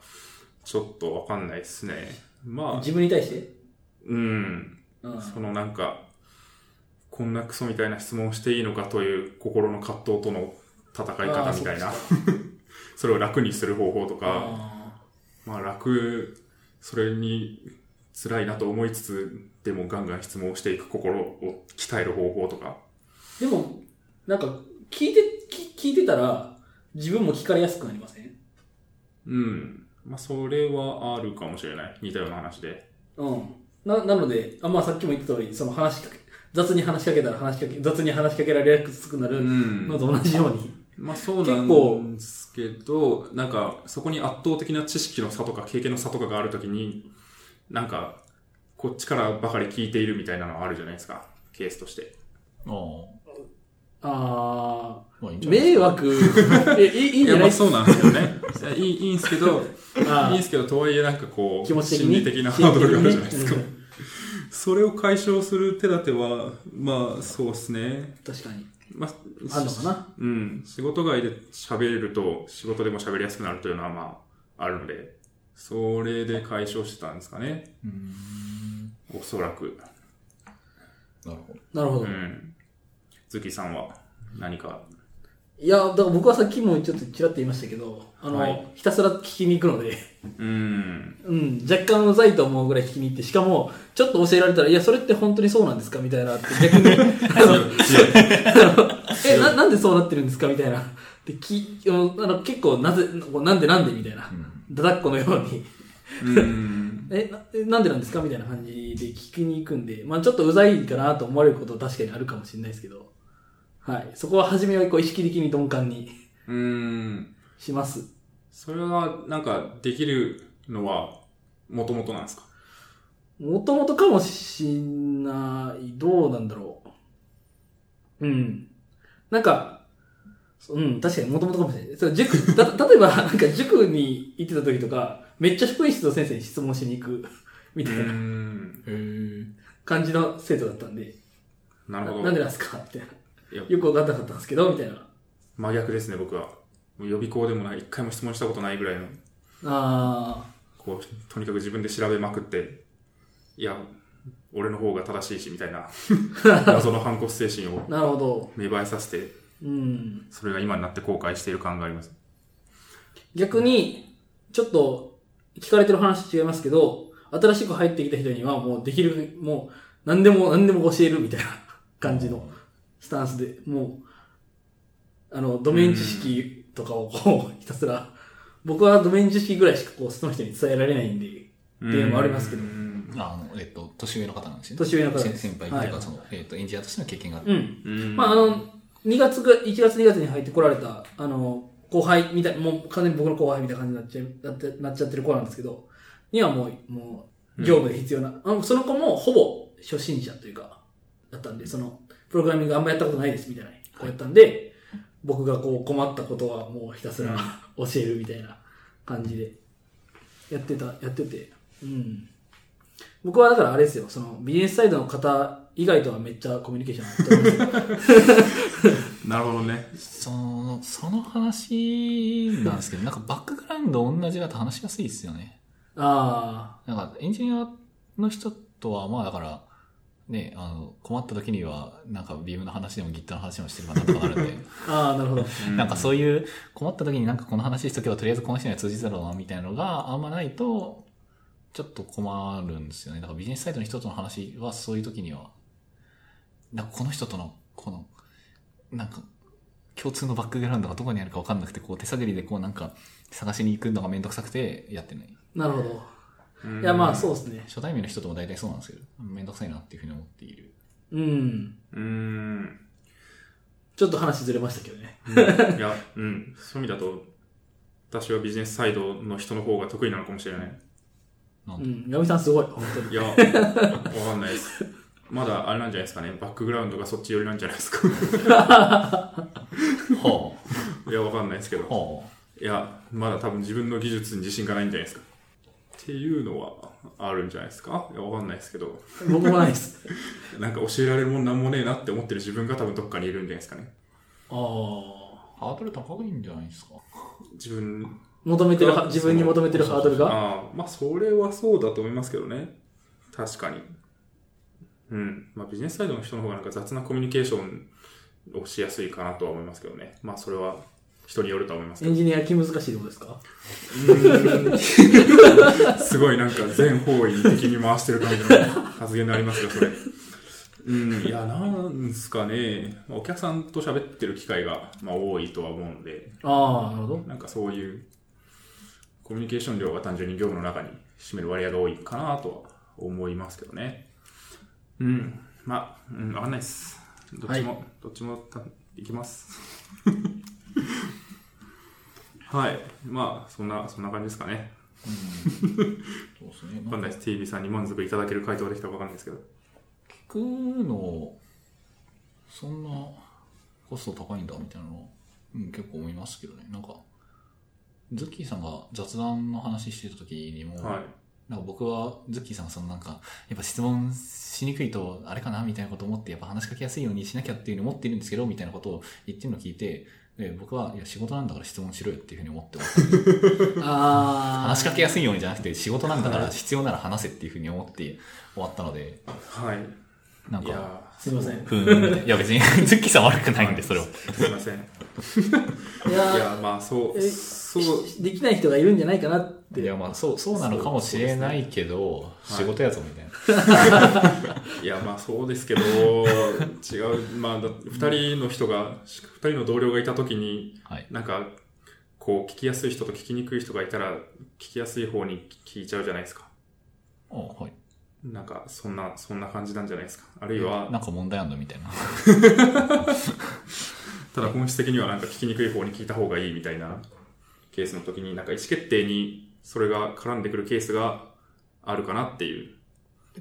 Speaker 2: ちょっとわかんないですね。
Speaker 1: あ。
Speaker 2: まあ、
Speaker 1: 自分に対して
Speaker 2: うん。
Speaker 1: うん。
Speaker 2: そのなんか、こんなクソみたいな質問をしていいのかという心の葛藤との戦い方みたいな
Speaker 1: あー。
Speaker 2: それを楽にする方法とか、
Speaker 1: あ
Speaker 2: まあ楽、それに辛いなと思いつつ、でもガンガン質問をしていく心を鍛える方法とか。
Speaker 1: ーでも、なんか、聞いて、き聞いてたら、自分も聞かれやすくなりません
Speaker 2: うん。まあそれはあるかもしれない。似たような話で。
Speaker 1: うん。な、なので、あ、まあさっきも言った通り、その話しかけ、雑に話しかけたら話しかけ、雑に話しかけられやすくな
Speaker 2: う
Speaker 1: る
Speaker 2: ん
Speaker 1: のと同じように。
Speaker 2: まあそうな
Speaker 1: 結構
Speaker 2: んですけど、なんかそこに圧倒的な知識の差とか経験の差とかがあるときに、なんかこっちからばかり聞いているみたいなのはあるじゃないですか、ケースとして。
Speaker 3: ああ、
Speaker 1: あ
Speaker 3: まあいい
Speaker 1: ー、
Speaker 3: んじゃないです
Speaker 1: 迷
Speaker 3: か。
Speaker 1: 惑、え、いいいいんじゃな
Speaker 2: や、ま
Speaker 1: い
Speaker 2: あそうなんですよね。いやいい、いいんですけど、いいん
Speaker 1: あ
Speaker 2: ですけど、とはいえなんかこ
Speaker 1: ー
Speaker 2: う、
Speaker 1: 気持ち的
Speaker 2: 心
Speaker 1: に。
Speaker 2: 理的なハードルがあるじゃないですか
Speaker 1: う。ん
Speaker 2: それを解消する手立ては、まあそうですね。
Speaker 1: 確かに。
Speaker 2: まあ、
Speaker 1: あんのかな
Speaker 2: うん。仕事外で喋れると、仕事でも喋りやすくなるというのはまあ、あるので、それで解消してたんですかね。
Speaker 3: うーん
Speaker 2: おそらく。
Speaker 3: なるほど。
Speaker 1: なるほ
Speaker 2: う
Speaker 1: ど。
Speaker 2: ん。ズキさんは何か。
Speaker 1: いや、だから僕はさっきもちょっとちらっと言いましたけど、あの、
Speaker 2: はい
Speaker 1: ひたすら聞きに行くので、
Speaker 2: うん。
Speaker 1: うん、若干うざいと思うぐらい聞きに行って、しかも、ちょっと教えられたら、いや、それって本当にそうなんですかみたいなって、逆に、あの え、な、なんでそうなってるんですかみたいな。で、き、あのあの結構、なぜ、なんでなんでみたいな。だだっこのように。
Speaker 2: うん。
Speaker 1: えな、えなんでなんですかみたいな感じで聞きに行くんで、まあちょっとうざいかなと思われることは確かにあるかもしれないですけど、はい。そこは初めはこう意識的に鈍感に
Speaker 2: うん。
Speaker 1: します。
Speaker 2: それは、なんか、できるのは、もともとなんですか。
Speaker 1: もともとかもしんない、どうなんだろう。うん。なんか、そううん、確かにもともとかもしれない。そう塾、 た、例えば、なんか塾に行ってた時とか、めっちゃ職員室の先生に質問しに行く、 みたいなん
Speaker 3: へえ。
Speaker 1: 感じの生徒だったんで、
Speaker 2: な
Speaker 1: な
Speaker 2: るほど。
Speaker 1: なんでなんですかみたいな。
Speaker 2: いや
Speaker 1: よくわかんなかったんですけど、みたいな。
Speaker 2: 真逆ですね、僕は。もう予備校でもない、一回も質問したことないぐらいの
Speaker 1: あ
Speaker 2: こう、とにかく自分で調べまくって、いや、俺の方が正しいし、みたいな、 謎の反骨精神を
Speaker 1: あ、なるほど。
Speaker 2: 芽生えさせて、
Speaker 1: うん。
Speaker 2: それが今になって後悔している感があります。
Speaker 1: 逆に、ちょっと、聞かれてる話と違いますけど、新しく入ってきた人にはもうできる、もう、何でも何でも教えるみたいな 感じのスタンスで、もう、あの、ドメイン知識とかをこう、ひたすら、僕はドメイン知識ぐらいしかこう、その人に伝えられないんで、っていうのもありますけど
Speaker 2: うん
Speaker 3: あの、えっと、年上の方なんですよね。
Speaker 1: 年上の方で
Speaker 3: 先
Speaker 1: す
Speaker 3: 先輩というか、その、えっと、エンジニアとしての経験がある。
Speaker 1: うん。
Speaker 2: うん
Speaker 1: まあ、あの、2月が、1月2月に入って来られた、あの、後輩みたい、もう完全に僕の後輩みたいな感じになっちゃいなってなっちゃってる子なんですけど、にはもう、もう、業務で必要な、あのその子もほぼ初心者というか、だったんで、その、プログラミングあんまやったことないですみたいな、こうやったんで、僕がこう困ったことはもうひたすら 教えるみたいな感じで、やってた、やってて、うん。僕はだからあれですよ、そのビジネスサイドの方以外とはめっちゃコミュニケーション取ってます
Speaker 2: なるほどね。
Speaker 3: その、その話なんですけど、なんかバックグラウンド同じだと話しやすいですよね。
Speaker 1: あ
Speaker 3: なんか、エンジニアの人とは、まあだから、ね、あの、困った時には、なんか、ビームの話でも Git の話でもしてればなんとかなるんで、
Speaker 1: あ、ああ、なるほど。
Speaker 3: なんかそういう、困った時になんかこの話しとけば、とりあえずこの人には通じたろうな、みたいなのがあんまないと、ちょっと困るんですよね。だからビジネスサイトの人との話は、そういう時には、なんかこの人との、この、なんか、共通のバックグラウンドがどこにあるか分かんなくて、こう手探りでこうなんか探しに行くのがめんどくさくてやってない。
Speaker 1: なるほど。
Speaker 2: うん
Speaker 1: いや、まあ、そうですね。
Speaker 3: 初対面の人とも大体そうなんですけど、めんどくさいなっていうふうに思っている。
Speaker 1: うん。
Speaker 2: うん。
Speaker 1: ちょっと話ずれましたけどね。
Speaker 2: うんいや、うん。そういう意味だと、私はビジネスサイドの人の方が得意なのかもしれない。
Speaker 3: なん
Speaker 1: う
Speaker 3: で
Speaker 1: ん。ヤミさんすごい、本当に。
Speaker 2: いや、わかんないです。まだあれなんじゃないですかね。バックグラウンドがそっち寄りなんじゃないですか。
Speaker 3: はい
Speaker 2: や、わかんないですけ
Speaker 3: あ、
Speaker 2: ど。
Speaker 3: はい
Speaker 2: や、まだ多分自分の技術に自信がないんじゃないですか。っていうのはあるんじゃないですかいや、わかんないですけど。
Speaker 1: 僕もないです。
Speaker 2: なんか教えられるもんなんもねえなって思ってる自分が多分どっかにいるんじゃないですかね。
Speaker 1: ああ。
Speaker 3: あ、ハードル高いんじゃないですか。
Speaker 2: 自分、
Speaker 1: 求めてるは、
Speaker 2: あ
Speaker 1: 自分に求めてるハードルが。
Speaker 2: ああ、まあそれはそうだと思いますけどね。確かに。うん。まあビジネスサイドの人の方がなんか雑なコミュニケーションをしやすいかなとは思いますけどね。まあそれは人によるとは思います
Speaker 1: エ
Speaker 2: け
Speaker 1: ン
Speaker 2: ど。
Speaker 1: ジニア気難しいってことですか
Speaker 2: すごいなんか全方位的に回してる感じの発言になりますよ、それ。うん、いや、なんすかね。まあお客さんと喋ってる機会が、まあ、多いとは思うので、
Speaker 1: ああ、なるほど。
Speaker 2: なんかそういうコミュニケーション量が単純に業務の中に占める割合が多いかなとは思いますけどね。うん。まあ、うん、わかんないです。どっちも、どっちもたいきます。 はい。まあ、そんな、そんな感じですかね。
Speaker 3: そうですね。
Speaker 2: わかんないです。TV さんに満足いただける回答ができたかわかんないですけど。
Speaker 3: 聞くのそんなコスト高いんだみたいなの、うん、結構思いますけどねなんかズッキーさんが雑談の話してた時にも、
Speaker 2: はい。
Speaker 3: なんか僕はズッキーさんがそのなんかやっぱ質問しにくいとあれかなみたいなこと思ってやっぱ話しかけやすいようにしなきゃっていうふうに思ってるんですけどみたいなことを言ってるのを聞いてで僕はいや仕事なんだから質問しろよっていうふうに思って ます
Speaker 1: ああ。
Speaker 3: 話しかけやすいようにじゃなくて仕事なんだから必要なら話せっていうふうに思って終わったので
Speaker 2: はい。
Speaker 3: なん
Speaker 2: い
Speaker 3: か
Speaker 2: や
Speaker 1: すいません。
Speaker 3: ふーん。いや別に、ズッキーさん悪く
Speaker 2: ー
Speaker 3: ないんで、それを。
Speaker 2: すいません。い
Speaker 1: いやー
Speaker 2: や、まあ、そう、
Speaker 1: え
Speaker 2: そう、
Speaker 1: できない人がいるんじゃないかなって。
Speaker 3: いやまあ、そう、そうなのかもしれないけど、
Speaker 2: そう
Speaker 3: 仕
Speaker 2: ですね
Speaker 3: 事やぞみたいな。
Speaker 2: いや、まあそうですけど、違う、まあ、だ二人の人が、二人の同僚がいたときに、
Speaker 3: はい。
Speaker 2: なんか、こう、聞きやすい人と聞きにくい人がいたら、聞きやすい方に聞いちゃうじゃないですか。
Speaker 3: あはい。
Speaker 2: なんか、そんな、そんな感じなんじゃないですか。あるいは、
Speaker 3: なんか問題あんのみたいな。
Speaker 2: ただ本質的にはなんか聞きにくい方に聞いた方がいいみたいなケースの時に、なんか意思決定にそれが絡んでくるケースがあるかなっていう。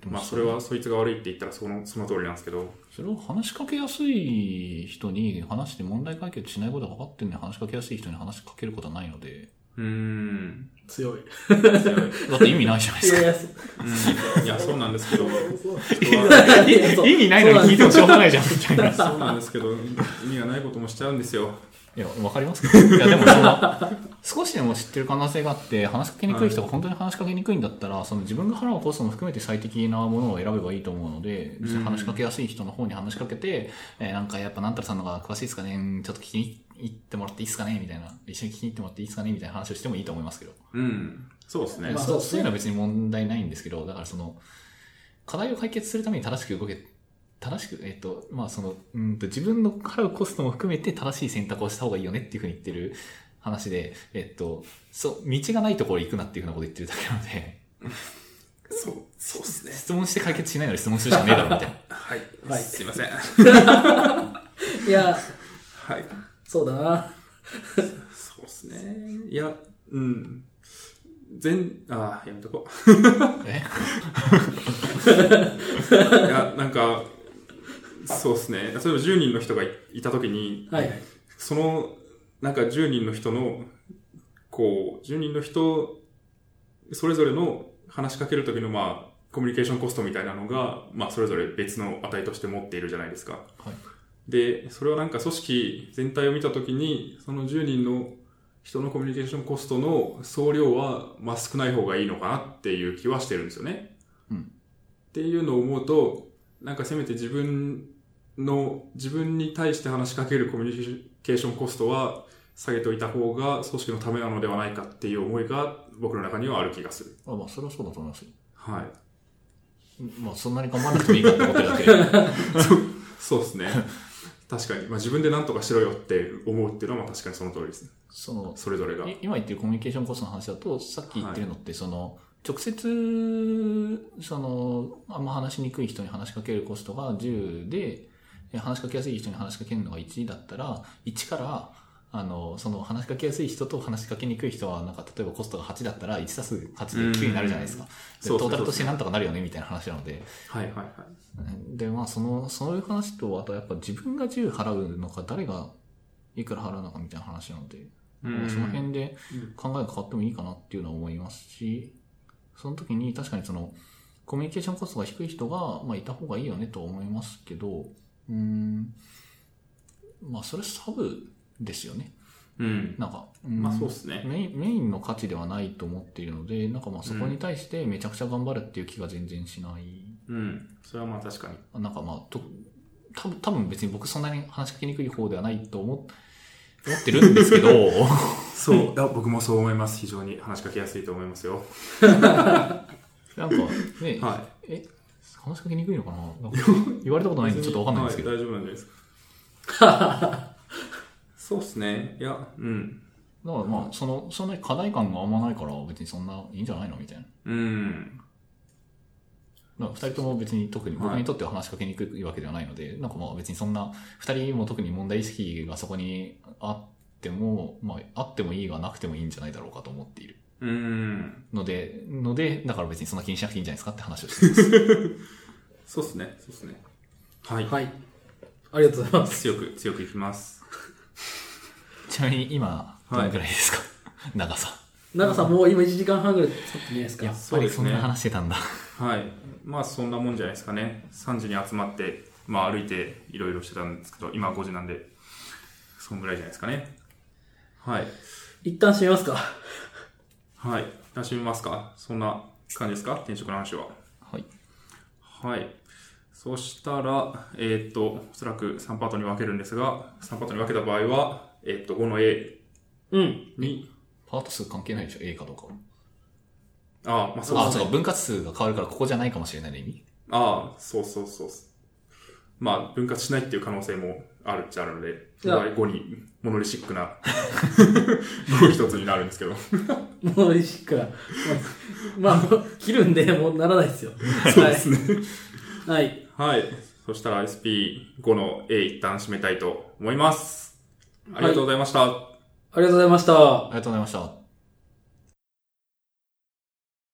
Speaker 2: まあそれはそいつが悪いって言ったらその、その通りなんですけど。
Speaker 3: それを話しかけやすい人に話して問題解決しないことが分かってるのに話しかけやすい人に話しかけることはないので、
Speaker 2: うーん。
Speaker 1: 強い。
Speaker 3: だって意味ないじゃないで
Speaker 1: い
Speaker 3: す
Speaker 1: やいや、
Speaker 3: か。
Speaker 1: そう
Speaker 2: うん いや、そうなんですけど。
Speaker 1: そう
Speaker 3: 意味ないのに聞いてもしょうがないじゃん、みたいな。い
Speaker 2: そうなんですけど、意味がないこともしちゃうんですよ。
Speaker 3: や、わかりますけど。いや、でもその、少しでも知ってる可能性があって、話しかけにくい人が本当に話しかけにくいんだったら、その自分が腹を起こすのも含めて最適なものを選べばいいと思うので、
Speaker 2: うん
Speaker 3: 話しかけやすい人の方に話しかけて、えーなんかやっぱなんたらさんの方が詳しいですかね、うんちょっと聞きに行ってもらっていいですかね、みたいな、一緒に聞きに行ってもらっていいですかね、みたいな話をしてもいいと思いますけど、
Speaker 2: うん。そうですね
Speaker 1: まあ。
Speaker 3: そ
Speaker 1: そう
Speaker 3: う
Speaker 1: ですね
Speaker 3: そういうのは別に問題ないんですけど、だからその、課題を解決するために正しく動け、正しく、えっ、と、まあその、うんと自分の払うコストも含めて正しい選択をした方がいいよねっていうふうに言ってる話で、えっ、と、そう、道がないところ行くなっていうふうなこと言ってるだけなので、
Speaker 2: そう、そうですね。
Speaker 3: 質問して解決しないなら質問するしかねえだろ、みたいな。
Speaker 2: はい。
Speaker 1: はい
Speaker 2: すいません。
Speaker 1: いや、
Speaker 2: はい。
Speaker 1: そうだな。
Speaker 2: そうですね。いや、うん。全、あーやめとこう。
Speaker 3: え
Speaker 2: いや、なんか、そうですね。例えば10人の人がいいたときに、
Speaker 1: はい。
Speaker 2: その、なんか10人の人の、こう、10人の人、それぞれの話しかけるときの、まあ、コミュニケーションコストみたいなのが、まあ、それぞれ別の値として持っているじゃないですか。
Speaker 3: はい。
Speaker 2: で、それはなんか組織全体を見たときに、その10人の人のコミュニケーションコストの総量は、まあ少ない方がいいのかなっていう気はしてるんですよね。
Speaker 3: うん
Speaker 2: っていうのを思うと、なんかせめて自分の、自分に対して話しかけるコミュニケーションコストは下げておいた方が組織のためなのではないかっていう思いが僕の中にはある気がする。
Speaker 3: あまあ、それはそうだと思いますよ。
Speaker 2: はい。
Speaker 3: まあ、そんなに頑張らなくてもいいかって思ってるだけで。
Speaker 2: そうですね。確かに。まあ自分で何とかしろよって思うっていうのはまあ確かにその通りですね。
Speaker 3: その、
Speaker 2: それぞれが。
Speaker 3: い今言ってるコミュニケーションコストの話だと、さっき言ってるのって、その、直接、その、あんま話しにくい人に話しかけるコストが10で、え話しかけやすい人に話しかけるのが1だったら、1から、あの、その話しかけやすい人と話しかけにくい人は、なんか、例えばコストが8だったら、1たす8で9になるじゃないですか。で、
Speaker 2: そ
Speaker 3: ト
Speaker 2: うそうそう
Speaker 3: ータルとしてなんとかなるよね、みたいな話なので。
Speaker 2: はいはいはい。
Speaker 3: で、まあ、その、そういう話と、あとやっぱ自分が10払うのか、誰がいくら払うのかみたいな話なので、まあその辺で
Speaker 2: うん
Speaker 3: 考えが変わってもいいかなっていうのは思いますし、その時に確かにその、コミュニケーションコストが低い人が、まあ、いた方がいいよねとは思いますけど、うーん、まあ、それサブですよね。
Speaker 2: うん。
Speaker 3: なんか、うん
Speaker 2: まあそうですね。
Speaker 3: メインメインの価値ではないと思っているので、なんかまあそこに対してめちゃくちゃ頑張るっていう気が全然しない
Speaker 2: うん。それはまあ確かに。
Speaker 3: なんかまあ、と、多分多分別に僕そんなに話しかけにくい方ではないと思思ってるんです けど、
Speaker 2: そう。だ僕もそう思います。非常に話しかけやすいと思いますよ。
Speaker 3: なんかね、
Speaker 2: は
Speaker 3: え、話しかけにくいのかななんか言われたことないん でちょっとわかんないんですけど、
Speaker 2: はい大丈夫なんじゃな いですか。そうですね。いや、うん。
Speaker 3: だからまあ、その、そんなに課題感があんまないから別にそんないいんじゃないのみたいな。
Speaker 2: うん。
Speaker 3: なんか二人とも別に特に
Speaker 2: はい
Speaker 3: 僕にとっては話しかけにくいわけではないので、なんかまあ別にそんな、二人も特に問題意識がそこにあっても、まああってもいいがなくてもいいんじゃないだろうかと思っている。
Speaker 2: うん。
Speaker 3: ので、ので、だから別にそんな気にしなくていいんじゃないですかって話をして ます。
Speaker 2: そうですね。そうですね。はい。
Speaker 1: はい。ありがとうございます。
Speaker 2: 強く、強くいきます。
Speaker 3: ちなみに今、どのくらいですか、 長さ。
Speaker 1: 長さもう今1時間半ぐらい経ってんじゃないです
Speaker 3: や
Speaker 1: か
Speaker 3: っ。ぱりそんな
Speaker 2: そうですね
Speaker 3: 話してたんだ。
Speaker 2: はい。まあそんなもんじゃないですかね。3時に集まって、まあ歩いていろいろしてたんですけど、今は5時なんで、そんぐらいじゃないですかね。はい。
Speaker 1: 一旦閉めますか。
Speaker 2: はい。楽しみますかそんな感じですか転職の話は。
Speaker 3: はい。
Speaker 2: はい。そしたら、えーっと、おそらく3パートに分けるんですが、3パートに分けた場合は、えーっと、5の A
Speaker 1: うん。
Speaker 2: に、
Speaker 3: パート数関係ないでしょ ?A かどうかは。
Speaker 2: ああ、まあそう
Speaker 3: あ、
Speaker 2: です
Speaker 3: そう
Speaker 2: ね。
Speaker 3: か、分割数が変わるからここじゃないかもしれないの意味
Speaker 2: ああ、そうそうそうそう。まあ、分割しないっていう可能性もあるっちゃあるので、
Speaker 1: じゃあ
Speaker 2: 5に、モノリシックな、5一つになるんですけど。
Speaker 1: もういいしか。まあ、まあもう切るんで、もうならないですよ。 そうですね。はい。
Speaker 2: はい。そしたら SP5 の A 一旦締めたいと思います。ありがとうございました。
Speaker 1: ありがとうございました
Speaker 3: あ。りがとうございました。